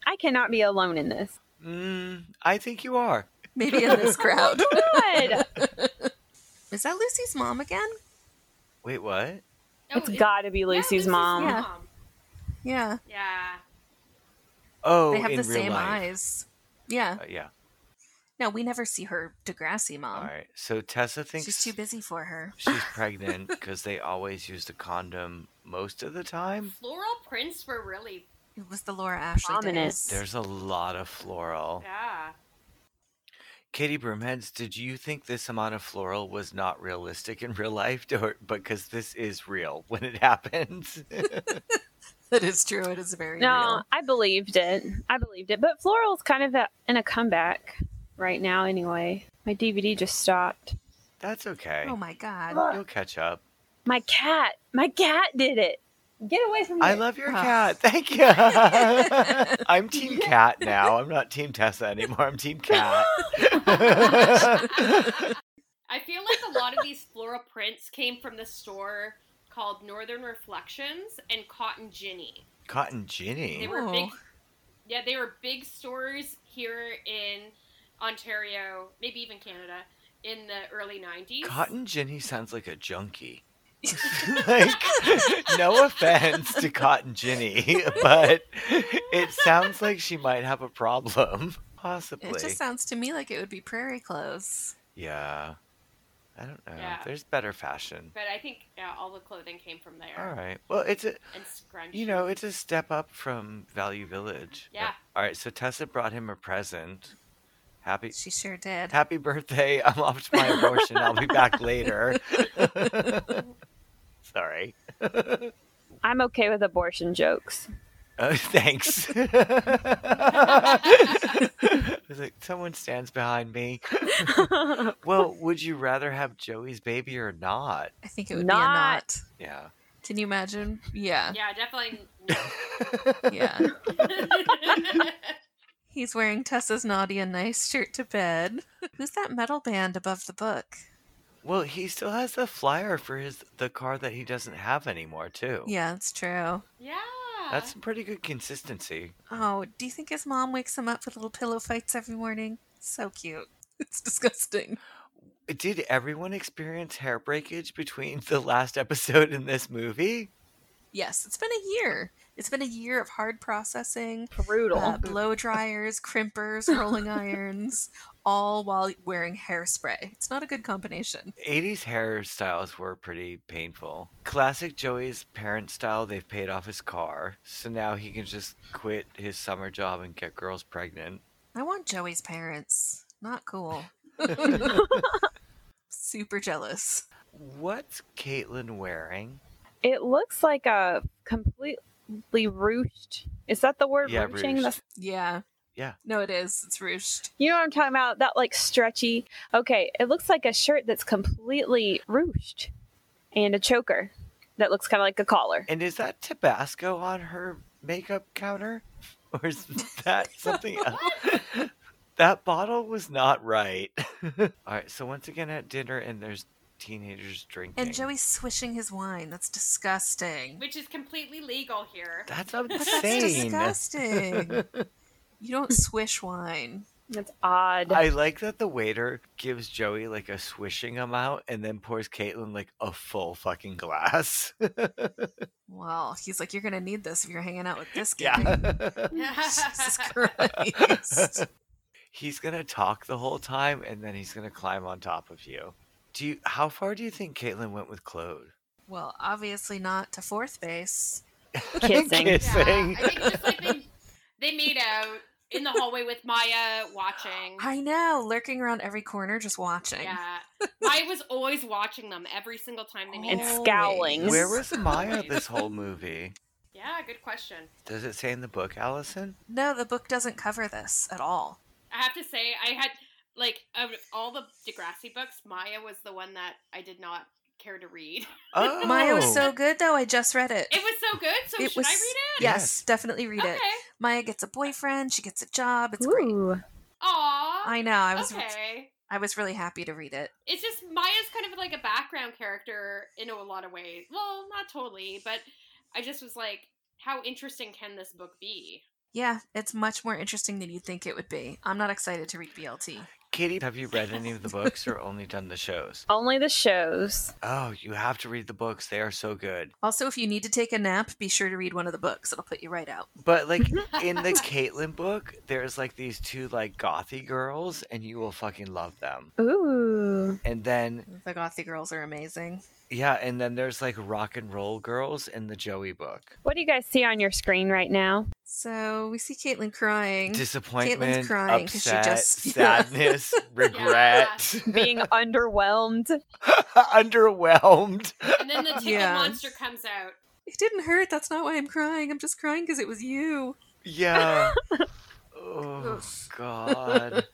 Speaker 5: I cannot be alone in this.
Speaker 2: Mm, I think you are.
Speaker 3: Maybe in this crowd.
Speaker 5: God,
Speaker 3: Is that Lucy's mom again?
Speaker 2: Wait, what?
Speaker 4: Oh,
Speaker 5: it's
Speaker 4: it-
Speaker 5: got to be
Speaker 4: yeah,
Speaker 5: Lucy's mom.
Speaker 3: Yeah. Yeah.
Speaker 4: yeah
Speaker 2: Oh,
Speaker 3: they have
Speaker 2: in
Speaker 3: the
Speaker 2: real
Speaker 3: same
Speaker 2: life.
Speaker 3: eyes. Yeah.
Speaker 2: Uh, yeah.
Speaker 3: No, we never see her Degrassi
Speaker 2: All
Speaker 3: mom.
Speaker 2: right. So Tessa thinks
Speaker 3: Um, She's too busy for her.
Speaker 2: she's pregnant because they always use the condom most of the time.
Speaker 4: floral prints were really
Speaker 3: It was the Laura Ashley
Speaker 5: Prominent.
Speaker 3: days.
Speaker 2: There's a lot of floral.
Speaker 4: yeah
Speaker 2: Katie Broomheads, did you think this amount of floral was not realistic in real life? Or, because this is real when it happens.
Speaker 3: That is true. It is very
Speaker 5: No,
Speaker 3: real.
Speaker 5: I believed it. I believed it. But Floral's kind of a, in a comeback right now, anyway. My DVD just stopped.
Speaker 2: That's okay.
Speaker 3: Oh my god.
Speaker 2: You'll catch up.
Speaker 5: My cat. My cat did it. Get away from me.
Speaker 2: I love your
Speaker 3: Ah.
Speaker 2: cat. Thank you. I'm Team Cat now. I'm not Team Tessa anymore. I'm Team Cat.
Speaker 4: i feel like a lot of these floral prints came from the store called northern reflections and cotton ginny
Speaker 2: Cotton
Speaker 4: They
Speaker 2: Ginny.
Speaker 4: were
Speaker 3: Oh.
Speaker 4: big. Yeah, they were big stores here in Ontario, maybe even Canada, in the early '90s.
Speaker 2: Cotton Ginny sounds like a junkie. like, no offense to Cotton Ginny, but it sounds like she might have a problem. Possibly.
Speaker 3: It just sounds to me like it would be prairie clothes.
Speaker 2: Yeah. I don't know.
Speaker 4: Yeah.
Speaker 2: There's better fashion.
Speaker 4: But I think yeah, all the clothing came from there.
Speaker 2: All right. Well, it's a
Speaker 4: And scrunch.
Speaker 2: you know, it's a step up from Value Village.
Speaker 4: Yeah.
Speaker 2: All right, so Tessa brought him a present. Happy
Speaker 3: She sure did.
Speaker 2: Happy birthday. I'm off to my abortion. I'll be back later. Sorry.
Speaker 5: I'm okay with abortion jokes.
Speaker 2: Uh, thanks. I was like, someone stands behind me. Well, would you rather have Joey's baby or not?
Speaker 3: I think it would be a
Speaker 5: Not-
Speaker 3: knot.
Speaker 2: Yeah.
Speaker 3: Can you imagine? Yeah,
Speaker 4: Yeah, definitely.
Speaker 3: yeah.
Speaker 4: no.
Speaker 3: He's wearing Tessa's naughty and nice shirt to bed. Who's that metal band above the book?
Speaker 2: Well, he still has the flyer for his the car that he doesn't have anymore, too.
Speaker 3: Yeah, that's true.
Speaker 4: yeah.
Speaker 2: That's some pretty good consistency.
Speaker 3: Oh, do you think his mom wakes him up with little pillow fights every morning? So cute. It's disgusting.
Speaker 2: Did everyone experience hair breakage between the last episode and this movie?
Speaker 3: Yes, it's been a year. It's been a year of hard processing,
Speaker 5: Brutal.
Speaker 3: uh, blow dryers, crimpers, rolling irons, all while wearing hairspray. It's not a good combination.
Speaker 2: 80s hairstyles were pretty painful. Classic Joey's parent style, they've paid off his car, so now he can just quit his summer job and get girls pregnant.
Speaker 3: I want Joey's parents. Not cool. Super jealous.
Speaker 2: What's Caitlin wearing?
Speaker 5: it looks like a completely ruched. Is that the word?
Speaker 2: Yeah,
Speaker 5: ruching?
Speaker 2: ruched.
Speaker 5: That's-
Speaker 3: Yeah.
Speaker 2: Yeah.
Speaker 3: No, it is. It's ruched.
Speaker 5: you know what I'm talking about? That like stretchy. Okay, it looks like a shirt that's completely ruched, and a choker that looks kind of like a collar.
Speaker 2: And is that Tabasco on her makeup counter? Or is that something else? That bottle was not right. All right, so once again at dinner, and there's teenagers drinking.
Speaker 3: And Joey's swishing his wine. That's disgusting.
Speaker 4: Which is completely legal here.
Speaker 2: That's
Speaker 3: That's
Speaker 2: insane.
Speaker 3: disgusting. you don't swish wine.
Speaker 5: That's odd.
Speaker 2: I like that the waiter gives Joey like a swishing amount and then pours Caitlin like a full fucking glass.
Speaker 3: Well, he's like, you're gonna need this if you're hanging out with this guy.
Speaker 2: yeah.
Speaker 3: Jesus Christ.
Speaker 2: he's gonna talk the whole time and then he's gonna climb on top of you. Do you how far do you think Caitlin went with Claude?
Speaker 3: well, obviously not to fourth base.
Speaker 5: Kissing.
Speaker 4: Yeah,
Speaker 2: Kissing.
Speaker 4: I think just like they, they made out in the hallway with Maya watching.
Speaker 3: I know, lurking around every corner, just watching.
Speaker 4: Yeah, Maya was always watching them every single time they made
Speaker 5: and
Speaker 4: out.
Speaker 5: scowling.
Speaker 2: Where was Maya this whole movie?
Speaker 4: Yeah, good question.
Speaker 2: Does it say in the book, Allison?
Speaker 3: No, the book doesn't cover this at all.
Speaker 4: I have to say, I had like of all the Degrassi books, Maya was the one that I did not care to read.
Speaker 2: Oh,
Speaker 3: Maya was so good, though. I just read it.
Speaker 4: It was so good, so
Speaker 3: It
Speaker 4: should
Speaker 3: was-
Speaker 4: I read it?
Speaker 3: Yes,
Speaker 2: Yes.
Speaker 3: definitely read
Speaker 4: okay.
Speaker 3: it. Maya gets a boyfriend. She gets a job. It's great.
Speaker 5: Ooh.
Speaker 4: Aw.
Speaker 3: I know. I was
Speaker 4: Oh, okay.
Speaker 3: I was really happy to read it.
Speaker 4: It's just Maya's kind of like a background character in a lot of ways. Well, not totally, but I just was like, how interesting can this book be?
Speaker 3: Yeah, it's much more interesting than you'd think it would be. I'm not excited to read BLT.
Speaker 2: Katie, have you read any of the books or only done the shows?
Speaker 5: Only the shows.
Speaker 2: Oh, you have to read the books. They are so good.
Speaker 3: Also, if you need to take a nap, be sure to read one of the books. It'll put you right out.
Speaker 2: But like in the Caitlyn book, there's like these two like gothy girls, and you will fucking love them.
Speaker 5: Ooh.
Speaker 2: And then
Speaker 3: The Gothy girls are amazing.
Speaker 2: yeah, and then there's like rock and roll girls in the Joey
Speaker 3: Mm.
Speaker 2: book.
Speaker 5: What do you guys see on your screen right now?
Speaker 3: So we see Caitlin crying.
Speaker 2: Disappointment,
Speaker 3: crying 'cause she
Speaker 2: upset,
Speaker 3: just-
Speaker 2: sadness, regret,
Speaker 5: Being underwhelmed.
Speaker 2: underwhelmed.
Speaker 4: And then the tickle
Speaker 3: Yeah.
Speaker 4: monster comes out.
Speaker 3: it didn't hurt. That's not why I'm crying. I'm just crying because it was you.
Speaker 2: Yeah. oh god.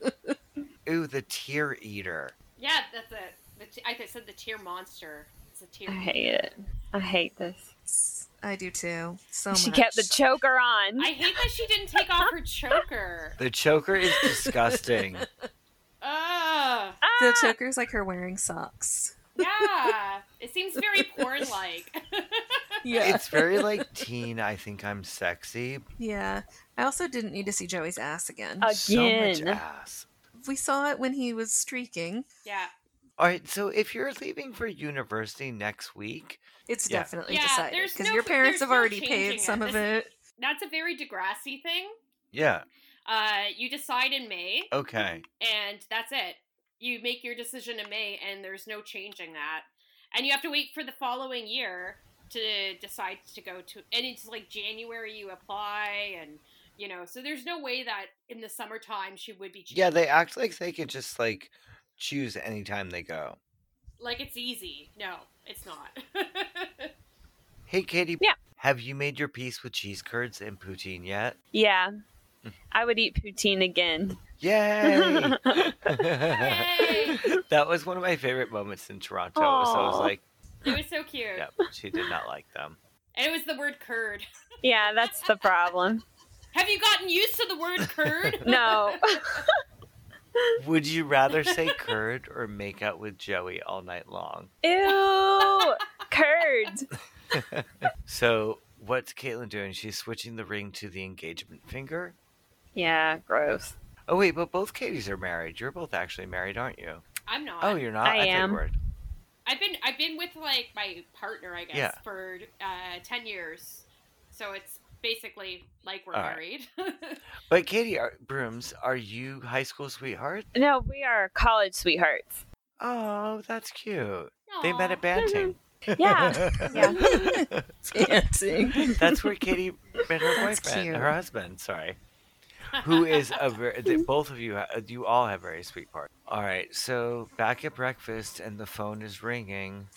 Speaker 2: Ooh, the tear eater.
Speaker 4: Yeah, that's it. The t- I said the tear monster. It's a tear.
Speaker 5: I hate it. I hate this.
Speaker 3: I do too. So
Speaker 5: she
Speaker 3: much.
Speaker 5: kept the choker on.
Speaker 4: I hate that she didn't take off her choker.
Speaker 2: The choker is disgusting.
Speaker 4: Ugh.
Speaker 5: Ah!
Speaker 3: the choker's like her wearing socks.
Speaker 4: Yeah. It seems very porn like.
Speaker 3: Yeah.
Speaker 2: It's very like teen. I think I'm sexy,
Speaker 3: yeah. I also didn't need to see Joey's ass again.
Speaker 2: So
Speaker 5: Again.
Speaker 2: much ass.
Speaker 3: we saw it when he was streaking.
Speaker 4: yeah.
Speaker 2: All right, so if you're leaving for university next week,
Speaker 3: It's
Speaker 2: Yeah.
Speaker 3: definitely
Speaker 4: Yeah,
Speaker 3: decided
Speaker 4: there's
Speaker 3: because
Speaker 4: no-
Speaker 3: your parents
Speaker 4: there's
Speaker 3: have
Speaker 4: no
Speaker 3: already
Speaker 4: changing
Speaker 3: paid
Speaker 4: it.
Speaker 3: some of
Speaker 4: This-
Speaker 3: it.
Speaker 4: That's a very Degrassi thing.
Speaker 2: yeah,
Speaker 4: Uh, you decide in May,
Speaker 2: Oh. okay.
Speaker 4: and that's it. You make your decision in May, and there's no changing that. And you have to wait for the following year to decide to go to. And it's like January you apply, and you know, so there's no way that in the summertime she would be.
Speaker 2: Yeah,
Speaker 4: changing.
Speaker 2: they act like they can just like choose anytime they go.
Speaker 4: like it's easy. No, it's not.
Speaker 2: Hey, Katie.
Speaker 5: Yeah.
Speaker 2: Have you made your peace with cheese curds and poutine yet?
Speaker 5: Yeah.
Speaker 2: Hmm.
Speaker 5: I would eat poutine again.
Speaker 2: Yay!
Speaker 4: Yay!
Speaker 2: that was one of my favorite moments in Toronto. So I was
Speaker 5: Aw.
Speaker 2: like,
Speaker 4: It was so cute.
Speaker 2: yep, she did not like them.
Speaker 4: And it was the word curd.
Speaker 5: Yeah, that's the problem.
Speaker 4: Have you gotten used to the word curd?
Speaker 5: No.
Speaker 2: Would you rather say curd or make out with Joey all night long?
Speaker 5: Ew. Curds.
Speaker 2: So what's Caitlin doing? She's switching the ring to the engagement finger.
Speaker 5: Yeah, gross.
Speaker 2: Oh wait, but both Katie's are married. You're both actually married, aren't you?
Speaker 4: I'm not.
Speaker 2: Oh, you're not.
Speaker 5: I
Speaker 2: thought you
Speaker 5: am.
Speaker 2: were.
Speaker 4: I've been I've been with like my partner, I guess,
Speaker 2: Yeah.
Speaker 4: for uh, ten years. So it's basically like we're
Speaker 2: All right.
Speaker 4: married.
Speaker 2: But Katie are, Brooms, are you high school sweetheart?
Speaker 5: No, we are college sweethearts.
Speaker 2: Oh, that's cute. They met
Speaker 4: Aw.
Speaker 2: at Banting.
Speaker 5: Yeah. Yeah.
Speaker 3: Dancing.
Speaker 2: That's where Katie met her
Speaker 3: That's
Speaker 2: boyfriend,
Speaker 3: cute.
Speaker 2: her husband. Sorry, who is a very, that both of you ha- you all have very sweet parts. All right, so back at breakfast, and the phone is ringing.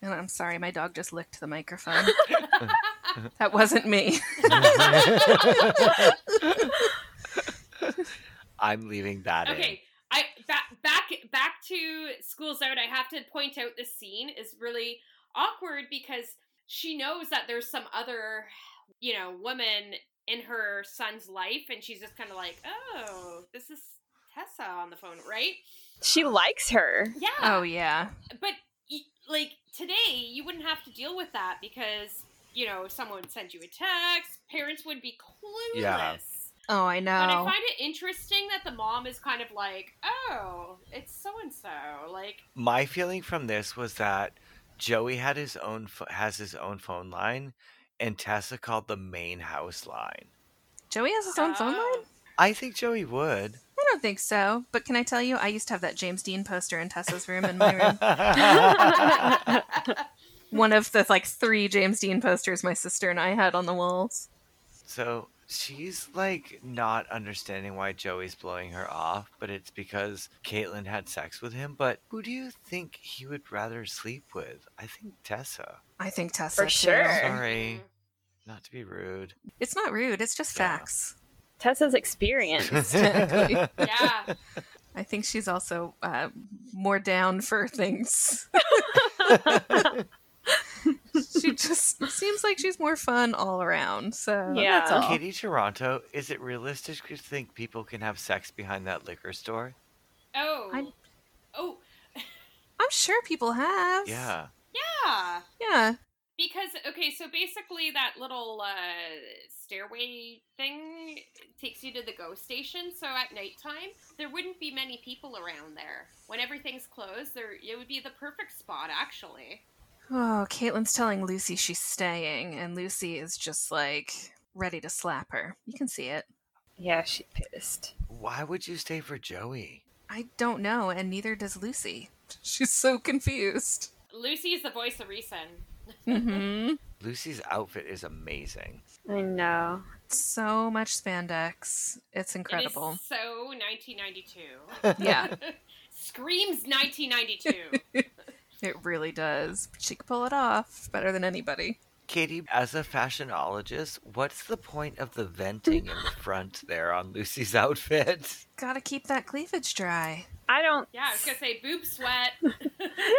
Speaker 3: And I'm sorry, my dog just licked the microphone. that wasn't me.
Speaker 2: I'm leaving that
Speaker 4: Okay. I back back back to school's out. I have to point out this scene is really awkward because she knows that there's some other, you know, woman in her son's life, and she's just kind of like, "Oh, this is Tessa on the phone, right?"
Speaker 5: She likes her.
Speaker 4: Yeah.
Speaker 3: Oh yeah.
Speaker 4: but y- like today you wouldn't have to deal with that because you know someone would send you a text parents would be clueless
Speaker 2: Yeah.
Speaker 3: Oh, I
Speaker 4: but i
Speaker 3: know.
Speaker 4: find it interesting that the mom is kind of like oh it's so and so like
Speaker 2: in. My feeling from this was that Joey had his own pho- has his own phone line, and Tessa called the main house line.
Speaker 3: Joey has his own phone
Speaker 4: oh.
Speaker 3: line.
Speaker 2: I think Joey would.
Speaker 3: I don't think so. But can I tell you, I used to have that James Dean poster in Tessa's room in my room. One of the like three James Dean posters my sister and I had on the walls.
Speaker 2: So she's like not understanding why Joey's blowing her off, but it's because Caitlyn had sex with him. But who do you think he would rather sleep with? I think Tessa.
Speaker 3: I think Tessa.
Speaker 5: For
Speaker 3: too.
Speaker 5: sure.
Speaker 2: Sorry, not to be rude.
Speaker 3: It's not rude. It's just
Speaker 2: Yeah.
Speaker 3: facts.
Speaker 5: Tessa's experience.
Speaker 3: Exactly.
Speaker 4: yeah
Speaker 3: I think she's also uh, more down for things. she just seems like she's more fun all around. So
Speaker 5: Yeah.
Speaker 3: that's all.
Speaker 2: Katie Toronto, is it realistic to think people can have sex behind that liquor store?
Speaker 4: oh
Speaker 5: I-
Speaker 4: oh
Speaker 3: I'm sure people have.
Speaker 2: Yeah.
Speaker 4: yeah
Speaker 3: Yeah.
Speaker 4: because okay so basically that little uh, stairway thing takes you to the ghost station so at nighttime there wouldn't be many people around there when everything's closed there it would be the perfect spot actually
Speaker 3: Oh, Caitlin's telling Lucy she's staying, and Lucy is just like ready to slap her. You can see it.
Speaker 5: yeah, she pissed.
Speaker 2: Why would you stay for Joey?
Speaker 3: I don't know, and neither does Lucy. She's so confused.
Speaker 4: lucy is the voice of reason
Speaker 3: Mm-hmm.
Speaker 2: Lucy's outfit is amazing.
Speaker 5: I know.
Speaker 3: so much spandex. It's incredible.
Speaker 4: it is so 1992
Speaker 3: Yeah,
Speaker 4: screams 1992
Speaker 3: it really does. She could pull it off better than anybody.
Speaker 2: Katie, as a fashionologist, what's the point of the venting in the front there on Lucy's outfit?
Speaker 3: Gotta keep that cleavage dry.
Speaker 5: I don't
Speaker 4: yeah i was gonna say boob sweat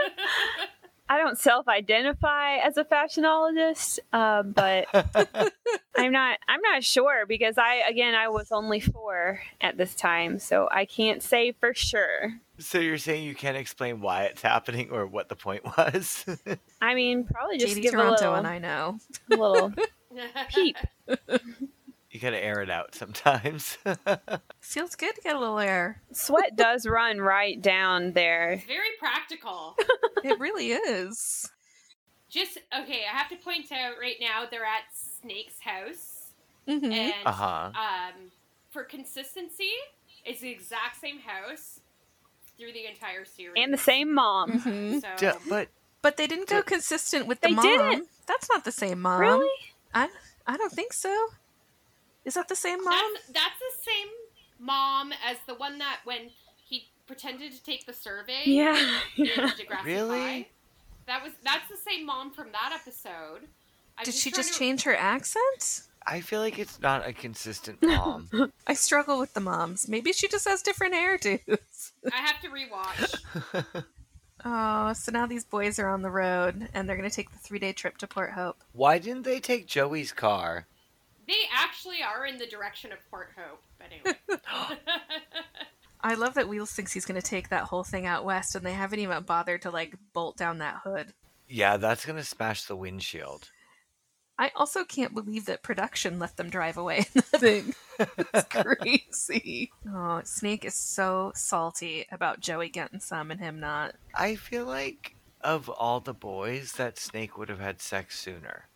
Speaker 5: I don't self-identify as a fashionologist, uh, but I'm not I'm not sure because I again I was only 4 at this time, so I can't say for sure.
Speaker 2: So you're saying you can't explain why it's happening or what the point was?
Speaker 5: I mean, probably just
Speaker 3: Katie
Speaker 5: give
Speaker 3: Toronto
Speaker 5: a
Speaker 3: and
Speaker 5: little,
Speaker 3: I know.
Speaker 5: little peep.
Speaker 2: you gotta air it out sometimes.
Speaker 3: Feels good to get a little air.
Speaker 5: Sweat does run right down there.
Speaker 4: it's very practical
Speaker 3: It really is.
Speaker 4: just okay i have to point out right now they're at snake's house
Speaker 3: hmm
Speaker 4: and
Speaker 2: uh huh.
Speaker 4: um, for consistency, it's the exact same house through the entire series.
Speaker 5: And the same mom.
Speaker 3: hmm
Speaker 4: So,
Speaker 2: but
Speaker 3: But they didn't go
Speaker 2: They-
Speaker 3: consistent with the
Speaker 5: They
Speaker 3: mom.
Speaker 5: didn't.
Speaker 3: That's not the same mom.
Speaker 5: really?
Speaker 3: I I don't think so. Is that the same mom?
Speaker 4: that's, that's the same mom as the one that when he pretended to take the survey.
Speaker 5: Yeah.
Speaker 4: in Degrassi
Speaker 2: Really?
Speaker 4: Five. That was that's the same mom from that episode. I'm
Speaker 3: Did she
Speaker 4: trying
Speaker 3: just
Speaker 4: to-
Speaker 3: change her accent?
Speaker 2: I feel like it's not a consistent mom.
Speaker 3: I struggle with the moms. Maybe she just has different hairdos.
Speaker 4: I have to rewatch.
Speaker 3: Oh, so now these boys are on the road and they're going to take the three day trip to Port Hope.
Speaker 2: Why didn't they take Joey's car?
Speaker 4: they actually are in the direction of Port Hope, but anyway.
Speaker 3: I love that Wheels thinks he's going to take that whole thing out west and they haven't even bothered to like bolt down that hood.
Speaker 2: Yeah, that's gonna smash the windshield.
Speaker 3: I also can't believe that production let them drive away in the thing. It's crazy. Oh, Snake is so salty about Joey getting some and him not.
Speaker 2: I feel like of all the boys, that snake would have had sex sooner.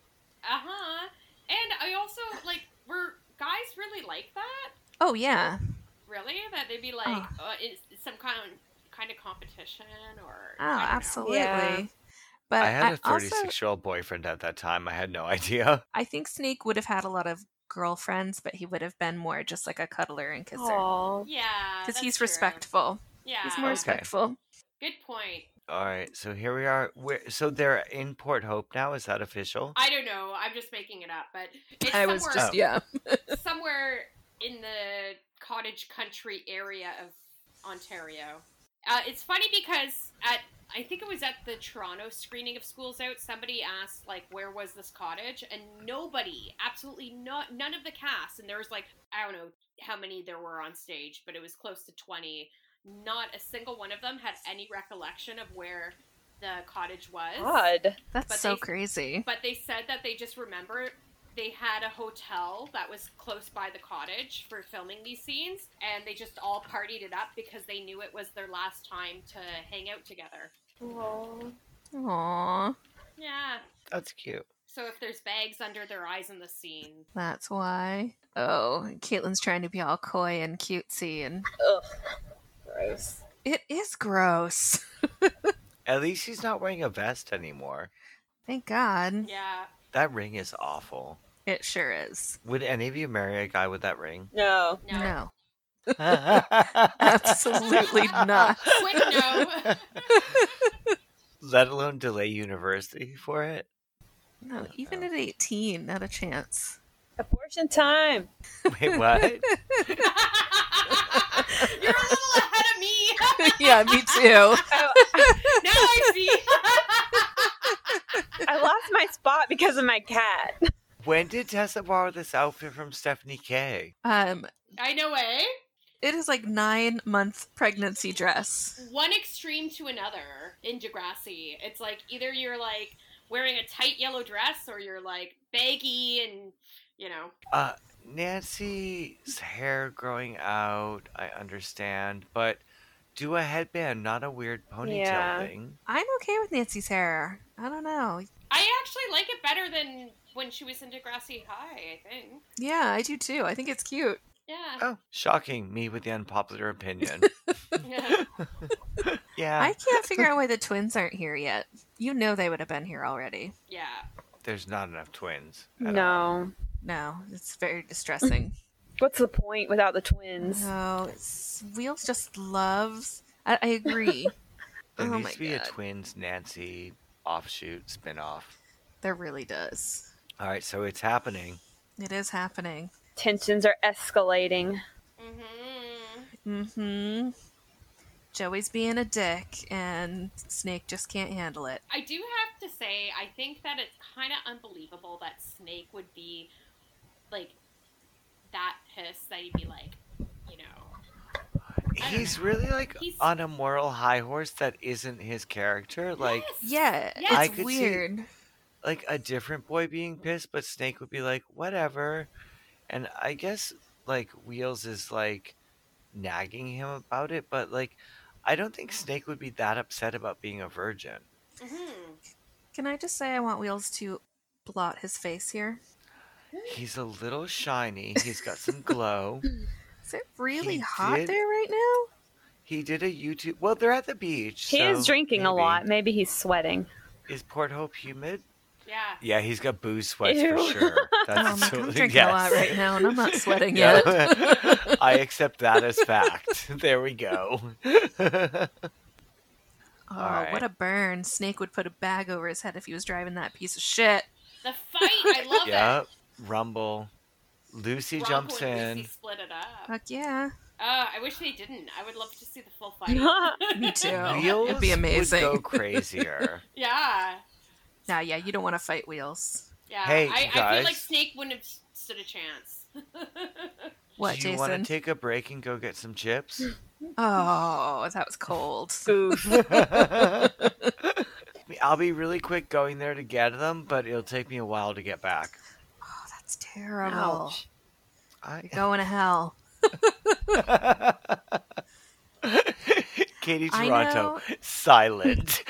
Speaker 4: Uh huh. And I also like were guys really like that?
Speaker 3: Oh yeah,
Speaker 4: Really? That they'd be like
Speaker 3: Oh.
Speaker 4: uh, is is some kind of, kind of competition or
Speaker 3: oh
Speaker 4: I don't know.
Speaker 3: absolutely.
Speaker 5: Yeah.
Speaker 3: But
Speaker 2: I had a
Speaker 3: Uh, I also
Speaker 2: 36 year old boyfriend at that time. I had no idea.
Speaker 3: I think Snake would have had a lot of girlfriends, but he would have been more just like a cuddler and kisser
Speaker 5: Aw.
Speaker 4: Yeah,
Speaker 3: because
Speaker 4: that's
Speaker 3: he's
Speaker 4: true.
Speaker 3: respectful.
Speaker 4: Yeah,
Speaker 3: He's more respectful.
Speaker 4: Good point.
Speaker 2: All right, so here we are. Where, so they're in Port Hope now. Is that official?
Speaker 4: I don't know. I'm just making it up, but it's
Speaker 3: I was
Speaker 4: somewhere,
Speaker 3: just
Speaker 2: Oh.
Speaker 3: yeah.
Speaker 4: somewhere in the cottage country area of Ontario. Uh, it's funny because at I think it was at the Toronto screening of Schools Out, somebody asked like, "Where was this cottage?" and nobody, absolutely not, none of the cast, and there was like I don't know how many there were on stage, but it was close to twenty. Not a single one of them had any recollection of where the cottage was
Speaker 5: Odd.
Speaker 3: That's
Speaker 4: But
Speaker 3: so
Speaker 4: they-
Speaker 3: crazy.
Speaker 4: but they said that they just remember they had a hotel that was close by the cottage for filming these scenes and they just all partied it up because they knew it was their last time to hang out together
Speaker 3: Aww,
Speaker 4: yeah
Speaker 2: That's cute.
Speaker 4: so if there's bags under their eyes in the scene
Speaker 3: that's why. Oh, Caitlin's trying to be all coy and cutesy, and
Speaker 5: Gross.
Speaker 3: it is gross.
Speaker 2: At least he's not wearing a vest anymore.
Speaker 3: Thank God,
Speaker 4: yeah
Speaker 2: That ring is awful.
Speaker 3: it sure is.
Speaker 2: Would any of you marry a guy with that ring?
Speaker 5: No.
Speaker 4: no,
Speaker 3: No,
Speaker 2: Let
Speaker 3: absolutely not.
Speaker 4: quick no
Speaker 2: alone delay university for it.
Speaker 3: No, even at eighteen, not a chance.
Speaker 5: Abortion time.
Speaker 2: Wait, what?
Speaker 4: you're a little ahead of me
Speaker 3: yeah, me too.
Speaker 4: now i see
Speaker 5: I lost my spot because of my cat.
Speaker 2: when did Tessa borrow this outfit from Stephanie K?
Speaker 3: Um,
Speaker 4: i know eh
Speaker 3: it is like nine month pregnancy dress.
Speaker 4: one extreme to another in Degrassi. It's like either you're like wearing a tight yellow dress or you're like baggy and you know.
Speaker 2: Uh, Nancy's hair growing out, I understand, but do a headband, not a weird ponytail
Speaker 5: Yeah.
Speaker 2: thing.
Speaker 3: I'm okay with Nancy's hair. I don't know.
Speaker 4: I actually like it better than when she was in Degrassi High, I think.
Speaker 3: Yeah, I do too. I think it's cute.
Speaker 4: Yeah.
Speaker 2: Oh, shocking me with the unpopular opinion.
Speaker 4: yeah.
Speaker 2: yeah,
Speaker 3: I can't figure out why the twins aren't here yet. You know they would have been here already.
Speaker 4: Yeah.
Speaker 2: there's not enough twins. at all.
Speaker 5: No.
Speaker 3: No, it's very distressing.
Speaker 5: What's the point without the twins?
Speaker 3: no, it's, Wheels just loves. I, I agree.
Speaker 2: There
Speaker 3: Oh
Speaker 2: needs
Speaker 3: my
Speaker 2: to be a
Speaker 3: God.
Speaker 2: twins Nancy offshoot spin-off.
Speaker 3: there really does.
Speaker 2: All right, so it's happening.
Speaker 3: It is happening.
Speaker 5: Tensions are escalating.
Speaker 4: Mm-hmm.
Speaker 3: Mm-hmm. Joey's being a dick, and Snake just can't handle it.
Speaker 4: I do have to say, I think that it's kind of unbelievable that Snake would be like that pissed that he'd be like, you know, I don't
Speaker 2: He's
Speaker 4: know.
Speaker 2: really like
Speaker 4: He's-
Speaker 2: on a moral high horse that isn't his character. Like
Speaker 3: Yeah,
Speaker 4: Yes.
Speaker 2: I
Speaker 3: it's
Speaker 2: could see-
Speaker 3: weird.
Speaker 2: like a different boy being pissed, but Snake would be like, whatever. And I guess like Wheels is like nagging him about it, but like I don't think Snake would be that upset about being a virgin.
Speaker 4: hmm
Speaker 3: Can I just say I want Wheels to blot his face here?
Speaker 2: He's a little shiny. He's got some glow.
Speaker 3: Is it really
Speaker 2: He
Speaker 3: hot
Speaker 2: did-
Speaker 3: there right now?
Speaker 2: He did a YouTube. Well, they're at the beach.
Speaker 5: He is
Speaker 2: so
Speaker 5: drinking a
Speaker 2: maybe.
Speaker 5: lot. Maybe he's sweating.
Speaker 2: Is Port Hope humid?
Speaker 4: yeah.
Speaker 2: Yeah, he's got booze sweats
Speaker 5: Ew.
Speaker 2: for sure. That's
Speaker 3: Oh my god, I'm
Speaker 2: absolutely-
Speaker 3: drinking a lot
Speaker 2: yes.
Speaker 3: right now and I'm not sweating
Speaker 2: Yeah.
Speaker 3: yet.
Speaker 2: I accept that as fact. There we go.
Speaker 3: Oh,
Speaker 2: Alright.
Speaker 3: what a burn. Snake would put a bag over his head if he was driving that piece of shit.
Speaker 4: The fight, I love
Speaker 2: Yep. Rumble. Lucy
Speaker 4: it. Bronco
Speaker 2: jumps
Speaker 4: and
Speaker 2: in.
Speaker 4: Lucy split it up.
Speaker 3: Fuck yeah.
Speaker 4: Oh, I wish they didn't. I would love to see the full fight.
Speaker 3: Me too.
Speaker 2: Wheels
Speaker 3: It'd be amazing.
Speaker 2: Would go crazier.
Speaker 4: yeah,
Speaker 3: Nah, yeah, you don't want to fight wheels.
Speaker 4: yeah.
Speaker 2: Hey,
Speaker 4: I, I feel like
Speaker 2: guys.
Speaker 4: Snake wouldn't have stood a chance.
Speaker 3: What,
Speaker 2: Do you want to
Speaker 3: Jason?
Speaker 2: take a break and go get some chips?
Speaker 3: oh, that was cold.
Speaker 5: Oof.
Speaker 2: I'll be really quick going there to get them, but it'll take me a while to get back.
Speaker 3: Oh, that's terrible.
Speaker 5: Ouch.
Speaker 2: I
Speaker 3: You're going to hell.
Speaker 2: Katie
Speaker 3: I
Speaker 2: Toronto, silent.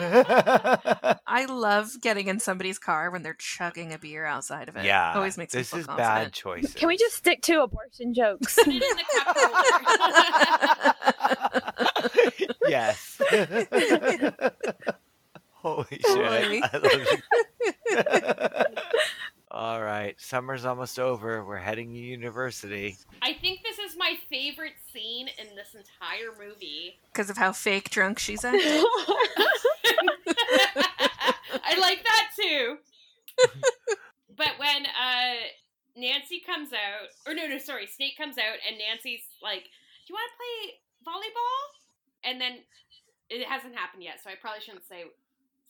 Speaker 3: I love getting in somebody's car when they're chugging a beer outside of it.
Speaker 2: yeah,
Speaker 3: always makes
Speaker 2: this
Speaker 3: me
Speaker 2: is
Speaker 3: feel
Speaker 2: bad
Speaker 3: confident.
Speaker 2: choices.
Speaker 5: Can we just stick to abortion jokes?
Speaker 4: Put it in the cup holder.
Speaker 2: yes. Holy shit!
Speaker 3: Holy.
Speaker 2: I love you. All right, summer's almost over. We're heading to university.
Speaker 4: I think this is my favorite scene in this entire movie.
Speaker 3: Because of how fake drunk she's acting.
Speaker 4: I like that too. but when uh, Nancy comes out, or no, no, sorry, Snake comes out, and Nancy's like, "Do you want to play volleyball?" And then it hasn't happened yet, so I probably shouldn't say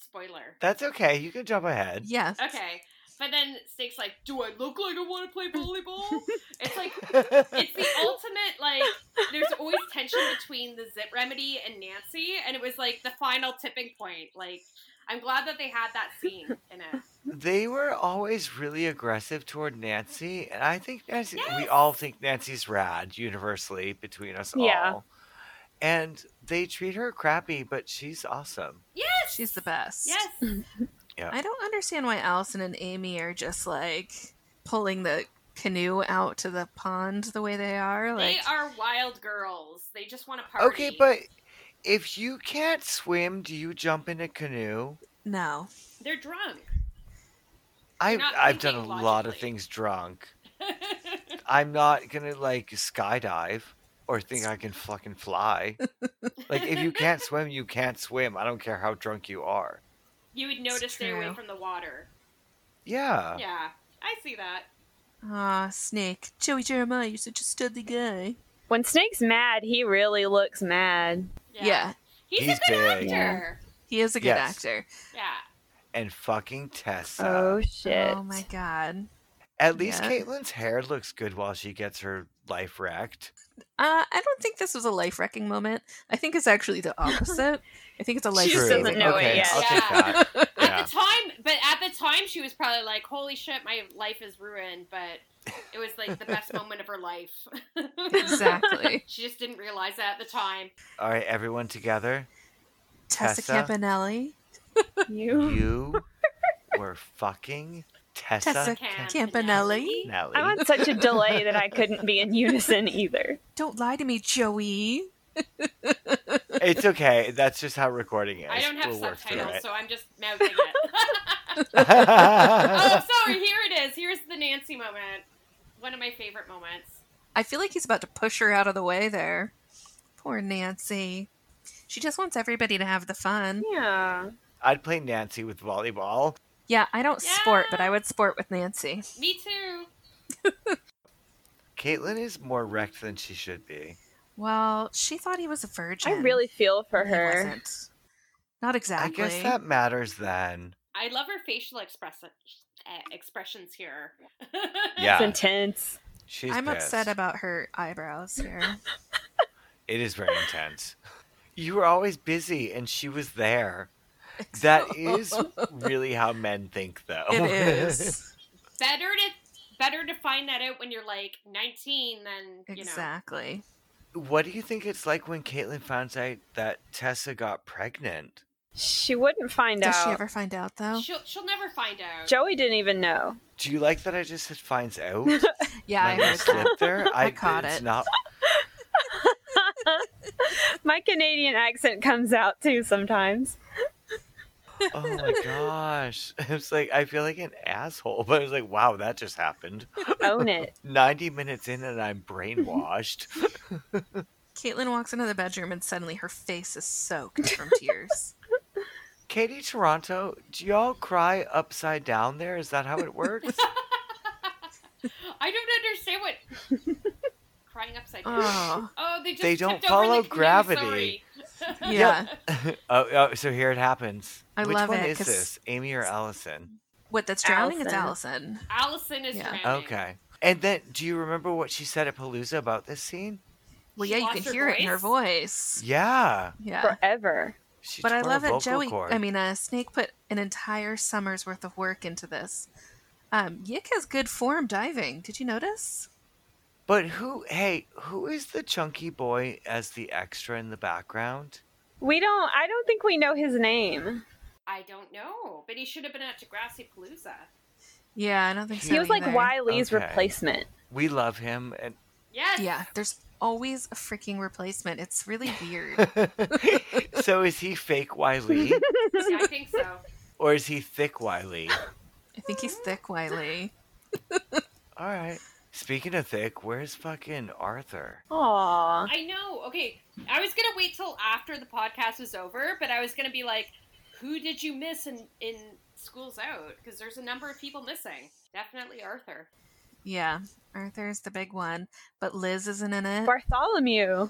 Speaker 4: spoiler.
Speaker 2: That's okay. You can jump ahead.
Speaker 3: yeah.
Speaker 4: Okay, but then Snake's like, "Do I look like I want to play volleyball?" it's like it's the ultimate like there's always tension between the zip remedy and nancy and it was like the final tipping point like i'm glad that they had that scene in it
Speaker 2: they were always really aggressive toward Nancy, and I think Nancy. We
Speaker 4: Yes.
Speaker 2: all think Nancy's rad universally between us
Speaker 5: Yeah.
Speaker 2: all, and they treat her crappy, but she's awesome.
Speaker 4: yes
Speaker 3: She's the best.
Speaker 4: yes
Speaker 3: I don't understand why Allison and Amy are just like pulling the canoe out to the pond the way they are. Like,
Speaker 4: they are wild girls they just want to party
Speaker 2: Okay, but if you can't swim, do you jump in a canoe?
Speaker 3: no.
Speaker 4: they're drunk
Speaker 2: I've
Speaker 4: not
Speaker 2: I've done a
Speaker 4: thinking
Speaker 2: lot of
Speaker 4: logically.
Speaker 2: things drunk. I'm not gonna like skydive or think I can fucking fly. like if you can't swim, you can't swim. I don't care how drunk you are.
Speaker 4: you would know
Speaker 3: It's
Speaker 4: to stay away
Speaker 3: true.
Speaker 4: from the water
Speaker 2: Yeah.
Speaker 4: yeah i see that
Speaker 3: Ah, Snake. Joey Jeremiah, you're such a studly guy.
Speaker 5: when Snake's mad, he really looks mad.
Speaker 3: Yeah.
Speaker 4: yeah, he's,
Speaker 2: He's
Speaker 4: a good
Speaker 2: big.
Speaker 4: actor
Speaker 3: he is a good
Speaker 2: Yes.
Speaker 3: actor.
Speaker 4: yeah,
Speaker 2: And fucking Tessa.
Speaker 5: Oh shit.
Speaker 3: Oh my god.
Speaker 2: At least
Speaker 3: Yeah.
Speaker 2: Caitlyn's hair looks good while she gets her life wrecked.
Speaker 3: Uh, I don't think this was a life wrecking moment. I think it's actually the opposite. I think it's a life
Speaker 5: She just
Speaker 2: True.
Speaker 3: saving
Speaker 5: doesn't know it
Speaker 2: okay,
Speaker 3: moment.
Speaker 5: yet.
Speaker 2: I'll take
Speaker 4: Yeah.
Speaker 2: that. Yeah.
Speaker 4: at the time but at the time she was probably like holy shit my life is ruined but it was like the best moment of her life
Speaker 3: Exactly.
Speaker 4: She just didn't realize that at the time.
Speaker 2: All right, everyone together.
Speaker 3: Tessa,
Speaker 2: Tessa?
Speaker 3: Campanelli.
Speaker 5: You.
Speaker 2: You were fucking Tessa.
Speaker 3: Tessa
Speaker 2: Camp-
Speaker 3: Campanelli?
Speaker 2: Nelly.
Speaker 5: I'm on such a delay that I couldn't be in unison either.
Speaker 3: Don't lie to me, Joey.
Speaker 2: It's okay. That's just how recording is.
Speaker 4: I don't have
Speaker 2: We'll work through
Speaker 4: subtitles,
Speaker 2: it.
Speaker 4: so I'm just mouthing it. oh, sorry. Here it is. Here's the Nancy moment. One of my favorite moments.
Speaker 3: I feel like he's about to push her out of the way there. Poor Nancy. She just wants everybody to have the fun.
Speaker 5: Yeah.
Speaker 2: I'd play Nancy with volleyball.
Speaker 3: Yeah, I don't sport, but
Speaker 4: Yeah.
Speaker 3: I would sport with Nancy.
Speaker 4: Me too.
Speaker 2: Caitlyn is more wrecked than she should be.
Speaker 3: Well, she thought he was a virgin.
Speaker 5: I really feel for
Speaker 3: He
Speaker 5: her.
Speaker 3: wasn't. Not
Speaker 2: I
Speaker 3: exactly.
Speaker 2: guess that matters then.
Speaker 4: I love her facial express- eh, expressions here.
Speaker 5: It's
Speaker 2: Yeah,
Speaker 5: intense.
Speaker 2: she's.
Speaker 3: I'm upset
Speaker 2: pissed.
Speaker 3: about her eyebrows here.
Speaker 2: It is very intense. You were always busy, and she was there. That is really how men think, though.
Speaker 3: It is.
Speaker 4: better to better to find that out when you're like 19 than you know.
Speaker 3: exactly.
Speaker 2: what do you think it's like when Caitlyn found out that Tessa got pregnant?
Speaker 5: She wouldn't find
Speaker 3: Does
Speaker 5: out.
Speaker 3: she ever find out though?
Speaker 4: She'll she'll never find out.
Speaker 5: Joey didn't even know.
Speaker 2: Do you like that I just said finds out?
Speaker 3: Yeah, I
Speaker 2: Let me
Speaker 3: heard
Speaker 2: slip
Speaker 3: that.
Speaker 2: there. I,
Speaker 3: caught
Speaker 2: it's
Speaker 3: it.
Speaker 2: Not,
Speaker 5: My Canadian accent comes out too sometimes.
Speaker 2: oh my gosh. It's like, I feel like an asshole, but I was like, wow, that just happened.
Speaker 5: Own it.
Speaker 2: 90 minutes in and I'm brainwashed.
Speaker 3: Caitlin walks into the bedroom and suddenly her face is soaked from tears.
Speaker 2: Katie Toronto, do y'all cry upside down there? Is that how it works?
Speaker 4: I don't understand what crying upside down.
Speaker 3: Oh.
Speaker 4: oh, they just
Speaker 2: They
Speaker 4: tipped
Speaker 2: don't
Speaker 4: over the
Speaker 2: follow
Speaker 4: canoe,
Speaker 2: gravity.
Speaker 4: sorry.
Speaker 3: Yeah.
Speaker 2: oh, oh, so here it happens.
Speaker 3: I
Speaker 2: Which
Speaker 3: love
Speaker 2: one
Speaker 3: it,
Speaker 2: is
Speaker 3: 'cause-
Speaker 2: this, Amy or Allison?
Speaker 3: What that's drowning is
Speaker 5: Allison.
Speaker 3: Allison.
Speaker 4: Allison is
Speaker 3: Yeah.
Speaker 4: drowning.
Speaker 2: Okay. And then, do you remember what she said at Palooza about this scene?
Speaker 3: Well,
Speaker 4: She
Speaker 3: yeah, you
Speaker 4: lost
Speaker 3: can
Speaker 4: her
Speaker 3: hear it in her voice.
Speaker 2: Yeah,
Speaker 3: Yeah.
Speaker 5: Forever.
Speaker 2: she
Speaker 3: but I
Speaker 2: tore a
Speaker 3: love that
Speaker 2: vocal
Speaker 3: Joey.
Speaker 2: cord.
Speaker 3: I mean, uh, Snake put an entire summer's worth of work into this. Um, Yik has good form diving. Did you notice?
Speaker 2: but who? Hey, who is the chunky boy as the extra in the background?
Speaker 5: We don't. I don't think we know his name.
Speaker 4: I don't know, but he should have been at Degrassi Palooza.
Speaker 3: Yeah, I don't think so.
Speaker 5: He was like
Speaker 3: either.
Speaker 5: Wiley's
Speaker 2: Okay.
Speaker 5: replacement.
Speaker 2: We love him, and
Speaker 4: Yes.
Speaker 3: Yeah, there's always a freaking replacement. It's really weird.
Speaker 2: so is he fake Wiley
Speaker 4: Yeah, I think so.
Speaker 2: or is he thick Wiley?
Speaker 3: I think he's thick, Wiley.
Speaker 2: All right. Speaking of thick, where's fucking Arthur?
Speaker 5: Aww.
Speaker 4: I know. Okay, I was gonna wait till after the podcast was over, but I was gonna be like, "Who did you miss in in School's Out?" Because there's a number of people missing. Definitely Arthur.
Speaker 3: Yeah, Arthur's the big one, but Liz isn't in it.
Speaker 5: Bartholomew.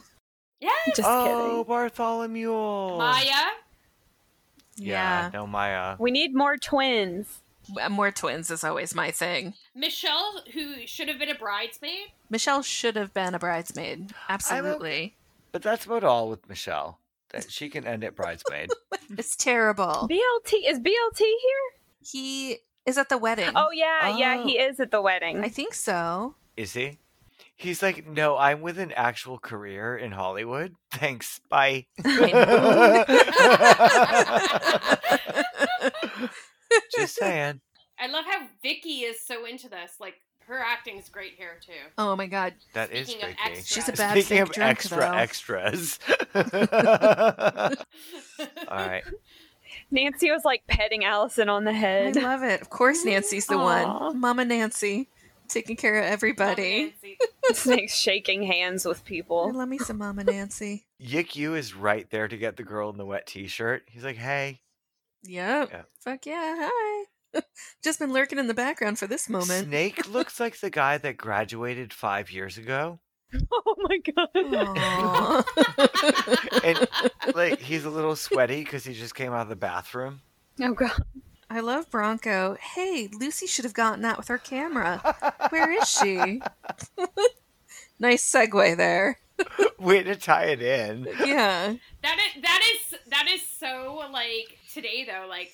Speaker 4: Yeah.
Speaker 5: Just
Speaker 2: oh,
Speaker 5: kidding.
Speaker 2: Bartholomew.
Speaker 4: Maya.
Speaker 2: Yeah,
Speaker 3: yeah,
Speaker 2: no Maya.
Speaker 5: We need more twins.
Speaker 3: Uh, more twins is always my thing.
Speaker 4: Michelle, who should have been a bridesmaid.
Speaker 3: Michelle should have been a bridesmaid. Absolutely,
Speaker 2: But that's about all with Michelle. That she can end at bridesmaid.
Speaker 3: it's terrible.
Speaker 5: BLT is BLT here?
Speaker 3: He is at the wedding.
Speaker 5: Oh yeah, yeah.
Speaker 2: Oh.
Speaker 5: He is at the wedding.
Speaker 3: I think so.
Speaker 2: Is he? He's like, no, I'm with an actual career in Hollywood. Thanks. Bye.
Speaker 3: I know.
Speaker 2: Just saying.
Speaker 4: I love how Vicky is so into this. Like her acting's great here too.
Speaker 3: oh my god,
Speaker 2: That is
Speaker 4: Speaking of
Speaker 2: freaky.
Speaker 4: extras. She's
Speaker 3: a bad
Speaker 2: Speaking
Speaker 3: fake
Speaker 2: of
Speaker 3: drunk,
Speaker 2: extra
Speaker 3: though.
Speaker 2: extras. all right.
Speaker 5: Nancy was like petting Allison on the
Speaker 3: I
Speaker 5: head.
Speaker 3: love it. Of course, Nancy's the
Speaker 5: Aw.
Speaker 3: one. Mama Nancy, taking care of everybody.
Speaker 4: Nancy.
Speaker 5: Snake's shaking hands with
Speaker 3: I
Speaker 5: people.
Speaker 3: love me some Mama Nancy.
Speaker 2: Yik Yu is right there to get the girl in the wet t-shirt. He's like, "Hey,
Speaker 3: Yep.
Speaker 2: Yeah.
Speaker 3: Fuck yeah. Hi. Just been lurking in the background for this moment.
Speaker 2: Snake looks like the guy that graduated five years ago,
Speaker 5: Oh my god.
Speaker 3: Aw.
Speaker 2: and like he's a little sweaty because he just came out of the bathroom."
Speaker 5: Oh god.
Speaker 3: I love Bronco. Hey, Lucy should have gotten that with her camera. Where is she? nice segue there.
Speaker 2: Way to tie it in.
Speaker 3: Yeah.
Speaker 4: That is that is that is so like today though. Like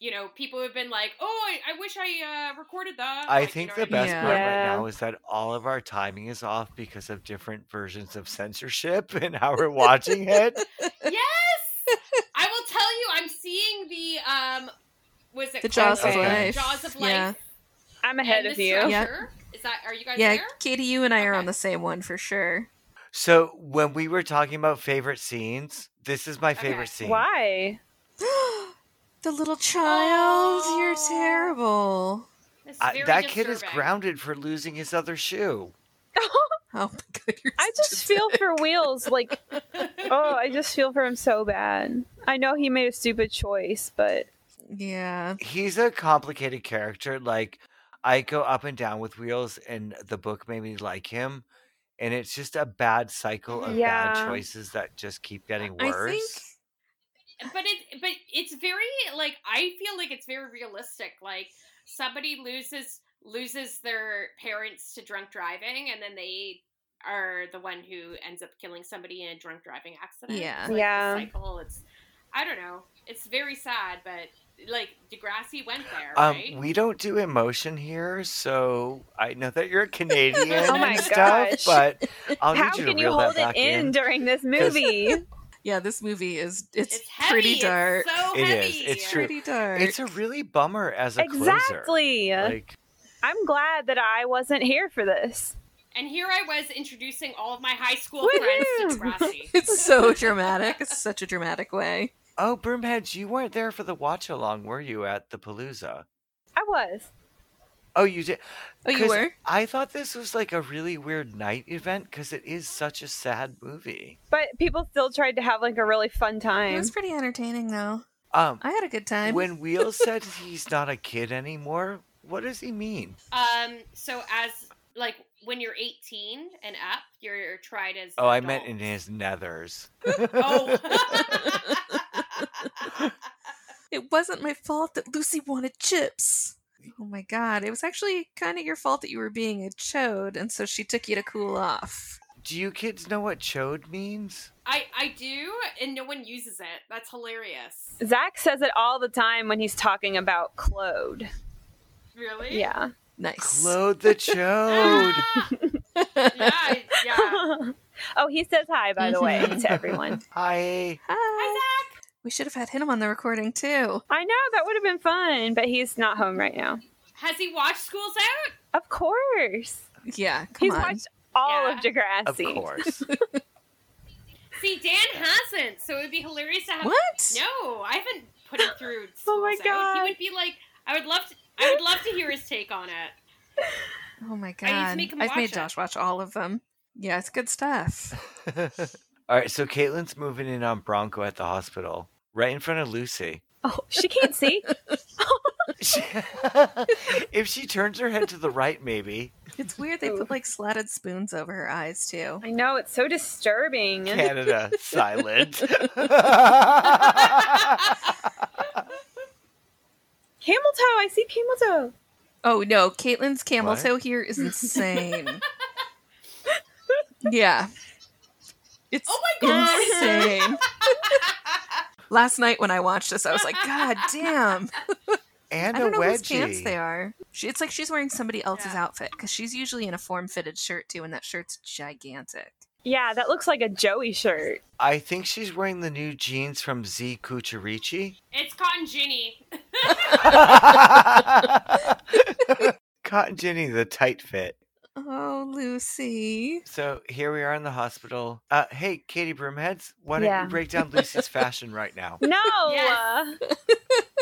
Speaker 4: you know, people have been like, "Oh, I, I wish I uh, recorded that."
Speaker 2: I
Speaker 4: Like, you
Speaker 2: think
Speaker 4: know
Speaker 2: the
Speaker 4: what I mean?
Speaker 2: best part right
Speaker 5: Yeah.
Speaker 2: now is that all of our timing is off because of different versions of censorship and how we're watching it.
Speaker 4: Yes, I will tell you. I'm seeing the um, was it
Speaker 3: The
Speaker 4: called?
Speaker 3: Jaws of
Speaker 2: Okay.
Speaker 3: Life.
Speaker 4: Jaws of Life.
Speaker 3: Yeah.
Speaker 5: I'm
Speaker 4: and
Speaker 5: ahead
Speaker 4: the
Speaker 5: of you.
Speaker 4: Structure.
Speaker 3: Yeah.
Speaker 4: Is that? Are you guys
Speaker 3: Yeah,
Speaker 4: there?
Speaker 3: Katie, you and I are
Speaker 4: Okay.
Speaker 3: on the same one for sure.
Speaker 2: So when we were talking about favorite scenes, this is my favorite
Speaker 4: Okay.
Speaker 2: scene.
Speaker 5: Why?
Speaker 3: the little child, you're
Speaker 4: Oh.
Speaker 3: terrible.
Speaker 4: This is
Speaker 2: I-
Speaker 4: very
Speaker 2: that kid is
Speaker 4: disturbing.
Speaker 2: grounded for losing his other shoe.
Speaker 3: Oh my god, you're
Speaker 5: I just feel for Wheels. Like, oh, I just feel for him so bad. I know he made a stupid choice, but
Speaker 3: Yeah.
Speaker 2: he's a complicated character. Like I go up and down with wheels, and the book made me like him. And it's just a bad cycle of
Speaker 5: Yeah.
Speaker 2: bad choices that just keep getting
Speaker 3: I
Speaker 2: worse.
Speaker 3: think
Speaker 4: But it, but it's very like I feel like it's very realistic. Like somebody loses loses their parents to drunk driving, and then they are the one who ends up killing somebody in a drunk driving accident.
Speaker 3: Yeah.
Speaker 4: It's like a
Speaker 5: Yeah.
Speaker 4: cycle. It's I don't know. It's very sad, but like Degrassi went there,
Speaker 2: Um,
Speaker 4: right?
Speaker 2: we don't do emotion here, so I know that you're a Canadian
Speaker 3: Oh
Speaker 2: and
Speaker 3: my
Speaker 2: stuff,
Speaker 5: gosh.
Speaker 2: but I'll
Speaker 5: how
Speaker 2: need you to
Speaker 5: can you
Speaker 2: reel
Speaker 5: hold
Speaker 2: that
Speaker 5: it
Speaker 2: back in.
Speaker 5: in, during this movie?
Speaker 3: yeah, this movie is it's,
Speaker 4: it's heavy.
Speaker 3: pretty dark.
Speaker 4: It's so
Speaker 2: It is.
Speaker 4: heavy.
Speaker 2: It's true.
Speaker 3: pretty dark.
Speaker 2: It's a really bummer as a closer.
Speaker 5: exactly.
Speaker 2: Like
Speaker 5: I'm glad that I wasn't here for this.
Speaker 4: And here I was introducing all of my high school
Speaker 5: Woohoo!
Speaker 4: friends to Degrassi.
Speaker 3: It's so dramatic. It's such a dramatic way.
Speaker 2: Oh, Broomheads, you weren't there for the watch along, were you, at the Palooza?
Speaker 5: I was.
Speaker 2: Oh, you did.
Speaker 3: Oh, you
Speaker 2: 'Cause
Speaker 3: were?
Speaker 2: I thought this was like a really weird night event because it is such a sad movie.
Speaker 5: But people still tried to have like a really fun
Speaker 3: It
Speaker 5: time.
Speaker 3: was pretty entertaining though.
Speaker 2: Um,
Speaker 3: I had a good time.
Speaker 2: when Wheels said he's not a kid anymore, what does he mean?
Speaker 4: Um, so as like when you're 18 and up, you're, tried as.
Speaker 2: Oh, I meant in
Speaker 4: adults.
Speaker 2: his nethers.
Speaker 4: Oh.
Speaker 3: it wasn't my fault that Lucy wanted chips. Oh my god, it was actually kind of your fault that you were being a chode, and so she took you to cool off.
Speaker 2: Do you kids know what chode means?
Speaker 4: I I do, and no one uses it. That's hilarious.
Speaker 5: Zach says it all the time when he's talking about Claude.
Speaker 4: Really?
Speaker 5: Yeah.
Speaker 3: Nice.
Speaker 2: Claude the chode.
Speaker 4: Ah! yeah, I- yeah.
Speaker 5: oh, he says hi, by the way,
Speaker 3: Mm-hmm.
Speaker 5: to everyone.
Speaker 2: I
Speaker 3: Hi.
Speaker 4: Hi, Zach.
Speaker 3: We should have had him on the recording too.
Speaker 5: I know that would have been fun, but he's not home right now.
Speaker 4: Has he watched Schools Out?
Speaker 5: Of course.
Speaker 3: Yeah, come
Speaker 5: he's
Speaker 3: on.
Speaker 5: watched all of
Speaker 2: of
Speaker 5: Degrassi.
Speaker 2: course.
Speaker 4: See, Dan hasn't, so it would be hilarious to have.
Speaker 3: What?
Speaker 4: No, I haven't put him through. Schools
Speaker 5: Oh my
Speaker 4: Out. He
Speaker 5: God.
Speaker 4: would be like, I would love to. I would love to hear his take on it.
Speaker 3: Oh my god.
Speaker 4: I need to make him
Speaker 3: I've made
Speaker 4: watch it.
Speaker 3: Josh watch all of them. Yeah, it's good stuff.
Speaker 2: All right, so Caitlin's moving in on Bronco at the hospital, right in front of Lucy.
Speaker 5: Oh, she can't see.
Speaker 2: She- if she turns her head to the right, maybe
Speaker 3: It's weird they put like slatted spoons over her eyes too.
Speaker 5: I know it's so disturbing.
Speaker 2: Canada silent.
Speaker 5: Camel toe. I see camel toe.
Speaker 3: Oh no, Caitlin's camel
Speaker 2: What?
Speaker 3: toe here is insane. yeah. It's
Speaker 4: Oh my God.
Speaker 3: insane. Last night when I watched this, I was like, God damn.
Speaker 2: and
Speaker 3: I don't
Speaker 2: a
Speaker 3: know whose pants
Speaker 2: wedgie.
Speaker 3: they are. She, it's like she's wearing somebody else's
Speaker 4: Yeah.
Speaker 3: outfit because she's usually in a form fitted shirt too, and that shirt's gigantic.
Speaker 5: Yeah, that looks like a Joey shirt.
Speaker 2: I think she's wearing the new jeans from Z Cucurici.
Speaker 4: It's Cotton Ginny.
Speaker 2: Cotton Ginny, the tight fit.
Speaker 3: Oh, Lucy.
Speaker 2: So here we are in the hospital. Uh, hey, Katie Broomheads, why don't
Speaker 5: Yeah.
Speaker 2: you break down Lucy's fashion right now?
Speaker 5: No.
Speaker 4: Yes.
Speaker 5: uh,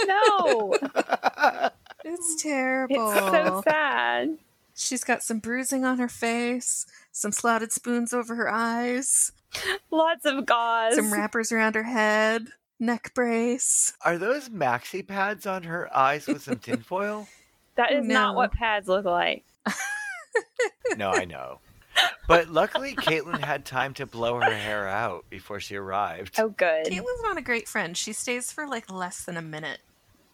Speaker 5: no.
Speaker 3: It's terrible.
Speaker 5: It's so sad.
Speaker 3: She's got some bruising on her face, some slotted spoons over her eyes,
Speaker 5: Lots of gauze.
Speaker 3: some wrappers around her head, neck brace.
Speaker 2: Are those maxi pads on her eyes with some tinfoil?
Speaker 5: that is not
Speaker 3: No.
Speaker 5: what pads look like.
Speaker 2: No, I know. But luckily, Caitlin had time to blow her hair out before she arrived.
Speaker 5: Oh, good.
Speaker 3: Caitlin's not a great friend. She stays for like less than a minute.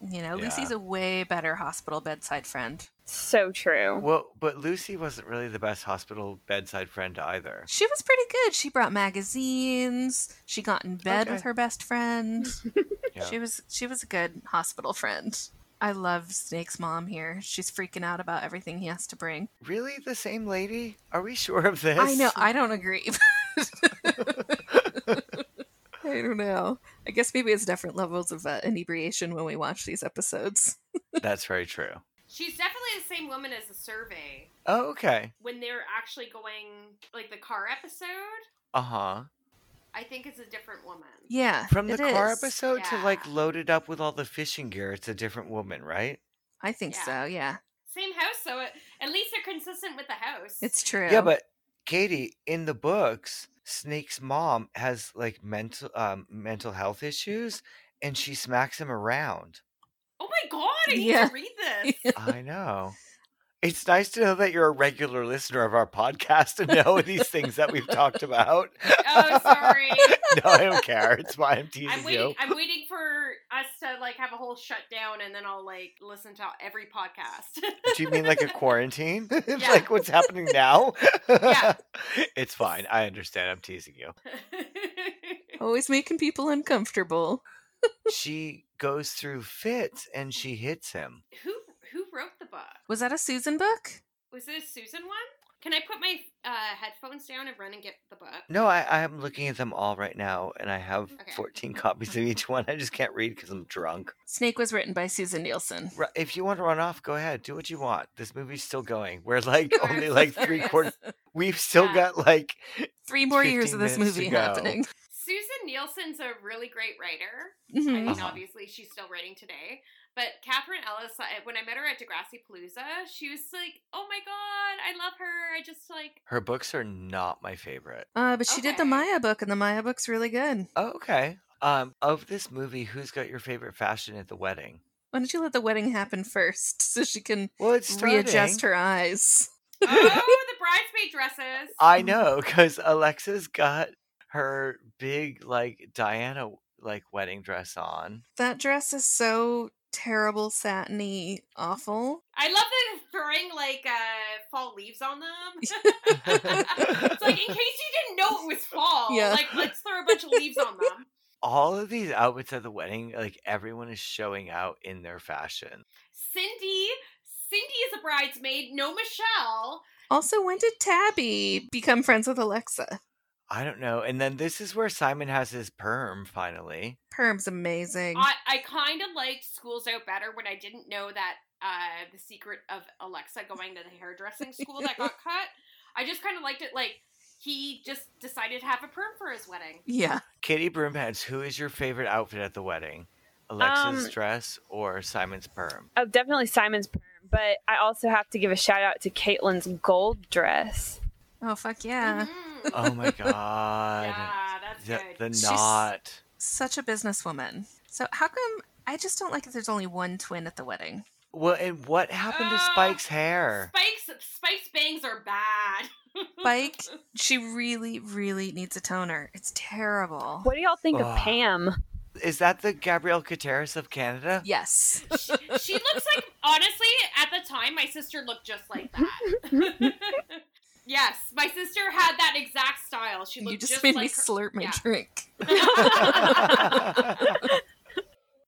Speaker 3: You know,
Speaker 2: Yeah.
Speaker 3: Lucy's a way better hospital bedside friend.
Speaker 5: So true.
Speaker 2: Well, but Lucy wasn't really the best hospital bedside friend either.
Speaker 3: She was pretty good. She brought magazines. She got in bed with
Speaker 2: Okay.
Speaker 3: her best friend.
Speaker 2: Yeah.
Speaker 3: She was she was a good hospital friend. I love Snake's mom here. She's freaking out about everything he has to bring.
Speaker 2: Really, the same lady? Are we sure of this?
Speaker 3: I know. I don't agree. I don't know. I guess maybe it's different levels of uh, inebriation when we watch these episodes.
Speaker 2: That's very true.
Speaker 4: She's definitely the same woman as the survey.
Speaker 2: Oh, okay.
Speaker 4: When they're actually going, like the car episode,
Speaker 2: Uh huh.
Speaker 4: I think it's a different woman.
Speaker 3: Yeah,
Speaker 2: From the
Speaker 3: it
Speaker 2: car
Speaker 3: is.
Speaker 2: episode to like
Speaker 4: Yeah.
Speaker 2: loaded up with all the fishing gear, it's a different woman, right?
Speaker 3: I think
Speaker 4: Yeah.
Speaker 3: so. Yeah,
Speaker 4: Same house, so it, at least they're consistent with the house.
Speaker 3: it's true.
Speaker 2: Yeah, but Katie, in the books, Snake's mom has like mental um, mental health issues, and she smacks him around.
Speaker 4: Oh my god, I need
Speaker 3: Yeah.
Speaker 4: to read this.
Speaker 2: I know. It's nice to know that you're a regular listener of our podcast and know these things that we've talked about.
Speaker 4: Oh, sorry.
Speaker 2: no, I don't care. It's why I'm teasing
Speaker 4: I'm
Speaker 2: you.
Speaker 4: waiting. I'm waiting for us to like have a whole shutdown, and then I'll like listen to every podcast.
Speaker 2: Do you mean like a quarantine?
Speaker 4: Yeah.
Speaker 2: like what's happening now?
Speaker 4: Yeah.
Speaker 2: it's fine. I understand. I'm teasing you.
Speaker 3: always making people uncomfortable.
Speaker 2: She goes through fits and she hits him.
Speaker 4: who who wrote the book?
Speaker 3: Was that a Susan book?
Speaker 4: Was this Susan one? Can I put my uh, headphones down and run and get the book?
Speaker 2: No, I, I am looking at them all right now, and I have
Speaker 4: Okay.
Speaker 2: 14 copies of each one. I just can't read because I'm drunk.
Speaker 3: Snake was written by Susan Nielsen.
Speaker 2: Ru- If you want to run off, go ahead. Do what you want. This movie's still going. We're like
Speaker 4: Sorry, I'm
Speaker 2: only
Speaker 4: so
Speaker 2: like three
Speaker 4: serious.
Speaker 2: quarters. We've still
Speaker 4: Yeah.
Speaker 2: got like
Speaker 3: Three more years
Speaker 2: 15
Speaker 3: of this
Speaker 2: minutes to
Speaker 3: movie
Speaker 2: go.
Speaker 3: happening.
Speaker 4: Susan Nielsen's a really great writer. I
Speaker 3: Mhm.
Speaker 4: mean,
Speaker 2: Uh-huh.
Speaker 4: obviously, she's still writing today. But Catherine Ellis, I- when I met her at Degrassi Palooza, she was like, "Oh my god, I love her. I just like
Speaker 2: her books are not my favorite.
Speaker 3: Uh, but she did the
Speaker 4: Okay.
Speaker 3: Maya book, and the Maya book's really good.
Speaker 2: Oh, okay. Um, of this movie, who's got your favorite fashion at the wedding?
Speaker 3: Why don't you let the wedding happen first so she can
Speaker 2: Well, it's starting.
Speaker 3: readjust her eyes?
Speaker 4: Oh, the bridesmaid dresses.
Speaker 2: I know because Alexa's got her big like Diana like wedding dress on.
Speaker 3: That dress is so terrible, satiny, awful.
Speaker 4: I love that it's throwing like uh, fall leaves on them. it's like in case you didn't know it was fall,
Speaker 3: Yeah.
Speaker 4: like let's throw a bunch of leaves on them.
Speaker 2: All of these outfits at the wedding, like everyone is showing out in their fashion.
Speaker 4: Cindy, Cindy is a bridesmaid. No Michelle.
Speaker 3: Also, when did Tabby become friends with Alexa?
Speaker 2: I don't know. And then this is where Simon has his perm finally.
Speaker 3: Perm's amazing.
Speaker 4: I, I kind of liked Schools Out better when I didn't know that uh, the secret of Alexa going to the hairdressing school that got cut. I just kind of liked it. Like he just decided to have a perm for his wedding.
Speaker 3: yeah.
Speaker 2: Katie Broomheads, who is your favorite outfit at the wedding? Alexa's
Speaker 5: Um,
Speaker 2: dress or Simon's perm?
Speaker 5: Oh, definitely Simon's perm, but I also have to give a shout out to Caitlin's gold dress.
Speaker 3: Oh, fuck yeah.
Speaker 4: Mhm.
Speaker 2: Oh my god.
Speaker 4: Yeah, that's
Speaker 2: The,
Speaker 4: good.
Speaker 2: the
Speaker 3: She's-
Speaker 2: knot.
Speaker 3: Such a businesswoman. So, how come I just don't like that there's only one twin at the wedding?
Speaker 2: Well, and what happened to
Speaker 4: Uh,
Speaker 2: Spike's hair?
Speaker 4: Spike's Spike's bangs are bad.
Speaker 3: Spike, she really, really needs a toner. It's terrible.
Speaker 5: What do y'all think of
Speaker 2: Ugh.
Speaker 5: Pam?
Speaker 2: Is that the Gabrielle Cateris of Canada?
Speaker 3: Yes.
Speaker 4: she, she looks like honestly at the time my sister looked just like that. yes, my sister had that exact style. She looked
Speaker 3: You just,
Speaker 4: just
Speaker 3: made
Speaker 4: like
Speaker 3: me
Speaker 4: her-
Speaker 3: slurp my
Speaker 4: yeah.
Speaker 3: drink.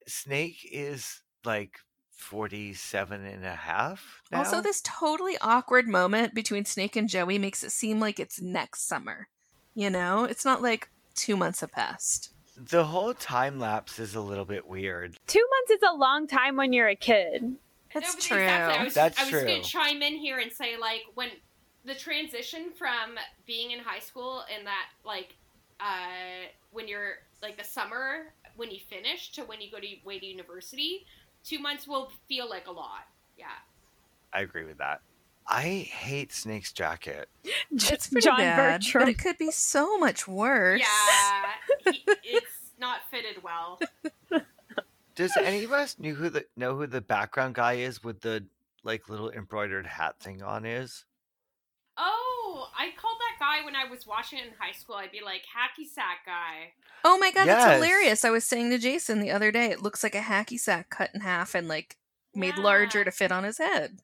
Speaker 2: Snake is like 47 and a half now.
Speaker 3: Also, this totally awkward moment between Snake and Joey makes it seem like it's next summer. You know, it's not like two months have passed.
Speaker 2: the whole time lapse is a little bit weird.
Speaker 5: Two months is a long time when you're a kid.
Speaker 3: That's
Speaker 4: but exactly. I was,
Speaker 2: That's
Speaker 4: I was
Speaker 2: true.
Speaker 4: going to chime in here and say, like, when the transition from being in high school and that, like, uh, when you're like the summer when you finish to when you go to way to university, two months will feel like a lot. Yeah,
Speaker 2: I agree with that. I hate Snake's jacket.
Speaker 3: It's pretty
Speaker 5: John
Speaker 3: bad,
Speaker 5: Bertram.
Speaker 3: but it could be so much worse.
Speaker 4: yeah, he- it's not fitted well.
Speaker 2: Does any of us knew who the know who the background guy is with the like little embroidered hat thing on is?
Speaker 4: Oh, I called that guy when I was watching it in high school. I'd be like, hacky sack guy.
Speaker 3: Oh my god,
Speaker 2: Yes.
Speaker 3: that's hilarious! I was saying to Jason the other day, it looks like a hacky sack cut in half and like made
Speaker 4: Yeah.
Speaker 3: larger to fit on his head.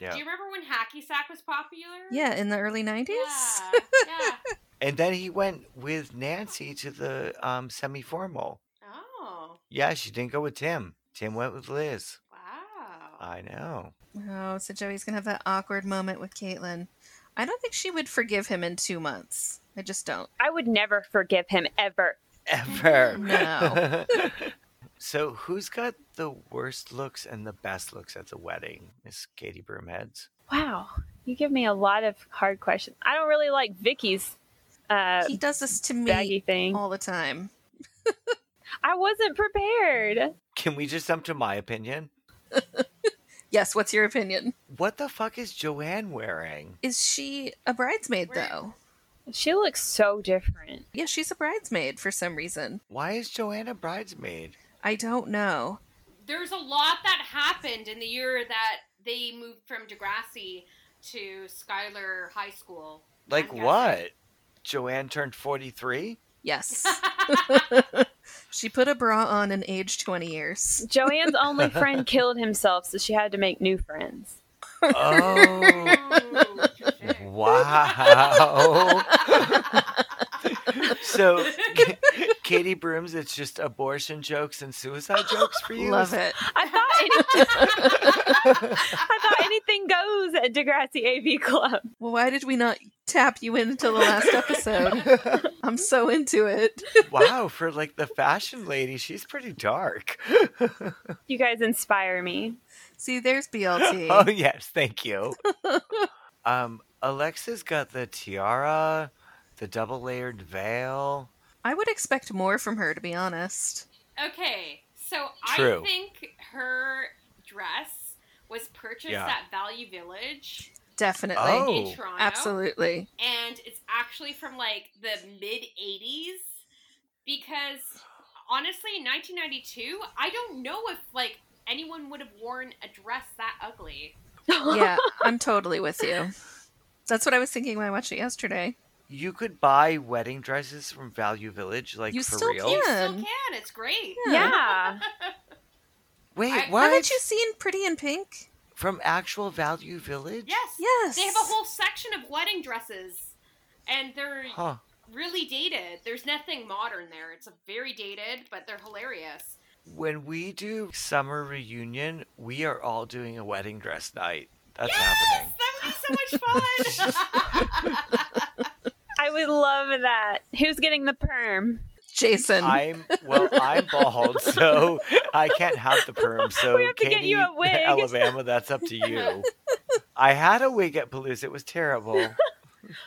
Speaker 2: Yeah.
Speaker 4: Do you remember when hacky sack was popular?
Speaker 3: Yeah, in the early nineties.
Speaker 4: Yeah, yeah.
Speaker 2: And then he went with Nancy to the um semi formal.
Speaker 4: Oh,
Speaker 2: Yeah, she didn't go with Tim. Tim went with Liz.
Speaker 4: wow.
Speaker 2: I know.
Speaker 3: Oh, so Joey's gonna have that awkward moment with Caitlin. I don't think she would forgive him in two months. I just don't.
Speaker 5: I would never forgive him ever.
Speaker 2: Ever.
Speaker 3: No.
Speaker 2: so who's got the worst looks and the best looks at the wedding? Miss Katie Broomheads.
Speaker 5: Wow, you give me a lot of hard questions. I don't really like Vicky's uh,
Speaker 3: He does this to me
Speaker 5: baggy thing.
Speaker 3: all the time.
Speaker 5: I wasn't prepared.
Speaker 2: Can we just jump to my opinion?
Speaker 3: Yes, what's your opinion?
Speaker 2: What the fuck is Joanne wearing?
Speaker 3: Is she a bridesmaid
Speaker 4: Where-
Speaker 3: though?
Speaker 5: She looks so different.
Speaker 3: Yeah, she's a bridesmaid for some reason.
Speaker 2: Why is Joanne a bridesmaid?
Speaker 3: I don't know.
Speaker 4: There's a lot that happened in the year that they moved from Degrassi to Schuyler High School.
Speaker 2: Like
Speaker 4: I'm guessing.
Speaker 2: what? Joanne turned 43?
Speaker 3: Yes. she put a bra on and aged 20 years.
Speaker 5: Joanne's only friend killed himself, so she had to make new friends.
Speaker 2: Oh.
Speaker 4: Ooh, touche.
Speaker 2: Wow. so, K- Katie Brooms, it's just abortion jokes and suicide jokes for you?
Speaker 3: Love it.
Speaker 5: I thought, any- I thought anything goes at Degrassi AV Club.
Speaker 3: Well, why did we not tap you in until the last episode? I'm so into it.
Speaker 2: wow, for like the fashion lady, she's pretty dark.
Speaker 5: You guys inspire me.
Speaker 3: See, there's
Speaker 2: Oh
Speaker 3: BLT.
Speaker 2: yes, thank you. um, Alexa's got the tiara, the double layered veil.
Speaker 3: I would expect more from her, to be honest.
Speaker 4: okay, so
Speaker 2: True.
Speaker 4: I think her dress was purchased
Speaker 2: Yeah.
Speaker 4: at Value Village
Speaker 3: Definitely.
Speaker 2: Oh.
Speaker 4: in Toronto.
Speaker 3: Absolutely.
Speaker 4: and it's actually from like the mid 80s because honestly, in 1992, I don't know if like anyone would have worn a dress that ugly.
Speaker 3: yeah, I'm totally with you. That's what I was thinking when I watched it yesterday.
Speaker 2: You could buy wedding dresses from Value Village, like
Speaker 3: You
Speaker 2: for
Speaker 3: still
Speaker 2: real.
Speaker 3: can.
Speaker 4: Still
Speaker 3: Um,
Speaker 4: can. It's great.
Speaker 5: yeah.
Speaker 2: Wait,
Speaker 4: I-
Speaker 2: what?
Speaker 3: Haven't you seen Pretty in Pink?
Speaker 2: From actual Value Village?
Speaker 4: Yes.
Speaker 3: Yes.
Speaker 4: They have a whole section of wedding dresses, and they're
Speaker 2: Huh.
Speaker 4: really dated. There's nothing modern there. It's a very dated, but they're hilarious.
Speaker 2: When we do summer reunion, we are all doing a wedding dress night. That's happening.
Speaker 4: That would be so much fun.
Speaker 5: I would love that. Who's getting the perm?
Speaker 3: Jason.
Speaker 2: I'm well. I'm bald, so I can't have the perm. So
Speaker 5: We have to
Speaker 2: Katie,
Speaker 5: get you a wig.
Speaker 2: Alabama, that's up to you. I had a wig at Palouse. It was terrible.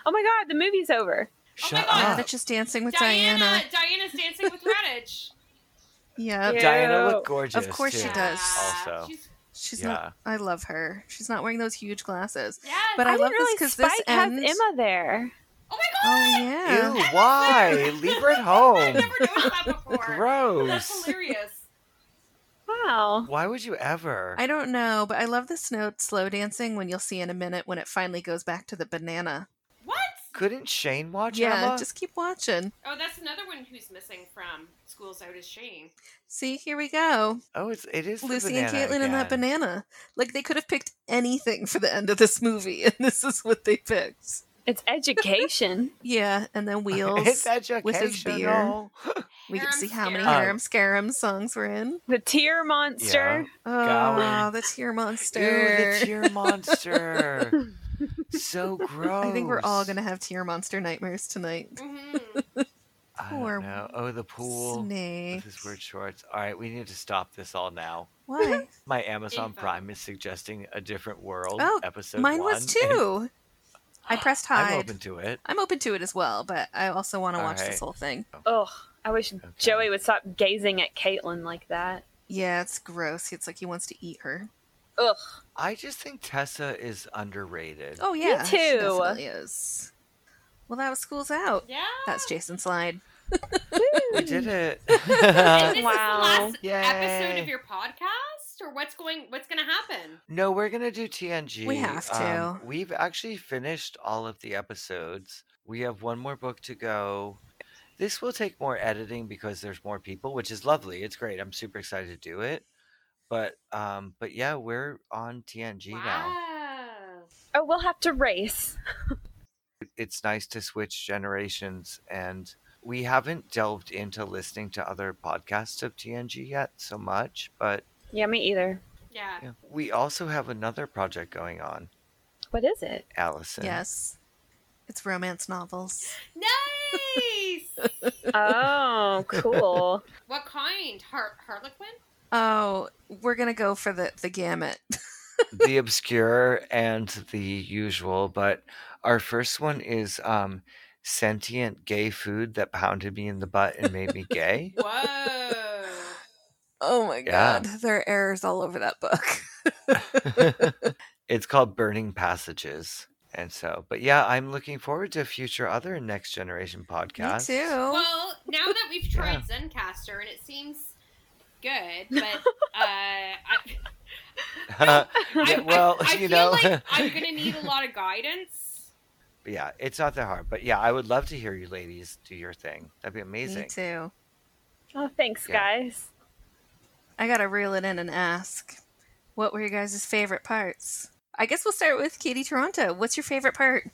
Speaker 5: Oh my god, the movie's over.
Speaker 2: Shut
Speaker 4: God.
Speaker 3: yeah,
Speaker 2: up.
Speaker 3: that's just dancing with
Speaker 4: Diana,
Speaker 3: Diana.
Speaker 4: Diana's dancing with Radich.
Speaker 3: Yeah.
Speaker 5: Yeah.
Speaker 2: Diana
Speaker 5: Ew.
Speaker 2: looked gorgeous.
Speaker 3: Of course she
Speaker 2: too.
Speaker 3: does.
Speaker 2: Also.
Speaker 4: She's,
Speaker 3: She's
Speaker 2: yeah.
Speaker 3: not I love her. She's not wearing those huge glasses.
Speaker 4: yeah.
Speaker 3: But I,
Speaker 5: didn't
Speaker 3: love this
Speaker 5: realize
Speaker 3: because this
Speaker 5: Spike
Speaker 3: ends.
Speaker 5: has Emma there.
Speaker 4: oh my god!
Speaker 3: Oh yeah.
Speaker 2: Ew, why? Leave her at home.
Speaker 4: I've never noticed that before. That's
Speaker 2: Gross.
Speaker 4: hilarious.
Speaker 5: Wow.
Speaker 2: Why would you ever?
Speaker 3: I don't know, but I love this note slow dancing when you'll see in a minute when it finally goes back to the banana.
Speaker 4: What?
Speaker 2: Couldn't Shane watch
Speaker 3: yeah,
Speaker 2: Emma?
Speaker 3: just keep watching.
Speaker 4: Oh, that's another one who's missing from School's Out is Shane.
Speaker 3: See, here we go.
Speaker 2: Oh, it's it is the
Speaker 3: Lucy and
Speaker 2: banana
Speaker 3: Caitlin and that
Speaker 2: again.
Speaker 3: banana. Like they could have picked anything for the end of this movie, and this is what they picked.
Speaker 5: It's education.
Speaker 3: Yeah, and then
Speaker 2: It's
Speaker 3: wheels.
Speaker 2: educational.
Speaker 3: with his beer. we get to see how many
Speaker 4: Harum
Speaker 3: Harum Scarum songs were in.
Speaker 5: the tear monster.
Speaker 3: Oh,
Speaker 2: Gowan.
Speaker 3: the tear monster.
Speaker 2: Ew, the tear monster. so gross.
Speaker 3: I think we're all gonna have tear monster nightmares tonight.
Speaker 4: hmm
Speaker 2: I don't
Speaker 3: poor
Speaker 2: know. Oh, the pool.
Speaker 3: Snake.
Speaker 2: With his weird shorts. All right, we need to stop this all now.
Speaker 3: Why?
Speaker 2: My Amazon
Speaker 4: Info.
Speaker 2: Prime is suggesting a different world
Speaker 3: Oh,
Speaker 2: episode.
Speaker 3: Mine
Speaker 2: one,
Speaker 3: was
Speaker 2: and
Speaker 3: too. I pressed hide.
Speaker 2: I'm open to it.
Speaker 3: I'm open to it as well, but I also want to
Speaker 2: All
Speaker 3: watch
Speaker 2: right.
Speaker 3: this whole thing.
Speaker 5: Ugh. I wish Joey would stop gazing at Caitlin like that.
Speaker 3: Yeah, it's gross. It's like he wants to eat her.
Speaker 5: Ugh.
Speaker 2: I just think Tessa is underrated.
Speaker 3: Oh yeah, she
Speaker 5: too.
Speaker 3: definitely is. Well, that was school's out.
Speaker 4: Yeah.
Speaker 3: That's Jason's slide.
Speaker 2: We did it.
Speaker 4: And this
Speaker 5: Wow.
Speaker 4: is the
Speaker 2: Yay.
Speaker 4: last episode of your podcast, or what's going? What's going to happen?
Speaker 2: No, we're gonna do TNG.
Speaker 3: have
Speaker 2: Um,
Speaker 3: to.
Speaker 2: we've actually finished all of the episodes. We have one more book to go. This will take more editing because there's more people, which is lovely. It's great. I'm super excited to do it. But um, but yeah, we're on TNG now.
Speaker 4: Wow.
Speaker 5: Oh, we'll have to race.
Speaker 2: It's nice to switch generations, and we haven't delved into listening to other podcasts of TNG yet so much. But
Speaker 5: Yeah, me either.
Speaker 4: Yeah.
Speaker 2: yeah. we also have another project going on,
Speaker 5: What is it?
Speaker 2: Allison.
Speaker 3: Yes, it's romance novels.
Speaker 4: Nice.
Speaker 5: Oh, cool.
Speaker 4: what kind? Har- Harlequin?
Speaker 3: Oh, we're gonna go for the the gamut.
Speaker 2: the obscure and the usual, but our first one is um, sentient gay food that pounded me in the butt and made me gay.
Speaker 4: Whoa.
Speaker 3: Oh my
Speaker 2: Yeah.
Speaker 3: god, there are errors all over that book.
Speaker 2: it's called Burning Passages. And so, but yeah, I'm looking forward to future other next generation podcasts.
Speaker 3: Me too.
Speaker 4: well, now that we've tried Zencaster and it seems good, but uh, I,
Speaker 2: Yeah,
Speaker 4: I-
Speaker 2: well, Oh,
Speaker 4: I, I
Speaker 2: you
Speaker 4: feel
Speaker 2: know,
Speaker 4: like I'm gonna need a lot of guidance.
Speaker 2: yeah, it's not that hard. But yeah, I would love to hear you ladies do your thing. That'd be
Speaker 3: Me
Speaker 2: amazing.
Speaker 3: too.
Speaker 5: Oh, thanks,
Speaker 2: Yeah.
Speaker 5: guys.
Speaker 3: I gotta reel it in and ask, what were your guys' favorite parts? I guess we'll start with Katie Toronto. What's your favorite part?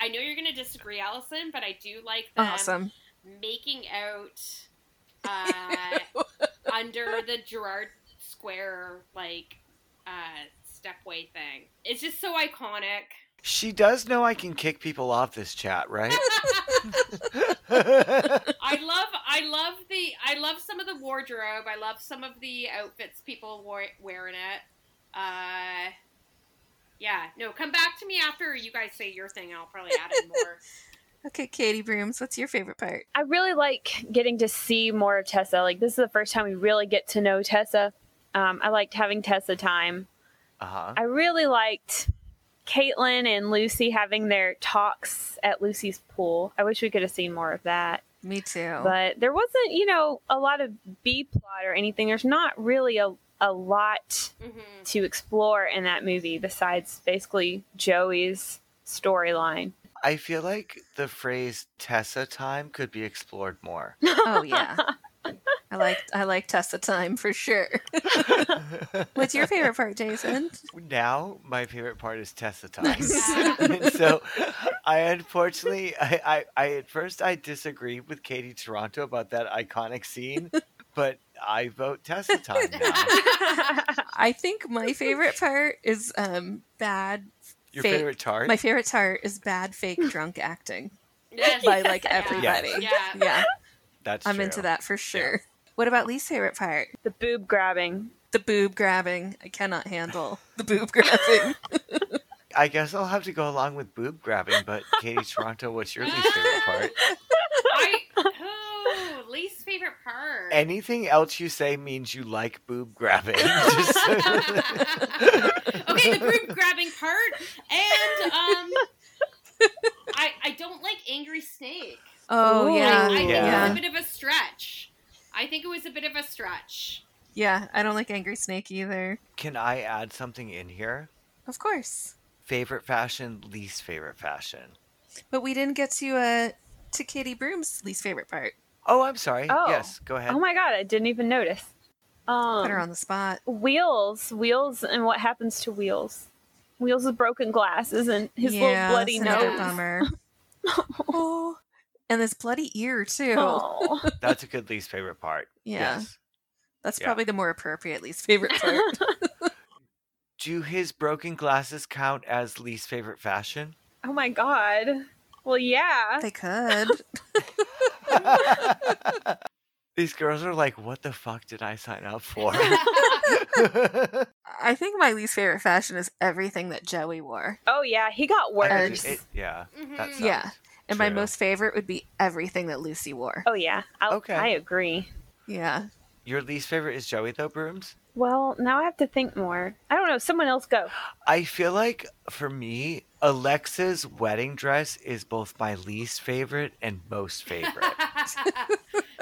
Speaker 4: I know you're gonna disagree, Allison, but I do like them
Speaker 3: awesome.
Speaker 4: making out uh, under the Gerard Square like uh, stepway thing. It's just so iconic.
Speaker 2: She does know I can kick people off this chat, right?
Speaker 4: I love, I love the, I love some of the wardrobe. I love some of the outfits people wore wearing it. Uh, yeah, no, come back to me after you guys say your thing. and I'll probably add in more.
Speaker 3: Okay, Katie Brooms, what's your favorite part?
Speaker 5: I really like getting to see more of Tessa. Like, this is the first time we really get to know Tessa. Um, I liked having Tessa time.
Speaker 2: uh huh.
Speaker 5: I really liked Caitlin and Lucy having their talks at Lucy's pool. I wish we could have seen more of that.
Speaker 3: Me too.
Speaker 5: But there wasn't, you know, a lot of B plot or anything. There's not really a, a lot
Speaker 4: hmm
Speaker 5: to explore in that movie besides basically Joey's storyline.
Speaker 2: I feel like the phrase Tessa time could be explored more.
Speaker 3: oh yeah. I like I like Tessa time for sure. What's your favorite part, Jason?
Speaker 2: now my favorite part is Tessa time.
Speaker 3: Nice.
Speaker 2: And so I unfortunately I, I, I at first I disagreed with Katie Toronto about that iconic scene, but I vote Tessa time now.
Speaker 3: I think my favorite part is um bad
Speaker 2: Your
Speaker 3: Fake.
Speaker 2: favorite tart?
Speaker 3: my favorite part is bad fake drunk acting
Speaker 4: Yes.
Speaker 3: by like
Speaker 4: Yeah.
Speaker 3: everybody.
Speaker 4: Yeah.
Speaker 3: Yeah,
Speaker 2: That's
Speaker 3: I'm
Speaker 2: true.
Speaker 3: into that for sure. What about Lee's favorite part?
Speaker 5: The boob grabbing.
Speaker 3: The boob grabbing. I cannot handle the boob grabbing.
Speaker 2: I guess I'll have to go along with boob grabbing, but Katie Toronto, what's your least favorite part?
Speaker 4: I, oh, least favorite part.
Speaker 2: Anything else you say means you like boob grabbing.
Speaker 4: okay, the group grabbing part, and um, I I don't like Angry Snake.
Speaker 3: Oh
Speaker 5: Ooh.
Speaker 3: yeah.
Speaker 4: I, I think
Speaker 2: Yeah.
Speaker 4: it was a bit of a stretch. I think it was a bit of a stretch.
Speaker 3: Yeah, I don't like Angry Snake either.
Speaker 2: Can I add something in here?
Speaker 3: Of course.
Speaker 2: Favorite fashion, least favorite fashion.
Speaker 3: But we didn't get to uh to Katie Broom's least favorite part.
Speaker 2: Oh, I'm sorry.
Speaker 5: Oh.
Speaker 2: Yes, go ahead.
Speaker 5: Oh my god, I didn't even notice. Um,
Speaker 3: Put her on the spot.
Speaker 5: Wheels, wheels, and what happens to Wheels? Wheels with broken glasses and his
Speaker 3: Yeah,
Speaker 5: little bloody
Speaker 3: that's another
Speaker 5: nose.
Speaker 3: Bummer. oh, and this bloody ear too.
Speaker 5: Oh.
Speaker 2: That's a good least favorite part.
Speaker 3: Yeah.
Speaker 2: Yes.
Speaker 3: That's
Speaker 2: yeah.
Speaker 3: probably the more appropriate least favorite part.
Speaker 2: Do his broken glasses count as least favorite fashion?
Speaker 5: Oh my god. Well, yeah.
Speaker 3: they could.
Speaker 2: These girls are like, what the fuck did I sign up for?
Speaker 3: I think my least favorite fashion is everything that Joey wore.
Speaker 5: Oh yeah, he got
Speaker 2: I
Speaker 5: worse.
Speaker 2: just- it- yeah. That's
Speaker 4: Mhm.
Speaker 3: Mm-hmm. Yeah. And my
Speaker 2: True.
Speaker 3: most favorite would be everything that Lucy wore.
Speaker 5: oh yeah. I,
Speaker 2: Okay.
Speaker 5: I agree.
Speaker 3: Yeah.
Speaker 2: Your least favorite is Joey, though, Brooms?
Speaker 5: Well, now I have to think more. I don't know. Someone else go.
Speaker 2: I feel like for me, Alexa's wedding dress is both my least favorite and most favorite.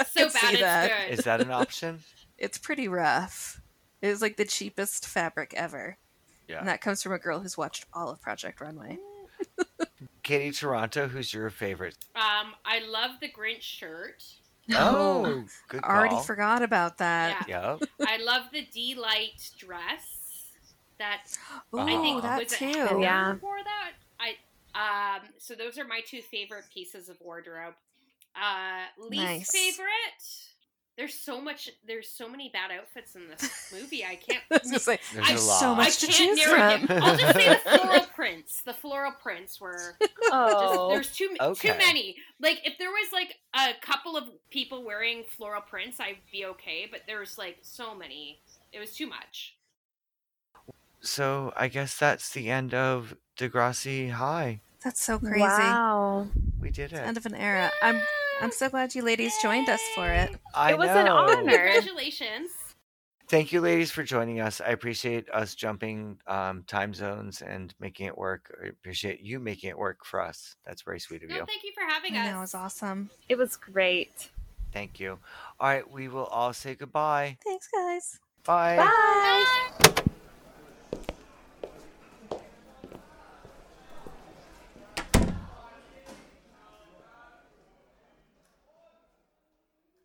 Speaker 4: so
Speaker 3: see
Speaker 4: bad it's
Speaker 3: that.
Speaker 4: good.
Speaker 2: is that an option?
Speaker 3: It's pretty rough. It was like the cheapest fabric ever.
Speaker 2: Yeah.
Speaker 3: And that comes from a girl who's watched all of Project Runway.
Speaker 2: Katie Toronto, who's your favorite?
Speaker 4: um, I love the Grinch shirt.
Speaker 2: Oh, good call.
Speaker 3: Already forgot about that.
Speaker 2: Yep.
Speaker 4: I love the D light dress. That
Speaker 2: Oh,
Speaker 3: Ooh,
Speaker 4: I think
Speaker 3: that
Speaker 4: was it
Speaker 3: too.
Speaker 4: Heather
Speaker 5: Yeah.
Speaker 4: wore that. I um so those are my two favorite pieces of wardrobe. Uh least
Speaker 3: Nice.
Speaker 4: favorite. There's so much there's so many bad outfits in this movie. I can't
Speaker 3: I was gonna say,
Speaker 2: There's
Speaker 3: I
Speaker 2: a
Speaker 3: so
Speaker 2: lot.
Speaker 4: I
Speaker 3: much- to
Speaker 4: can't
Speaker 3: choose
Speaker 4: narrow it.
Speaker 2: from.
Speaker 4: down. I'll just say the floral prints. The floral prints were just,
Speaker 5: Oh.
Speaker 4: there's too
Speaker 2: Okay.
Speaker 4: too many. Like if there was like a couple of people wearing floral prints, I'd be okay. But there's like so many. It was too much.
Speaker 2: So I guess that's the end of Degrassi High.
Speaker 3: that's so crazy.
Speaker 5: Wow.
Speaker 2: We did
Speaker 3: End
Speaker 2: it.
Speaker 3: of an era. I'm I'm so glad you ladies joined us for it.
Speaker 2: I
Speaker 5: It was an
Speaker 2: know.
Speaker 5: honor.
Speaker 4: Congratulations.
Speaker 2: Thank you, ladies, for joining us. I appreciate us jumping um, time zones and making it work. I appreciate you making it work for us. That's very sweet of
Speaker 4: No,
Speaker 2: you.
Speaker 4: thank you for having
Speaker 3: I
Speaker 4: us.
Speaker 3: know, it was awesome.
Speaker 5: It was great.
Speaker 2: Thank you. All right, we will all say goodbye.
Speaker 3: Thanks, guys.
Speaker 2: Bye.
Speaker 5: Bye.